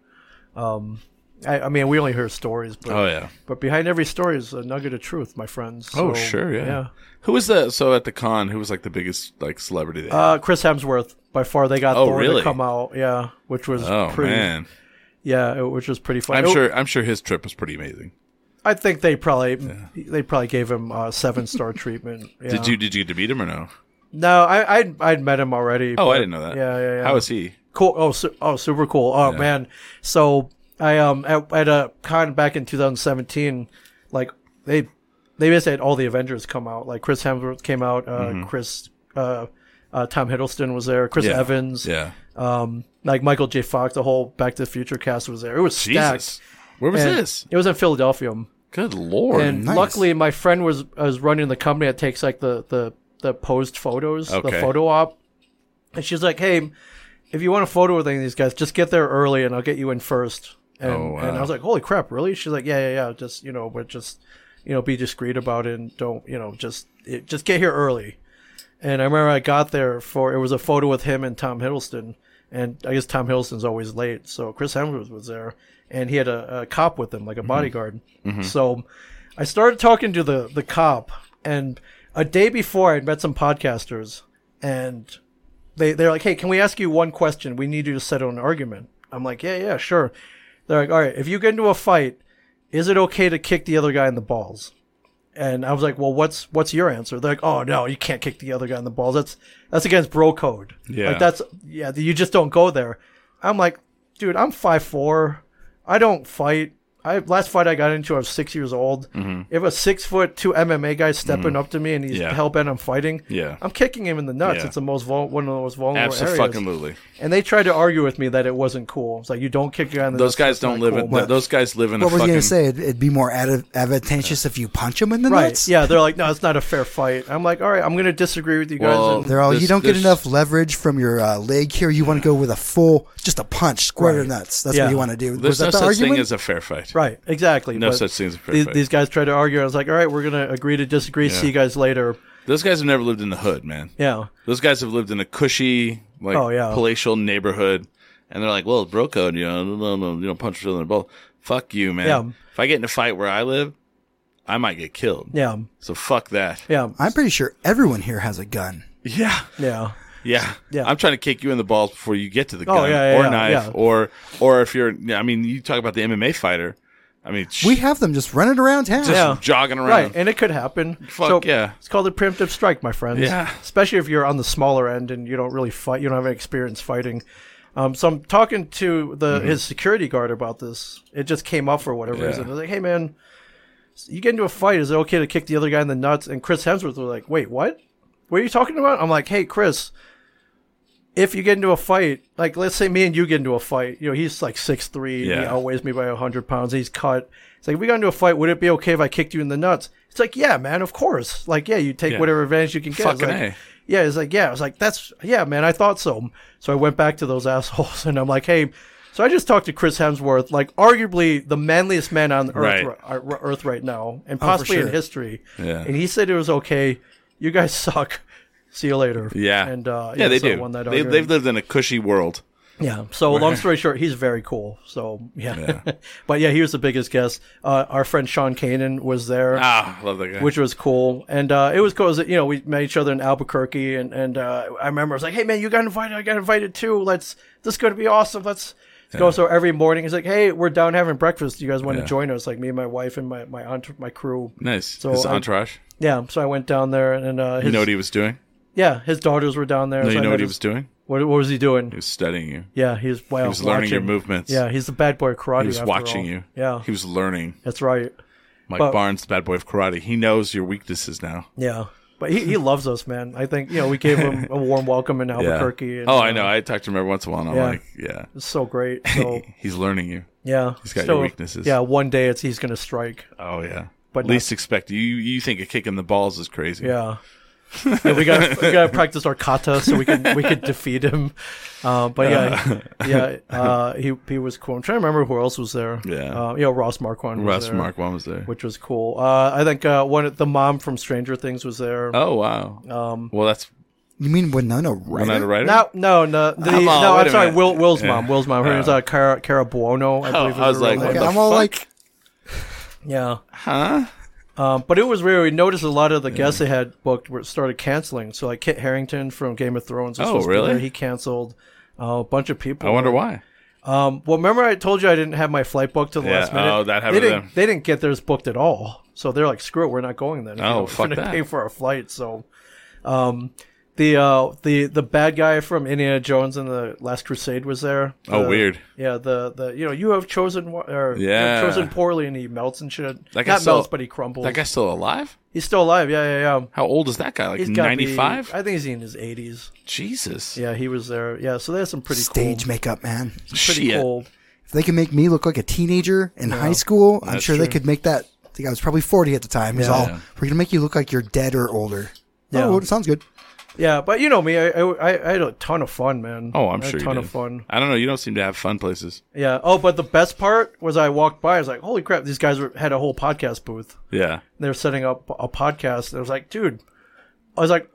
[SPEAKER 3] Um I, I mean, we only hear stories, but
[SPEAKER 2] oh yeah.
[SPEAKER 3] But behind every story is a nugget of truth, my friends.
[SPEAKER 2] Oh
[SPEAKER 3] So,
[SPEAKER 2] sure, yeah. Who was the so at the con? Who was like the biggest like celebrity? There?
[SPEAKER 3] Uh, Chris Hemsworth, by far, they got
[SPEAKER 2] Oh,
[SPEAKER 3] Thor
[SPEAKER 2] really?
[SPEAKER 3] to come out. Yeah, which was
[SPEAKER 2] oh
[SPEAKER 3] pretty.
[SPEAKER 2] man,
[SPEAKER 3] Yeah, it- which was pretty fun.
[SPEAKER 2] I'm
[SPEAKER 3] It-
[SPEAKER 2] sure I'm sure his trip was pretty amazing.
[SPEAKER 3] I think they probably they probably gave him uh, seven star treatment. Yeah.
[SPEAKER 2] Did you did you get to meet him or no?
[SPEAKER 3] No, I I'd, I'd met him already.
[SPEAKER 2] Oh,
[SPEAKER 3] but-
[SPEAKER 2] I didn't know that.
[SPEAKER 3] Yeah, yeah, yeah.
[SPEAKER 2] How was he?
[SPEAKER 3] cool. Oh, su- oh, super cool. Oh man, so I um at, at a con back in 2017, like they they basically had all the Avengers come out. Like Chris Hemsworth came out. Uh, Chris uh, uh, Tom Hiddleston was there. Chris
[SPEAKER 2] Mm-hmm. Yeah.
[SPEAKER 3] Evans.
[SPEAKER 2] Yeah,
[SPEAKER 3] Um, like Michael J. Fox, the whole Back to the Future cast was there. It was stacked.
[SPEAKER 2] Jesus, where was
[SPEAKER 3] And
[SPEAKER 2] this?
[SPEAKER 3] It was in Philadelphia.
[SPEAKER 2] Good lord!
[SPEAKER 3] And
[SPEAKER 4] nice.
[SPEAKER 3] luckily, my friend was was running the company that takes like the the the posed photos,
[SPEAKER 2] Okay.
[SPEAKER 3] the photo op, and she's like, "Hey, if you want a photo with any of these guys, just get there early, and I'll get you in first. And,
[SPEAKER 2] Oh, wow.
[SPEAKER 3] and I was like, "Holy crap, really?" She's like, "Yeah, yeah, yeah. Just you know, but just you know, be discreet about it, and don't you know, just it, just get here early." And I remember I got there for it was a photo with him and Tom Hiddleston, and I guess Tom Hiddleston's always late, so Chris Hemsworth was there, and he had a, a cop with him,
[SPEAKER 2] Mm-hmm.
[SPEAKER 3] like a bodyguard. So I started talking to the the cop, and a day before I'd met some podcasters, and they they're like, "Hey, can we ask you one question? We need you to settle an argument." I'm like, "Yeah, yeah, sure." They're like, "All right, if you get into a fight, is it okay to kick the other guy in the balls?" And I was like, "Well, what's what's your answer?" They're like, "Oh no, you can't kick the other guy in the balls. That's that's against bro code.
[SPEAKER 2] Yeah.
[SPEAKER 3] like that's yeah, you just don't go there." I'm like, "Dude, I'm five four. I don't fight." I, last fight I got into, I was six years old. If a six foot two MMA guy stepping up to me and he's
[SPEAKER 2] Mm-hmm. Mm. Yeah.
[SPEAKER 3] hell bent on fighting,
[SPEAKER 2] Yeah.
[SPEAKER 3] I'm kicking him in the nuts.
[SPEAKER 2] Yeah.
[SPEAKER 3] It's the most vul- one of the most vulnerable areas.
[SPEAKER 2] Absolutely.
[SPEAKER 3] And they tried to argue with me that it wasn't cool. It's like you don't kick your guy in the
[SPEAKER 2] Those guys
[SPEAKER 3] nuts. that's
[SPEAKER 2] don't
[SPEAKER 3] not
[SPEAKER 2] live
[SPEAKER 3] cool,
[SPEAKER 2] in.
[SPEAKER 3] but-
[SPEAKER 2] Those guys live in a
[SPEAKER 4] What was you
[SPEAKER 2] fucking.
[SPEAKER 4] gonna say? It'd, it'd be more ad- advantageous if you punch them in the
[SPEAKER 3] Right?
[SPEAKER 4] nuts.
[SPEAKER 3] Yeah, they're like, no, it's not a fair fight. I'm like, all right, I'm going to disagree with you guys.
[SPEAKER 2] Well,
[SPEAKER 3] and-
[SPEAKER 4] They're all, you
[SPEAKER 2] There's-
[SPEAKER 4] don't get
[SPEAKER 2] there's-
[SPEAKER 4] enough leverage from your uh, leg here. You want to go with a full, just a punch, square to
[SPEAKER 3] Mm. Right.
[SPEAKER 4] nuts. That's
[SPEAKER 3] Yeah.
[SPEAKER 4] what you want to do. Was
[SPEAKER 2] There's
[SPEAKER 4] that
[SPEAKER 2] no
[SPEAKER 4] the
[SPEAKER 2] such
[SPEAKER 4] argument?
[SPEAKER 2] thing as a fair fight.
[SPEAKER 3] right? Exactly.
[SPEAKER 2] No
[SPEAKER 3] but
[SPEAKER 2] such thing as a fair
[SPEAKER 3] these,
[SPEAKER 2] fight.
[SPEAKER 3] these guys tried to argue. I was like, all right, we're going to agree to disagree. See you guys later.
[SPEAKER 2] Those guys have never lived in the hood, man.
[SPEAKER 3] Yeah.
[SPEAKER 2] Those guys have lived in a cushy, like
[SPEAKER 3] Oh, yeah.
[SPEAKER 2] palatial neighborhood, and they're like, "Well, bro code, you know, no, no, no, you don't punch each other in the ball." Fuck you, man.
[SPEAKER 3] Yeah.
[SPEAKER 2] If I get in a fight where I live, I might get killed.
[SPEAKER 3] Yeah.
[SPEAKER 2] So fuck that.
[SPEAKER 3] Yeah.
[SPEAKER 4] I'm pretty sure everyone here has a gun.
[SPEAKER 2] Yeah.
[SPEAKER 3] Yeah.
[SPEAKER 2] Yeah.
[SPEAKER 3] Yeah.
[SPEAKER 2] I'm trying to kick you in the balls before you get to the
[SPEAKER 3] Oh,
[SPEAKER 2] gun
[SPEAKER 3] yeah, yeah,
[SPEAKER 2] or
[SPEAKER 3] yeah,
[SPEAKER 2] knife
[SPEAKER 3] yeah.
[SPEAKER 2] or or if you're I mean, you talk about the MMA fighter. I mean,
[SPEAKER 4] We have them just running around town.
[SPEAKER 2] just
[SPEAKER 3] Yeah.
[SPEAKER 2] jogging around.
[SPEAKER 3] Right, and it could happen.
[SPEAKER 2] Fuck yeah.
[SPEAKER 3] It's called a preemptive strike, my friends.
[SPEAKER 2] Yeah.
[SPEAKER 3] Especially if you're on the smaller end and you don't really fight, you don't have any experience fighting. Um, so I'm talking to the
[SPEAKER 2] Mm-hmm.
[SPEAKER 3] his security guard about this. It just came up for whatever reason. I was like, hey man, you get into a fight, is it okay to kick the other guy in the nuts? And Chris Hemsworth was like, wait, what? What are you talking about? I'm like, hey Chris, if you get into a fight, like let's say me and you get into a fight, you know, he's like six three, he
[SPEAKER 2] Yeah.
[SPEAKER 3] outweighs me by hundred pounds, he's cut. It's like if we got into a fight, would it be okay if I kicked you in the nuts? It's like, yeah, man, of course. Like, yeah, you take
[SPEAKER 2] Yeah.
[SPEAKER 3] whatever advantage you can get. It's
[SPEAKER 2] Fucking
[SPEAKER 3] like,
[SPEAKER 2] A.
[SPEAKER 3] yeah, it's like, yeah, I was like, that's yeah, man, I thought so. So I went back to those assholes and I'm like, hey, so I just talked to Chris Hemsworth, like arguably the manliest man on earth
[SPEAKER 2] Right.
[SPEAKER 3] right, uh, earth right now, and possibly
[SPEAKER 4] sure.
[SPEAKER 3] in history.
[SPEAKER 2] Yeah.
[SPEAKER 3] And he said it was okay. You guys suck. See you later.
[SPEAKER 2] Yeah.
[SPEAKER 3] And uh,
[SPEAKER 2] yeah, they
[SPEAKER 3] so I
[SPEAKER 2] do.
[SPEAKER 3] won that
[SPEAKER 2] They,
[SPEAKER 3] argument.
[SPEAKER 2] they've lived in a cushy world.
[SPEAKER 3] Yeah. So long story short, he's very cool. So yeah. but yeah, he was the biggest guest. Uh, our friend Sean Kanan was there,
[SPEAKER 2] Ah, love that guy.
[SPEAKER 3] which was cool, and uh, it was cool. 'cause, you know, we met each other in Albuquerque, and and uh, I remember I was like, "Hey man, you got invited. I got invited too. Let's this is going to be awesome. Let's." let's Go so every morning. He's like, "Hey, we're down having breakfast. Do you guys want
[SPEAKER 2] Yeah.
[SPEAKER 3] to join us?" Like me and my wife and my my aunt, my crew.
[SPEAKER 2] nice.
[SPEAKER 3] So
[SPEAKER 2] His
[SPEAKER 3] I-
[SPEAKER 2] entourage.
[SPEAKER 3] Yeah, so I went down there and uh, his,
[SPEAKER 2] you know what he was doing?
[SPEAKER 3] yeah, his daughters were down there.
[SPEAKER 2] No,
[SPEAKER 3] so
[SPEAKER 2] you
[SPEAKER 3] I
[SPEAKER 2] know what he
[SPEAKER 3] noticed-
[SPEAKER 2] was doing?
[SPEAKER 3] What, what was he doing?
[SPEAKER 2] He was studying you.
[SPEAKER 3] Yeah, he's wow. He
[SPEAKER 2] was learning your movements.
[SPEAKER 3] Yeah, he's the bad boy of karate.
[SPEAKER 2] He was
[SPEAKER 3] after
[SPEAKER 2] watching
[SPEAKER 3] all.
[SPEAKER 2] you.
[SPEAKER 3] Yeah,
[SPEAKER 2] He was learning.
[SPEAKER 3] that's right.
[SPEAKER 2] Mike
[SPEAKER 3] But-
[SPEAKER 2] Barnes, bad boy of karate. He knows your weaknesses now.
[SPEAKER 3] Yeah, but he, he loves us, man. I think you know we gave him a warm welcome in Albuquerque. And,
[SPEAKER 2] oh,
[SPEAKER 3] uh,
[SPEAKER 2] I know. I talk to him every once in a while, and I'm
[SPEAKER 3] yeah.
[SPEAKER 2] like, yeah.
[SPEAKER 3] It's so great. So
[SPEAKER 2] He's learning you.
[SPEAKER 3] yeah, he's
[SPEAKER 2] got your weaknesses.
[SPEAKER 3] Yeah, one day it's he's gonna strike.
[SPEAKER 2] Oh, yeah.
[SPEAKER 3] But not-
[SPEAKER 2] least expect you. You think a kick in the balls is crazy?
[SPEAKER 3] Yeah. yeah, we got we got to practice our kata so we can we can defeat him. Uh, but yeah, yeah, uh, he he was cool. I'm trying to remember who else was there.
[SPEAKER 2] Yeah.
[SPEAKER 3] uh, you know Ross Marquand. Was
[SPEAKER 2] Russ
[SPEAKER 3] there,
[SPEAKER 2] Mark one was there.
[SPEAKER 3] which was cool. Uh, I think uh, one of- the mom from Stranger Things was there.
[SPEAKER 2] oh wow. Um. Well, that's
[SPEAKER 4] You mean Winona
[SPEAKER 2] Winona
[SPEAKER 4] Ryder?
[SPEAKER 2] Ryder.
[SPEAKER 3] No, no, no. The,
[SPEAKER 2] Come on,
[SPEAKER 3] no,
[SPEAKER 2] wait
[SPEAKER 3] I'm
[SPEAKER 2] a
[SPEAKER 3] sorry.
[SPEAKER 2] minute.
[SPEAKER 3] Will, Will's
[SPEAKER 2] Yeah.
[SPEAKER 3] mom. Will's mom. Her
[SPEAKER 2] Yeah.
[SPEAKER 3] name's uh, Cara, Cara Buono. I
[SPEAKER 2] Oh,
[SPEAKER 3] believe. is
[SPEAKER 2] I was
[SPEAKER 3] her
[SPEAKER 2] like,
[SPEAKER 3] real
[SPEAKER 2] what
[SPEAKER 4] Okay,
[SPEAKER 3] name.
[SPEAKER 2] the
[SPEAKER 4] I'm all
[SPEAKER 2] fuck?
[SPEAKER 4] like,
[SPEAKER 3] yeah.
[SPEAKER 2] Huh?
[SPEAKER 3] Um, but it was weird. We noticed a lot of the guests they had booked were started canceling. So like Kit Harrington from Game of Thrones. Was
[SPEAKER 2] Oh,
[SPEAKER 3] supposed to be
[SPEAKER 2] really?
[SPEAKER 3] there. He canceled. Uh, a bunch of people.
[SPEAKER 2] I wonder why.
[SPEAKER 3] Um, well, remember I told you I didn't have my flight booked to the
[SPEAKER 2] Yeah,
[SPEAKER 3] last minute.
[SPEAKER 2] oh, that happened
[SPEAKER 3] They
[SPEAKER 2] to
[SPEAKER 3] didn't.
[SPEAKER 2] them.
[SPEAKER 3] They didn't get theirs booked at all. So they're like, screw it, we're not going then. if
[SPEAKER 2] Oh,
[SPEAKER 3] you know,
[SPEAKER 2] fuck
[SPEAKER 3] We're
[SPEAKER 2] that.
[SPEAKER 3] gonna pay for our flight. So, um, the uh, the the bad guy from Indiana Jones and the Last Crusade was there.
[SPEAKER 2] Oh,
[SPEAKER 3] The-
[SPEAKER 2] weird.
[SPEAKER 3] Yeah, the the you know you have chosen wa- or you
[SPEAKER 2] Yeah.
[SPEAKER 3] have chosen poorly, and he melts and shit.
[SPEAKER 2] That guy
[SPEAKER 3] not
[SPEAKER 2] still-
[SPEAKER 3] melts, but he crumbles.
[SPEAKER 2] That guy's still alive?
[SPEAKER 3] he's still alive. Yeah, yeah, yeah.
[SPEAKER 2] How old is that guy? Like
[SPEAKER 3] He's got
[SPEAKER 2] ninety five?
[SPEAKER 3] I think he's in his eighties.
[SPEAKER 2] Jesus.
[SPEAKER 3] Yeah, he was there. Yeah, so they had some pretty
[SPEAKER 4] stage
[SPEAKER 3] cool,
[SPEAKER 4] makeup, man.
[SPEAKER 3] pretty
[SPEAKER 2] Shit.
[SPEAKER 3] cool.
[SPEAKER 4] If they can make me look like a teenager in high school, I'm
[SPEAKER 2] That's
[SPEAKER 4] sure they
[SPEAKER 2] true.
[SPEAKER 4] could make that. I think I was probably 40 at the time. He's
[SPEAKER 3] Yeah.
[SPEAKER 4] all,
[SPEAKER 2] Yeah.
[SPEAKER 4] we're going to make you look like you're dead or older.
[SPEAKER 3] Yeah.
[SPEAKER 4] Oh, well, it sounds good.
[SPEAKER 3] Yeah, but you know me, I, I, I- I had a ton of fun, man.
[SPEAKER 2] Oh, I'm
[SPEAKER 3] I had
[SPEAKER 2] sure.
[SPEAKER 3] a
[SPEAKER 2] you
[SPEAKER 3] ton
[SPEAKER 2] did.
[SPEAKER 3] of fun.
[SPEAKER 2] I don't know. You don't seem to have fun places.
[SPEAKER 3] Yeah. Oh, but the best part was I walked by. I was like, "Holy crap! These guys were, had a whole podcast booth.
[SPEAKER 2] Yeah.
[SPEAKER 3] They're setting up a podcast." And I was like, "Dude," I was like,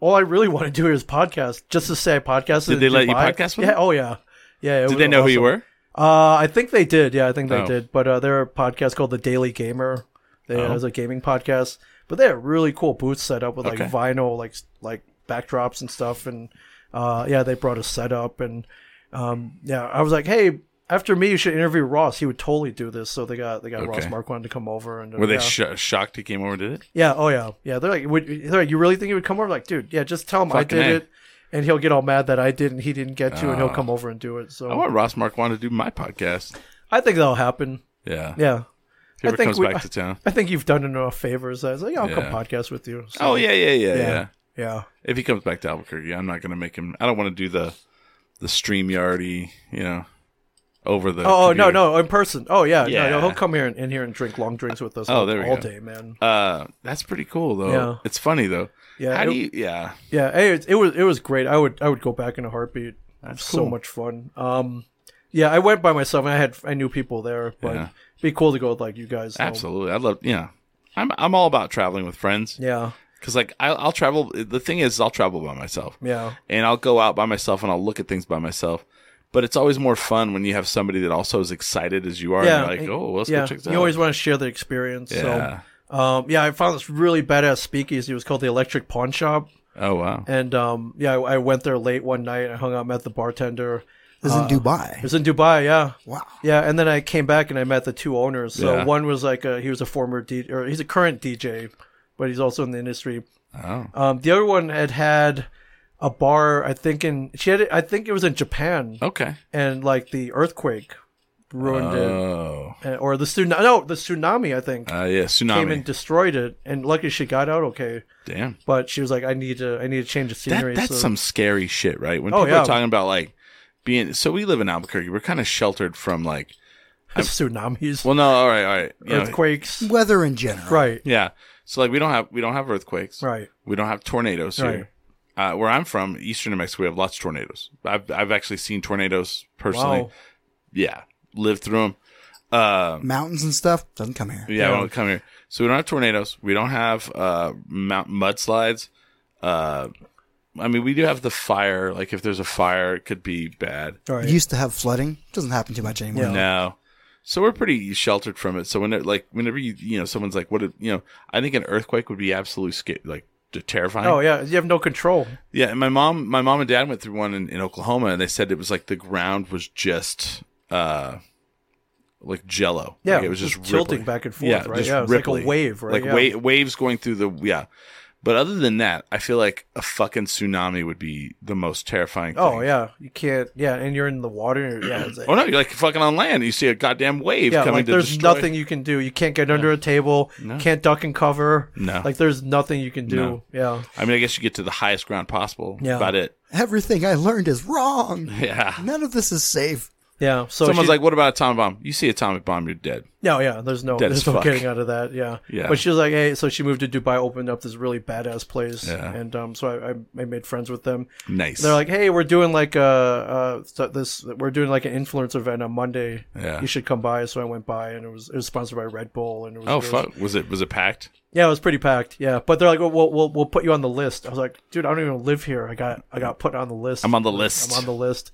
[SPEAKER 3] "All I really want to do is podcast, just to say I podcasted."
[SPEAKER 2] Did they
[SPEAKER 3] in
[SPEAKER 2] let you
[SPEAKER 3] Dubai."
[SPEAKER 2] podcast with
[SPEAKER 3] Yeah.
[SPEAKER 2] them?
[SPEAKER 3] Oh yeah. Yeah.
[SPEAKER 2] Did they know who you were?
[SPEAKER 3] Uh, I think they did. Yeah, I think they
[SPEAKER 2] Oh.
[SPEAKER 3] did. But uh, they're a podcast called The Daily Gamer. They
[SPEAKER 2] Oh.
[SPEAKER 3] it was a gaming podcast, but they had a really cool booth set up with like
[SPEAKER 2] Okay.
[SPEAKER 3] vinyl, like like backdrops and stuff. And uh, yeah, they brought a setup, and um, yeah, I was like, hey. After me, you should interview Ross. He would totally do this. So they got they got Ross
[SPEAKER 2] Okay.
[SPEAKER 3] Marquand to come over. And uh,
[SPEAKER 2] Were they
[SPEAKER 3] yeah.
[SPEAKER 2] sho shocked he came over and did it?
[SPEAKER 3] Yeah, oh yeah, yeah. They're like, would, they're like, you really think he would come over? I'm like, dude, yeah, just tell him
[SPEAKER 2] Fucking
[SPEAKER 3] I did
[SPEAKER 2] A. Ah.
[SPEAKER 3] it, and he'll get all mad that I didn't. He didn't get to, and he'll come over and do it. So
[SPEAKER 2] I want Ross Marquand to do my podcast.
[SPEAKER 3] I think that'll happen.
[SPEAKER 2] Yeah.
[SPEAKER 3] Yeah,
[SPEAKER 2] If he
[SPEAKER 3] I
[SPEAKER 2] ever
[SPEAKER 3] think
[SPEAKER 2] comes
[SPEAKER 3] we-
[SPEAKER 2] back to town.
[SPEAKER 3] I think you've done enough favors. I was like, I'll come
[SPEAKER 2] Yeah.
[SPEAKER 3] podcast with you. So,
[SPEAKER 2] Oh yeah, yeah, yeah, yeah,
[SPEAKER 3] yeah,
[SPEAKER 2] If he comes back to Albuquerque, I'm not gonna make him. I don't want to do the the stream yardy. You know, over the.
[SPEAKER 3] Oh, oh, no,
[SPEAKER 2] computer.
[SPEAKER 3] no, in person. Oh yeah, yeah.
[SPEAKER 2] Yeah.
[SPEAKER 3] he'll come here and in here and drink long drinks with us.
[SPEAKER 2] Oh,
[SPEAKER 3] all,
[SPEAKER 2] there we
[SPEAKER 3] all
[SPEAKER 2] go.
[SPEAKER 3] day, man.
[SPEAKER 2] Uh, that's pretty cool though.
[SPEAKER 3] Yeah.
[SPEAKER 2] It's funny though.
[SPEAKER 3] Yeah,
[SPEAKER 2] How do
[SPEAKER 3] it-
[SPEAKER 2] you? Yeah.
[SPEAKER 3] Yeah, hey, it, it was it was great. I would I would go back in a heartbeat.
[SPEAKER 2] That's
[SPEAKER 3] so
[SPEAKER 2] cool.
[SPEAKER 3] much fun. Um, yeah, I went by myself and I had I knew people there, but
[SPEAKER 2] Yeah.
[SPEAKER 3] it'd be cool to go with like you guys. though.
[SPEAKER 2] Absolutely. I love. Yeah. I'm I'm all about traveling with friends.
[SPEAKER 3] Yeah,
[SPEAKER 2] Cause like I, I'll travel. The thing is, I'll travel by myself.
[SPEAKER 3] yeah,
[SPEAKER 2] and I'll go out by myself and I'll look at things by myself. But it's always more fun when you have somebody that also is excited as you are.
[SPEAKER 3] yeah.
[SPEAKER 2] and you're like, oh, let's
[SPEAKER 3] yeah.
[SPEAKER 2] go check this
[SPEAKER 3] You
[SPEAKER 2] out.
[SPEAKER 3] always want to share the experience.
[SPEAKER 2] Yeah.
[SPEAKER 3] So, um, yeah, I found this really badass speakeasy. It was called the Electric Pawn Shop.
[SPEAKER 2] oh wow.
[SPEAKER 3] And um, yeah, I, I went there late one night. I hung out, met the bartender.
[SPEAKER 4] This is in Dubai.
[SPEAKER 3] It was in Dubai, yeah.
[SPEAKER 4] Wow.
[SPEAKER 3] Yeah, and then I came back and I met the two owners. So
[SPEAKER 2] Yeah.
[SPEAKER 3] one was like a, he was a former DJ, or he's a current DJ, but he's also in the industry.
[SPEAKER 2] Oh.
[SPEAKER 3] Um, the other one had had a bar, I think in she had it, I think it was in Japan,
[SPEAKER 2] Oh, Okay.
[SPEAKER 3] and like the earthquake ruined
[SPEAKER 2] Oh.
[SPEAKER 3] it, and- or the tsunami. No, the tsunami I think
[SPEAKER 2] Uh, yeah.
[SPEAKER 3] came and
[SPEAKER 2] Tsunami.
[SPEAKER 3] destroyed it, and luckily she got out okay.
[SPEAKER 2] Damn.
[SPEAKER 3] But she was like, I need to, I need to change the scenery.
[SPEAKER 2] That, that's
[SPEAKER 3] so-
[SPEAKER 2] some scary shit, right? When
[SPEAKER 3] Oh,
[SPEAKER 2] people
[SPEAKER 3] yeah.
[SPEAKER 2] are talking about like being, so we live in Albuquerque. We're kind of sheltered from like,
[SPEAKER 3] tsunamis,
[SPEAKER 2] well, no, all right, all right, you know,
[SPEAKER 3] earthquakes,
[SPEAKER 4] Weather in general.
[SPEAKER 3] right,
[SPEAKER 2] yeah. So like we don't have we don't have earthquakes.
[SPEAKER 3] right.
[SPEAKER 2] We don't have tornadoes here. Uh, where I'm from, eastern New Mexico, we have lots of tornadoes. I've I've actually seen tornadoes personally.
[SPEAKER 3] Wow.
[SPEAKER 2] Yeah, lived through them. Um,
[SPEAKER 4] Mountains and stuff doesn't come here.
[SPEAKER 2] Yeah, we don't come here. So we don't have tornadoes. We don't have uh, mount mudslides. Uh, I mean, we do have the fire. Like if there's a fire, it could be bad.
[SPEAKER 3] Right.
[SPEAKER 4] Used to have flooding. Doesn't happen too much anymore.
[SPEAKER 3] Yeah.
[SPEAKER 2] No. So we're pretty sheltered from it. So when it, like whenever you you know someone's like what did- you know I think an earthquake would be absolutely sca- like t- terrifying.
[SPEAKER 3] oh yeah, you have no control.
[SPEAKER 2] yeah. And my mom my mom and dad went through one in, in Oklahoma and they said it was like the ground was just uh like jello.
[SPEAKER 3] Yeah,
[SPEAKER 2] Like, it was just
[SPEAKER 3] tilting
[SPEAKER 2] rippling.
[SPEAKER 3] back and forth, right?
[SPEAKER 2] just
[SPEAKER 3] Yeah, it was like a
[SPEAKER 2] ripply.
[SPEAKER 3] wave,
[SPEAKER 2] Like
[SPEAKER 3] right? Yeah.
[SPEAKER 2] wa- waves going through the yeah. But other than that, I feel like a fucking tsunami would be the most terrifying.
[SPEAKER 3] Oh
[SPEAKER 2] thing.
[SPEAKER 3] yeah, you can't. Yeah, and you're in the water. Yeah, it's like,
[SPEAKER 2] Oh no, you're like fucking on land. You see a goddamn wave
[SPEAKER 3] yeah.
[SPEAKER 2] coming
[SPEAKER 3] Like
[SPEAKER 2] to
[SPEAKER 3] there's
[SPEAKER 2] destroy.
[SPEAKER 3] nothing you can do. You can't get under a table. Can't duck and cover.
[SPEAKER 2] No.
[SPEAKER 3] Like there's nothing you can do.
[SPEAKER 2] No.
[SPEAKER 3] Yeah.
[SPEAKER 2] I mean, I guess you get to the highest ground possible.
[SPEAKER 3] Yeah.
[SPEAKER 2] About it.
[SPEAKER 4] Everything I learned is wrong.
[SPEAKER 2] Yeah.
[SPEAKER 4] None of this is safe.
[SPEAKER 3] Yeah. So
[SPEAKER 2] Someone's
[SPEAKER 3] she-
[SPEAKER 2] like, "What about atomic bomb?" You see atomic bomb, you're dead.
[SPEAKER 3] no, yeah. There's no,
[SPEAKER 2] Dead
[SPEAKER 3] there's
[SPEAKER 2] as
[SPEAKER 3] no
[SPEAKER 2] fuck.
[SPEAKER 3] getting out of that. Yeah.
[SPEAKER 2] Yeah.
[SPEAKER 3] But she was like, hey, so she moved to Dubai, opened up this really badass place,
[SPEAKER 2] Yeah.
[SPEAKER 3] and um, so I, I, I made friends with them.
[SPEAKER 2] Nice.
[SPEAKER 3] They're like, hey, we're doing like a uh, so this we're doing like an influencer event on Monday.
[SPEAKER 2] Yeah.
[SPEAKER 3] You should come by. So I went by, and it was it was sponsored by Red Bull, and it was
[SPEAKER 2] "Oh
[SPEAKER 3] it was-
[SPEAKER 2] fuck, was it was it packed?"
[SPEAKER 3] Yeah, it was pretty packed. Yeah, but they're like, well, we'll we'll, we'll put you on the list. I was like, dude, I don't even live here. I got I got put on the list.
[SPEAKER 2] I'm on the list.
[SPEAKER 3] I'm on the list.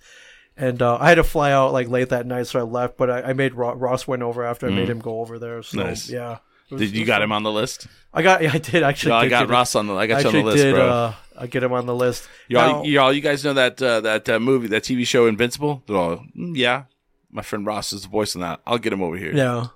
[SPEAKER 3] And uh, I had to fly out like late that night, so I left. But I, I made Ro- Ross went over after I made him go over there. So
[SPEAKER 2] Mm. Nice.
[SPEAKER 3] yeah, It was-
[SPEAKER 2] Did
[SPEAKER 3] it
[SPEAKER 2] you
[SPEAKER 3] was
[SPEAKER 2] got
[SPEAKER 3] fun.
[SPEAKER 2] him on the list?
[SPEAKER 3] I got. Yeah, I did actually.
[SPEAKER 2] Oh, I
[SPEAKER 3] did
[SPEAKER 2] got
[SPEAKER 3] get
[SPEAKER 2] Ross on the. I got
[SPEAKER 3] Him.
[SPEAKER 2] you on
[SPEAKER 3] actually
[SPEAKER 2] the list,
[SPEAKER 3] did.
[SPEAKER 2] bro.
[SPEAKER 3] Uh, I get him on the list.
[SPEAKER 2] Y'all,
[SPEAKER 3] Now-
[SPEAKER 2] y'all, you guys know that uh, that uh, movie, that TV show, Invincible. They're all, "Mm, yeah. My friend Ross is the voice on that. I'll get him over here.
[SPEAKER 3] yeah.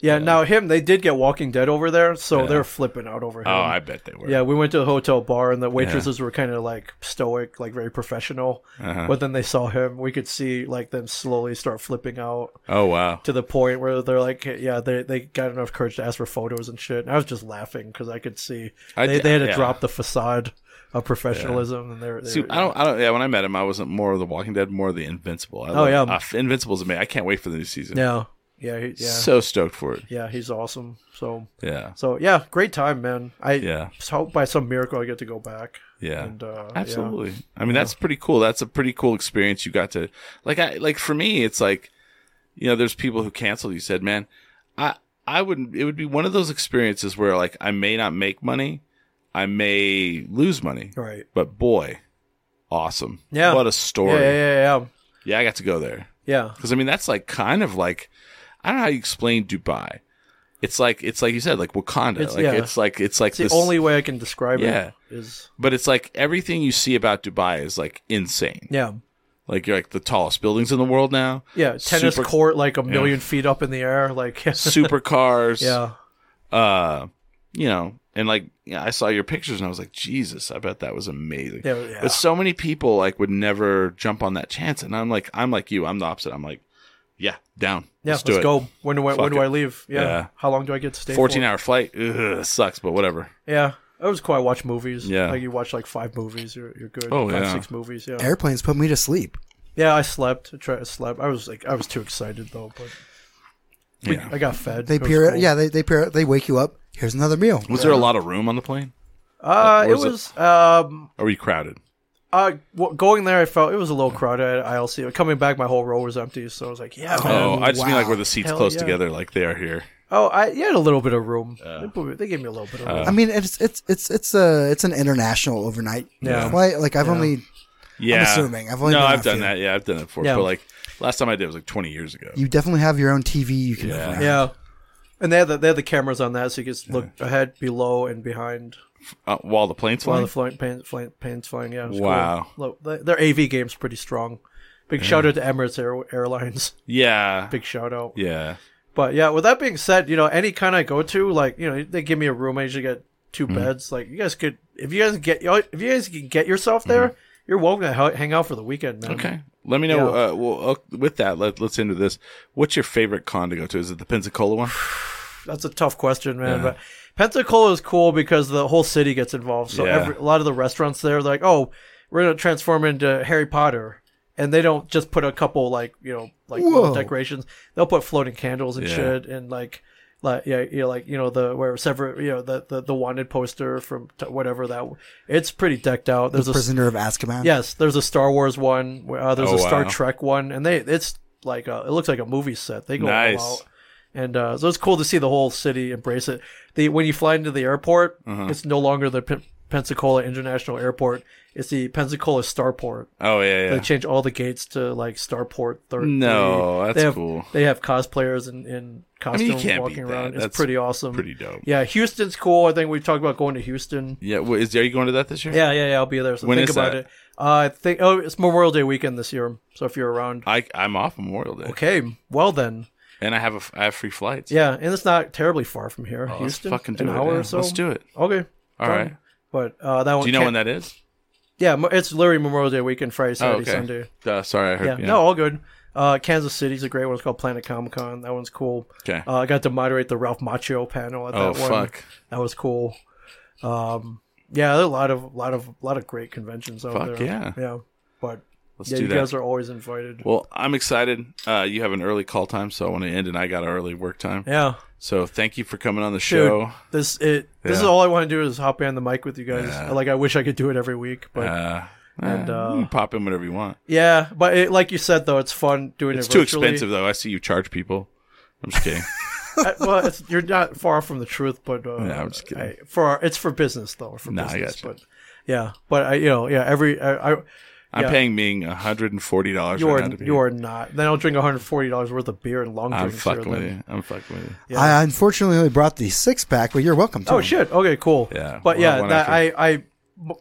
[SPEAKER 3] yeah, Now him, they did get Walking Dead over there, so they're flipping out over him.
[SPEAKER 2] Oh, I bet they were.
[SPEAKER 3] Yeah, we went to the hotel bar and the waitresses were kind of like stoic, like very professional.
[SPEAKER 2] Uh-huh.
[SPEAKER 3] But then they saw him. We could see like them slowly start flipping out
[SPEAKER 2] Oh wow.
[SPEAKER 3] to the point where they're like, yeah, they, they got enough courage to ask for photos and shit. And I was just laughing because I could see
[SPEAKER 2] I
[SPEAKER 3] they,
[SPEAKER 2] d-
[SPEAKER 3] they had to
[SPEAKER 2] yeah.
[SPEAKER 3] drop the facade of professionalism. And they're, they
[SPEAKER 2] See, I don't, I don't. Yeah, when I met him, I wasn't more of the Walking Dead, more of the Invincible. I
[SPEAKER 3] Oh, yeah.
[SPEAKER 2] uh, Invincible's amazing. I can't wait for the new season.
[SPEAKER 3] Yeah, yeah, he, yeah,
[SPEAKER 2] So stoked for it.
[SPEAKER 3] yeah. He's awesome. So,
[SPEAKER 2] Yeah,
[SPEAKER 3] so yeah, great time, man. I
[SPEAKER 2] Yeah.
[SPEAKER 3] just hope by some miracle I get to go back.
[SPEAKER 2] yeah.
[SPEAKER 3] And, uh, yeah.
[SPEAKER 2] Absolutely. I mean, that's pretty cool. That's a pretty cool experience you got to like. I like for me, it's like you know, there's people who cancel. You said, man, I I would. It would be one of those experiences where like I may not make money, I may lose money,
[SPEAKER 3] Right.
[SPEAKER 2] but boy, awesome.
[SPEAKER 3] Yeah.
[SPEAKER 2] What a story.
[SPEAKER 3] Yeah, yeah, yeah, yeah.
[SPEAKER 2] yeah I got to go there.
[SPEAKER 3] yeah.
[SPEAKER 2] Because I mean, that's like kind of like I don't know how you explain Dubai. It's like it's like you said, like Wakanda.
[SPEAKER 3] It's-
[SPEAKER 2] like
[SPEAKER 3] yeah.
[SPEAKER 2] it's like it's like
[SPEAKER 3] It's the
[SPEAKER 2] this,
[SPEAKER 3] only way I can describe
[SPEAKER 2] Yeah.
[SPEAKER 3] it is
[SPEAKER 2] But it's like everything you see about Dubai is like insane.
[SPEAKER 3] yeah.
[SPEAKER 2] Like you're like the tallest buildings in the world now.
[SPEAKER 3] Yeah, tennis
[SPEAKER 2] Super-
[SPEAKER 3] court like a million feet up in the air like
[SPEAKER 2] Supercars.
[SPEAKER 3] yeah.
[SPEAKER 2] Uh, you know, and like yeah, I saw your pictures and I was like, Jesus, I bet that was amazing.
[SPEAKER 3] Yeah, yeah.
[SPEAKER 2] But so many people like would never jump on that chance, and I'm like, I'm like you. I'm the opposite. I'm like, yeah, down.
[SPEAKER 3] Yeah, let's,
[SPEAKER 2] do it.
[SPEAKER 3] go. When do I,
[SPEAKER 2] Fuck
[SPEAKER 3] when do
[SPEAKER 2] it.
[SPEAKER 3] I leave? Yeah.
[SPEAKER 2] Yeah.
[SPEAKER 3] How long do I get to stay
[SPEAKER 2] 14
[SPEAKER 3] for?
[SPEAKER 2] hour flight Ugh, sucks, but whatever.
[SPEAKER 3] Yeah. That was cool. I watch movies.
[SPEAKER 2] Yeah.
[SPEAKER 3] Like you watch like five movies, you're you're good.
[SPEAKER 2] Oh,
[SPEAKER 3] Five,
[SPEAKER 2] yeah.
[SPEAKER 3] six movies, yeah.
[SPEAKER 4] Airplanes put me to sleep.
[SPEAKER 3] yeah, I slept. I tried to slept. I was like I was too excited though, but we-
[SPEAKER 2] Yeah.
[SPEAKER 3] I got fed.
[SPEAKER 4] They
[SPEAKER 3] It was
[SPEAKER 4] peer.
[SPEAKER 3] cool.
[SPEAKER 4] Yeah, they they peer. They wake you up. Here's another meal.
[SPEAKER 2] Was there a lot of room on the plane?
[SPEAKER 3] Uh,
[SPEAKER 2] Or
[SPEAKER 3] it
[SPEAKER 2] was it-
[SPEAKER 3] was um
[SPEAKER 2] Or were you crowded?
[SPEAKER 3] uh w- going there I felt it was a little crowded at ILC. Coming back my whole row was empty, so I was like, yeah, man.
[SPEAKER 2] Oh, I just mean
[SPEAKER 4] wow.
[SPEAKER 2] like where the seats
[SPEAKER 3] Hell
[SPEAKER 2] close
[SPEAKER 3] yeah.
[SPEAKER 2] together, like they are here.
[SPEAKER 3] Oh, I you had a little bit of room. They put- they gave me a little bit of room.
[SPEAKER 2] Oh.
[SPEAKER 4] I mean, it's it's it's it's a it's an international overnight
[SPEAKER 3] Yeah.
[SPEAKER 4] flight. Like I've only
[SPEAKER 2] Yeah,
[SPEAKER 4] assuming. I've only
[SPEAKER 2] no,
[SPEAKER 4] done
[SPEAKER 2] I've
[SPEAKER 4] that
[SPEAKER 2] done
[SPEAKER 4] few.
[SPEAKER 2] that. Yeah, I've done it before.
[SPEAKER 3] Yeah.
[SPEAKER 2] But like last time I did was like 20 years ago.
[SPEAKER 4] you definitely have your own TV. You can
[SPEAKER 2] Yeah.
[SPEAKER 4] yeah.
[SPEAKER 3] Yeah. And they had the, they had the cameras on that, so you could look ahead, below, and behind
[SPEAKER 2] Uh, while the plane's
[SPEAKER 3] while
[SPEAKER 2] flying.
[SPEAKER 3] the flying, pan, flying, planes flying. Yeah. it was
[SPEAKER 2] Wow.
[SPEAKER 3] Cool. Look, the- their AV game's pretty strong. Big shout out to Emirates Air- Airlines.
[SPEAKER 2] Yeah.
[SPEAKER 3] Big shout out.
[SPEAKER 2] yeah.
[SPEAKER 3] But yeah, with that being said, you know, any kind I go to, like, you know, they give me a room, I usually get 2 beds. Like, you guys could, if you guys get, if you guys can get yourself there, you're welcome to ho- hang out for the weekend, man.
[SPEAKER 2] Okay. Let me know. Uh, well, uh, with that, let, let's into this. What's your favorite con to go to? Is it the Pensacola one?
[SPEAKER 3] That's a tough question, man. But Pensacola is cool because the whole city gets involved. So
[SPEAKER 2] Yeah.
[SPEAKER 3] every, a lot of the restaurants there, they're like, oh, we're gonna transform into Harry Potter, and they don't just put a couple like you know like little
[SPEAKER 4] Whoa.
[SPEAKER 3] decorations. They'll put floating candles and
[SPEAKER 2] Yeah.
[SPEAKER 3] shit, and like. Like yeah, you know, like you know the where sever you know the the, the wanted poster from t- whatever that it's pretty decked out. There's a s-
[SPEAKER 4] Prisoner of Azkaban.
[SPEAKER 3] yes, there's a Star Wars one. Uh, there's
[SPEAKER 2] Oh,
[SPEAKER 3] a Star
[SPEAKER 2] wow.
[SPEAKER 3] Trek one, and they it's like a, it looks like a movie set. They go all
[SPEAKER 2] Nice.
[SPEAKER 3] out, and uh, so it's cool to see the whole city embrace it. The when you fly into the airport,
[SPEAKER 2] Mm-hmm.
[SPEAKER 3] it's no longer the P- Pensacola International Airport. It's the Pensacola Starport.
[SPEAKER 2] Oh, yeah, yeah.
[SPEAKER 3] They change all the gates to like Starport. Third.
[SPEAKER 2] No, that's
[SPEAKER 3] they have,
[SPEAKER 2] cool.
[SPEAKER 3] They have cosplayers in, in
[SPEAKER 2] you
[SPEAKER 3] costumes
[SPEAKER 2] can't
[SPEAKER 3] walking
[SPEAKER 2] beat that.
[SPEAKER 3] around. It's
[SPEAKER 2] That's
[SPEAKER 3] pretty awesome.
[SPEAKER 2] pretty dope.
[SPEAKER 3] Yeah, Houston's cool. I think we talked about going to Houston.
[SPEAKER 2] Yeah. Well, is there you going to that this year?
[SPEAKER 3] Yeah, yeah, yeah. I'll be there. So
[SPEAKER 2] When
[SPEAKER 3] think
[SPEAKER 2] is
[SPEAKER 3] about
[SPEAKER 2] that?
[SPEAKER 3] it. Uh, I think oh, it's Memorial Day weekend this year. So if you're around,
[SPEAKER 2] I, I'm off Memorial Day.
[SPEAKER 3] okay. Well then,
[SPEAKER 2] And I have, a f I have free flights.
[SPEAKER 3] yeah, and it's not terribly far from here.
[SPEAKER 2] Oh, let's
[SPEAKER 3] Houston,
[SPEAKER 2] fucking do
[SPEAKER 3] an
[SPEAKER 2] it.
[SPEAKER 3] hour
[SPEAKER 2] yeah.
[SPEAKER 3] or so.
[SPEAKER 2] Let's do it.
[SPEAKER 3] Okay.
[SPEAKER 2] All
[SPEAKER 3] done.
[SPEAKER 2] right.
[SPEAKER 3] But uh, that one.
[SPEAKER 2] Do you know when that
[SPEAKER 3] can't-
[SPEAKER 2] is?
[SPEAKER 3] Yeah, mo- it's literally Memorial Day weekend, Friday,
[SPEAKER 2] Oh,
[SPEAKER 3] Saturday,
[SPEAKER 2] okay.
[SPEAKER 3] Sunday.
[SPEAKER 2] Uh, sorry, I heard.
[SPEAKER 3] Yeah.
[SPEAKER 2] yeah.
[SPEAKER 3] No, all good. Uh, Kansas City's a great one. It's called Planet Comic Con. That one's cool.
[SPEAKER 2] Okay.
[SPEAKER 3] Uh, I got to moderate the Ralph Macchio panel at
[SPEAKER 2] Oh,
[SPEAKER 3] that one.
[SPEAKER 2] fuck.
[SPEAKER 3] That was cool. Um, yeah, there are a lot of lot of lot of great conventions out
[SPEAKER 2] Fuck
[SPEAKER 3] there.
[SPEAKER 2] yeah.
[SPEAKER 3] Yeah. But
[SPEAKER 2] Let's
[SPEAKER 3] yeah,
[SPEAKER 2] do
[SPEAKER 3] you
[SPEAKER 2] that.
[SPEAKER 3] guys are always invited.
[SPEAKER 2] well, I'm excited. Uh, you have an early call time, so when it ended, I got an early work time.
[SPEAKER 3] yeah.
[SPEAKER 2] So thank you for coming on the
[SPEAKER 3] Dude,
[SPEAKER 2] show.
[SPEAKER 3] this it this is
[SPEAKER 2] Yeah.
[SPEAKER 3] all I want to do is hop on the mic with you guys.
[SPEAKER 2] Yeah.
[SPEAKER 3] Like I wish I could do it every week, but
[SPEAKER 2] Uh,
[SPEAKER 3] and,
[SPEAKER 2] eh,
[SPEAKER 3] uh,
[SPEAKER 2] you can pop in whenever you want.
[SPEAKER 3] yeah. But it, like you said, though, it's fun doing
[SPEAKER 2] It's
[SPEAKER 3] it.
[SPEAKER 2] too
[SPEAKER 3] virtually.
[SPEAKER 2] expensive, though. I see you charge people. I'm just kidding.
[SPEAKER 3] I- well, it's, you're not far from the truth, but uh,
[SPEAKER 2] Yeah, I'm just kidding.
[SPEAKER 3] I- for our, it's for business though. For
[SPEAKER 2] Nah, I
[SPEAKER 3] business,
[SPEAKER 2] gotcha.
[SPEAKER 3] but yeah, but I you know yeah every I, I
[SPEAKER 2] I'm
[SPEAKER 3] Yeah.
[SPEAKER 2] paying Ming $140
[SPEAKER 3] you
[SPEAKER 2] right
[SPEAKER 3] are
[SPEAKER 2] now to be
[SPEAKER 3] you
[SPEAKER 2] here.
[SPEAKER 3] are not. Then I'll drink 140 dollars worth of beer and long
[SPEAKER 2] I'm
[SPEAKER 3] drinks. here
[SPEAKER 2] fucking
[SPEAKER 3] then.
[SPEAKER 2] with you. I'm fucking with you.
[SPEAKER 4] I unfortunately only brought the six pack, but you're welcome to.
[SPEAKER 3] Oh
[SPEAKER 4] them.
[SPEAKER 3] shit! Okay, cool.
[SPEAKER 2] Yeah,
[SPEAKER 3] but
[SPEAKER 2] we'll have
[SPEAKER 3] yeah,
[SPEAKER 2] one
[SPEAKER 3] that, I
[SPEAKER 2] after.
[SPEAKER 3] I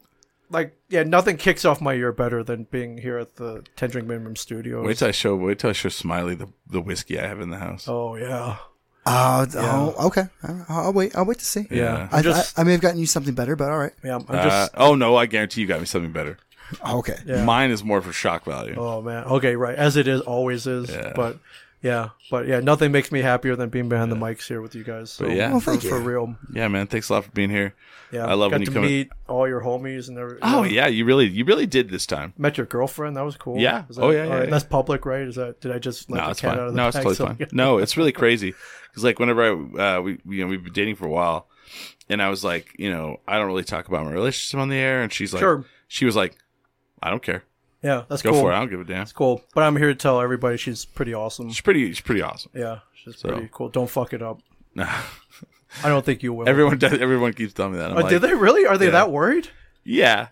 [SPEAKER 3] like yeah nothing kicks off my year better than being here at the Ten Drink Minimum Studios.
[SPEAKER 2] Wait till I show. Wait till I show Smiley the, the whiskey I have in the house.
[SPEAKER 3] Oh yeah.
[SPEAKER 4] Oh, d- oh, okay. I'll, I'll wait. I'll wait to see.
[SPEAKER 2] Yeah.
[SPEAKER 4] I,
[SPEAKER 3] I'm just-
[SPEAKER 4] I, I may have gotten you something better, but all right.
[SPEAKER 3] Yeah, I'm
[SPEAKER 2] Uh,
[SPEAKER 3] just.
[SPEAKER 2] oh no! I guarantee you got me something better.
[SPEAKER 4] Okay.
[SPEAKER 3] Yeah.
[SPEAKER 2] Mine is more for shock value.
[SPEAKER 3] oh man. Okay, right. As it is, always is.
[SPEAKER 2] Uh, Yeah.
[SPEAKER 3] But yeah, but yeah, nothing makes me happier than being behind the mics here with you guys. So,
[SPEAKER 2] But yeah.
[SPEAKER 3] for,
[SPEAKER 2] Well,
[SPEAKER 4] thank you.
[SPEAKER 3] for real.
[SPEAKER 2] Yeah, man. Thanks a lot for being here.
[SPEAKER 3] Yeah,
[SPEAKER 2] I love when
[SPEAKER 3] got
[SPEAKER 2] you
[SPEAKER 3] to
[SPEAKER 2] come in-
[SPEAKER 3] meet all your homies and everything.
[SPEAKER 2] Oh yeah, you really, you really did this time.
[SPEAKER 3] Met your girlfriend. That was cool.
[SPEAKER 2] Yeah.
[SPEAKER 3] Is that-
[SPEAKER 2] Oh, yeah,
[SPEAKER 3] all
[SPEAKER 2] yeah,
[SPEAKER 3] right,
[SPEAKER 2] yeah.
[SPEAKER 3] That's public, right? Is that? Did I just let
[SPEAKER 2] no,
[SPEAKER 3] the
[SPEAKER 2] it's
[SPEAKER 3] cat
[SPEAKER 2] fine.
[SPEAKER 3] out of the
[SPEAKER 2] no, it's
[SPEAKER 3] bag?
[SPEAKER 2] totally
[SPEAKER 3] So-
[SPEAKER 2] fine. No, it's really crazy. Because like whenever I uh, we you know we've been dating for a while, and I was like, you know, I don't really talk about my relationship on the air, and she's like,
[SPEAKER 3] Sure.
[SPEAKER 2] she was like, I don't care.
[SPEAKER 3] Yeah, that's
[SPEAKER 2] Go
[SPEAKER 3] cool.
[SPEAKER 2] for it. I don't give a damn.
[SPEAKER 3] It's cool. But I'm here to tell everybody she's pretty awesome.
[SPEAKER 2] She's pretty. She's pretty awesome.
[SPEAKER 3] Yeah, she's
[SPEAKER 2] So-
[SPEAKER 3] pretty cool. Don't fuck it up. I don't think you will.
[SPEAKER 2] everyone does. Everyone keeps telling me that. I'm
[SPEAKER 3] Oh,
[SPEAKER 2] like,
[SPEAKER 3] did they really? Are they
[SPEAKER 2] Yeah.
[SPEAKER 3] that worried?
[SPEAKER 2] Yeah.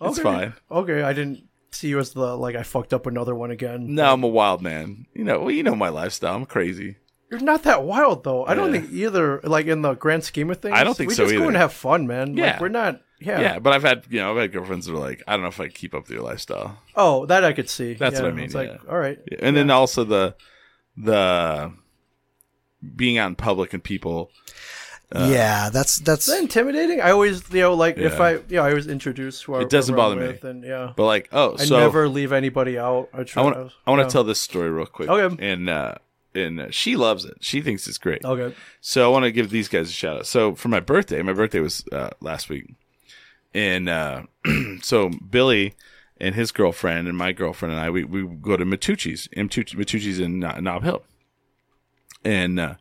[SPEAKER 2] It's
[SPEAKER 3] Okay.
[SPEAKER 2] fine.
[SPEAKER 3] Okay, I didn't see you as the like I fucked up another one again.
[SPEAKER 2] No, I'm a wild man. You know, well, you know my lifestyle. I'm crazy.
[SPEAKER 3] You're not that wild though. I don't
[SPEAKER 2] Yeah.
[SPEAKER 3] think either. Like in the grand scheme of things,
[SPEAKER 2] I don't think
[SPEAKER 3] we
[SPEAKER 2] so
[SPEAKER 3] just go
[SPEAKER 2] either.
[SPEAKER 3] and have fun, man.
[SPEAKER 2] Yeah.
[SPEAKER 3] like, we're not. Yeah.
[SPEAKER 2] Yeah. but I've had you know I've had girlfriends that are like, I don't know if I can keep up with your lifestyle.
[SPEAKER 3] Oh, that I could see.
[SPEAKER 2] That's
[SPEAKER 3] Yeah,
[SPEAKER 2] what I mean,
[SPEAKER 3] It's like
[SPEAKER 2] yeah.
[SPEAKER 3] all right.
[SPEAKER 2] Yeah, And then also the the being out in public and people.
[SPEAKER 4] yeah. That's that's.
[SPEAKER 3] Is that intimidating? I always, you know, like if
[SPEAKER 2] Yeah.
[SPEAKER 3] I, you know, I always introduce who I,
[SPEAKER 2] It doesn't
[SPEAKER 3] who I'm
[SPEAKER 2] bother me.
[SPEAKER 3] with And yeah,
[SPEAKER 2] But like, oh, so
[SPEAKER 3] I never leave anybody out. I
[SPEAKER 2] I
[SPEAKER 3] try.
[SPEAKER 2] want to I want to
[SPEAKER 3] yeah.
[SPEAKER 2] tell this story real quick.
[SPEAKER 3] Okay.
[SPEAKER 2] And uh, and uh, she loves it. She thinks it's great.
[SPEAKER 3] Okay.
[SPEAKER 2] So I want to give these guys a shout out. So for my birthday, my birthday was uh, last week, and uh, so Billy and his girlfriend and my girlfriend and I we, we go to Matucci's, Matucci- Matucci's in Kno- Knob Hill, and uh,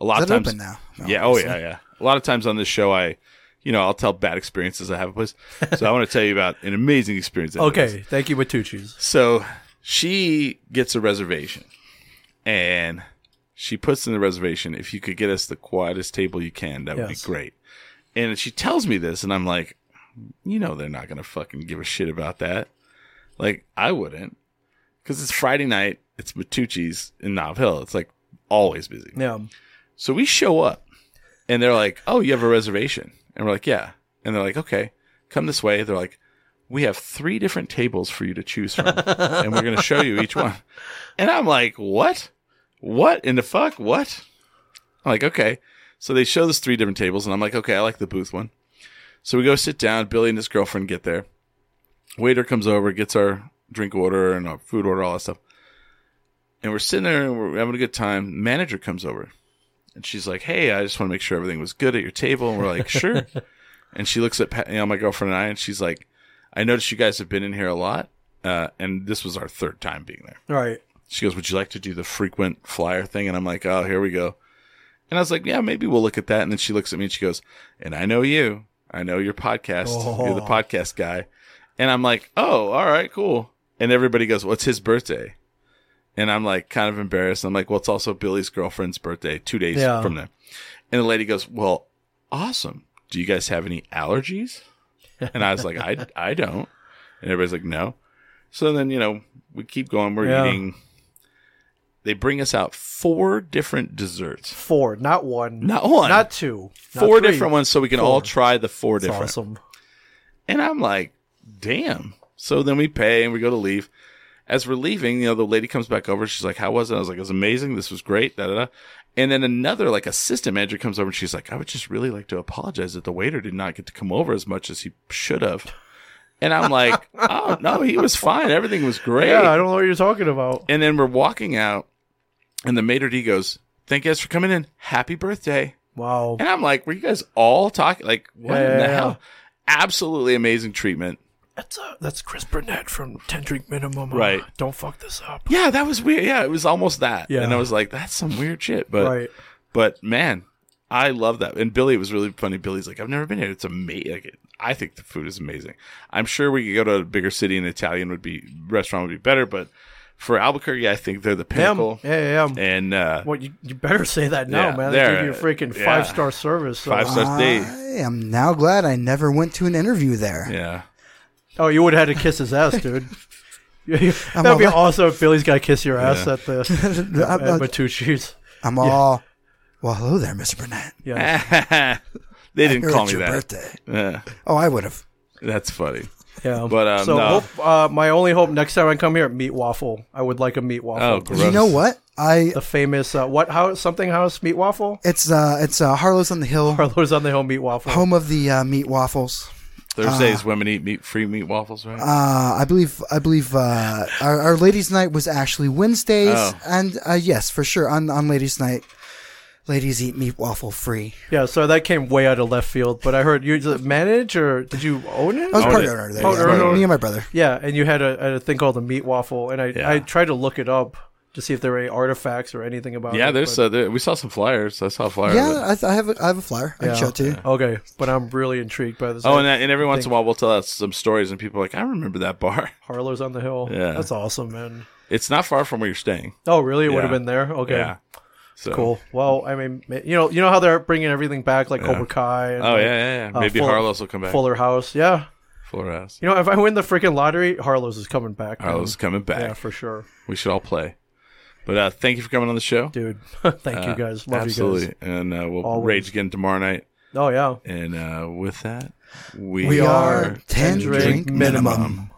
[SPEAKER 2] a lot
[SPEAKER 4] Is
[SPEAKER 2] of
[SPEAKER 4] that
[SPEAKER 2] times
[SPEAKER 4] open now? No,
[SPEAKER 2] yeah, oh
[SPEAKER 4] it's
[SPEAKER 2] yeah, yeah. A lot of times on this show, I, you know, I'll tell bad experiences I have with place. So I want to tell you about an amazing experience. I had with
[SPEAKER 3] Okay. Thank you, Matucci's.
[SPEAKER 2] so she gets a reservation and she puts in the reservation, if you could get us the quietest table you can, that would
[SPEAKER 3] Yes.
[SPEAKER 2] be great. And she tells me this, and I'm like, you know, they're not going to fucking give a shit about that. Like, I wouldn't because it's Friday night, it's Matucci's in Knob Hill. It's like always busy.
[SPEAKER 3] Yeah.
[SPEAKER 2] So we show up and they're like, Oh, you have a reservation. And we're like, Yeah. And they're like, Okay, come this way. They're like, we have three different tables for you to choose from, and we're going to show you each one. And I'm like, what? What in the fuck? What? I'm like, okay. So they show us three different tables, and I'm like, okay, I like the booth one. So we go sit down. Billy and his girlfriend get there. Waiter comes over, gets our drink order and our food order, all that stuff. And we're sitting there and we're having a good time. Manager comes over, and she's like, "Hey, I just want to make sure everything was good at your table." And we're like, "Sure." and she looks at Pat, you know, my girlfriend and I, and she's like, "I noticed you guys have been in here a lot, uh, and this was our third time being there."
[SPEAKER 3] Right.
[SPEAKER 2] She goes, "Would you like to do the frequent flyer thing?" And I'm like, "Oh, here we go." And I was like, "Yeah, maybe we'll look at that." And then she looks at me and she goes, "And I know you. I know your podcast. You're the
[SPEAKER 3] Oh.
[SPEAKER 2] podcast guy." And I'm like, "Oh, all right, cool." And everybody goes, "What's his birthday?" And I'm like, kind of embarrassed. I'm like, "Well, it's also Billy's girlfriend's birthday, two days
[SPEAKER 3] Yeah.
[SPEAKER 2] from now." And the lady goes, "Well, awesome. Do you guys have any allergies?" And I was like, "I I don't." And everybody's like, "No." So then, you know, we keep going. We're
[SPEAKER 3] Yeah.
[SPEAKER 2] eating. They bring us out four different desserts.
[SPEAKER 3] Four, not one.
[SPEAKER 2] Not one.
[SPEAKER 3] Not two. not
[SPEAKER 2] four
[SPEAKER 3] three.
[SPEAKER 2] different ones so we can all
[SPEAKER 3] Four.
[SPEAKER 2] try the four
[SPEAKER 3] That's
[SPEAKER 2] different.
[SPEAKER 3] awesome.
[SPEAKER 2] And I'm like, "Damn." So then we pay and we go to leave. As we're leaving, you know, the lady comes back over. She's like, "How was it?" I was like, "It was amazing. This was great." Da da da. And then another like assistant manager comes over and she's like, "I would just really like to apologize that the waiter did not get to come over as much as he should have." And I'm like, "Oh no, he was fine. Everything was great."
[SPEAKER 3] Yeah, I don't know what you're talking about.
[SPEAKER 2] And then we're walking out, and the maitre d goes, "Thank you guys for coming in. Happy birthday."
[SPEAKER 3] Wow.
[SPEAKER 2] And I'm like, "Were you guys all talking? Like, what in the
[SPEAKER 3] Yeah.
[SPEAKER 2] hell?" Absolutely amazing treatment.
[SPEAKER 3] That's uh, that's Chris Burnett from Ten Drink Minimum. Uh,
[SPEAKER 2] Right.
[SPEAKER 3] Don't fuck this up.
[SPEAKER 2] Yeah, that was weird. Yeah, it was almost that.
[SPEAKER 3] Yeah.
[SPEAKER 2] And I was like, "That's some weird shit." But
[SPEAKER 3] right.
[SPEAKER 2] but man, I love that. And Billy it was really funny. Billy's like, "I've never been here. It's amazing. Like, I think the food is amazing. I'm sure we could go to a bigger city and Italian would be restaurant would be better, but." For Albuquerque, I think they're the
[SPEAKER 3] Him.
[SPEAKER 2] pinnacle.
[SPEAKER 3] Yeah, yeah. yeah.
[SPEAKER 2] And uh,
[SPEAKER 3] Well, you, you better say that now,
[SPEAKER 2] Yeah,
[SPEAKER 3] man. They
[SPEAKER 2] there,
[SPEAKER 3] give you a freaking
[SPEAKER 2] yeah.
[SPEAKER 3] five star service. So.
[SPEAKER 2] Five star- That's Dave.
[SPEAKER 4] I am now glad I never went to an interview there.
[SPEAKER 2] yeah,
[SPEAKER 3] Oh, you would have had to kiss his ass, dude. That'd
[SPEAKER 4] all
[SPEAKER 3] be
[SPEAKER 4] like-
[SPEAKER 3] awesome if Billy's got to kiss your ass
[SPEAKER 2] Yeah.
[SPEAKER 3] at the
[SPEAKER 4] I'm,
[SPEAKER 3] at
[SPEAKER 4] I'm,
[SPEAKER 3] Matucci's.
[SPEAKER 4] I'm all, well, hello there, Mr. Burnett.
[SPEAKER 3] Yeah.
[SPEAKER 2] they didn't
[SPEAKER 4] Here,
[SPEAKER 2] call
[SPEAKER 4] it's
[SPEAKER 2] me
[SPEAKER 4] your
[SPEAKER 2] that.
[SPEAKER 4] birthday.
[SPEAKER 2] Yeah,
[SPEAKER 4] Oh, I would have.
[SPEAKER 2] that's funny.
[SPEAKER 3] Yeah.
[SPEAKER 2] But, um,
[SPEAKER 3] so
[SPEAKER 2] no.
[SPEAKER 3] hope, uh, my only hope next time I come here, meat waffle. I would like a meat waffle.
[SPEAKER 2] Oh, gross.
[SPEAKER 4] You know what? I
[SPEAKER 3] The famous uh, what house something house meat waffle?
[SPEAKER 4] it's uh it's uh, Harlow's on the Hill,
[SPEAKER 3] Carlos on the Hill meat waffle.
[SPEAKER 4] home of the uh, meat waffles.
[SPEAKER 3] Ah.
[SPEAKER 2] Thursdays, women eat meat, free meat waffles, right?
[SPEAKER 4] Uh, I believe I believe uh, our, our ladies' night was actually Wednesdays,
[SPEAKER 2] Oh.
[SPEAKER 4] and uh, yes, for sure on on ladies' night, ladies eat meat waffle free.
[SPEAKER 3] Yeah, so that came way out of left field. But I heard you did it manage or did you own it?
[SPEAKER 4] I was
[SPEAKER 2] Own
[SPEAKER 4] part
[SPEAKER 2] it.
[SPEAKER 4] owner there.
[SPEAKER 3] Oh,
[SPEAKER 4] yeah.
[SPEAKER 3] owner.
[SPEAKER 4] Me and my brother.
[SPEAKER 3] yeah, and you had a, had a thing called a meat waffle, and I,
[SPEAKER 2] Yeah.
[SPEAKER 3] I tried to look it up to see if there were any artifacts or anything about it.
[SPEAKER 2] yeah, there's
[SPEAKER 3] but-
[SPEAKER 2] uh, there, we saw some flyers. I saw a flyer. of it.
[SPEAKER 4] Yeah, I, I have a, I have a flyer. I
[SPEAKER 3] Yeah.
[SPEAKER 4] can show it to you.
[SPEAKER 3] okay, but I'm really intrigued by this.
[SPEAKER 2] Oh, and, that, and every once in a while, we'll tell out some stories, and people are like, "I remember that bar.
[SPEAKER 3] Harlow's on the Hill.
[SPEAKER 2] Yeah.
[SPEAKER 3] that's awesome, man.
[SPEAKER 2] It's not far from where you're staying."
[SPEAKER 3] Oh, really? It would have
[SPEAKER 2] Yeah.
[SPEAKER 3] been there. Okay,
[SPEAKER 2] Yeah. So
[SPEAKER 3] cool. Well, I mean, ma- you know, you know how they're bringing everything back, like Cobra Kai. And
[SPEAKER 2] Oh
[SPEAKER 3] like,
[SPEAKER 2] yeah, yeah. yeah.
[SPEAKER 3] uh,
[SPEAKER 2] Maybe
[SPEAKER 3] Full-
[SPEAKER 2] Harlow's will come back.
[SPEAKER 3] Fuller House. Yeah,
[SPEAKER 2] Fuller House.
[SPEAKER 3] you know, if I win the freaking lottery, Harlow's is coming back. man.
[SPEAKER 2] Harlow's coming back.
[SPEAKER 3] yeah, for sure,
[SPEAKER 2] we should all play. But uh, thank you for coming on the show.
[SPEAKER 3] dude. Thank you guys. Love
[SPEAKER 2] Uh, Absolutely.
[SPEAKER 3] you guys.
[SPEAKER 2] And uh, we'll
[SPEAKER 3] Always.
[SPEAKER 2] rage again tomorrow night.
[SPEAKER 3] Oh yeah.
[SPEAKER 2] And uh, with that, we,
[SPEAKER 3] We
[SPEAKER 2] are
[SPEAKER 3] are 10
[SPEAKER 4] drink
[SPEAKER 3] drink minimum.
[SPEAKER 4] minimum.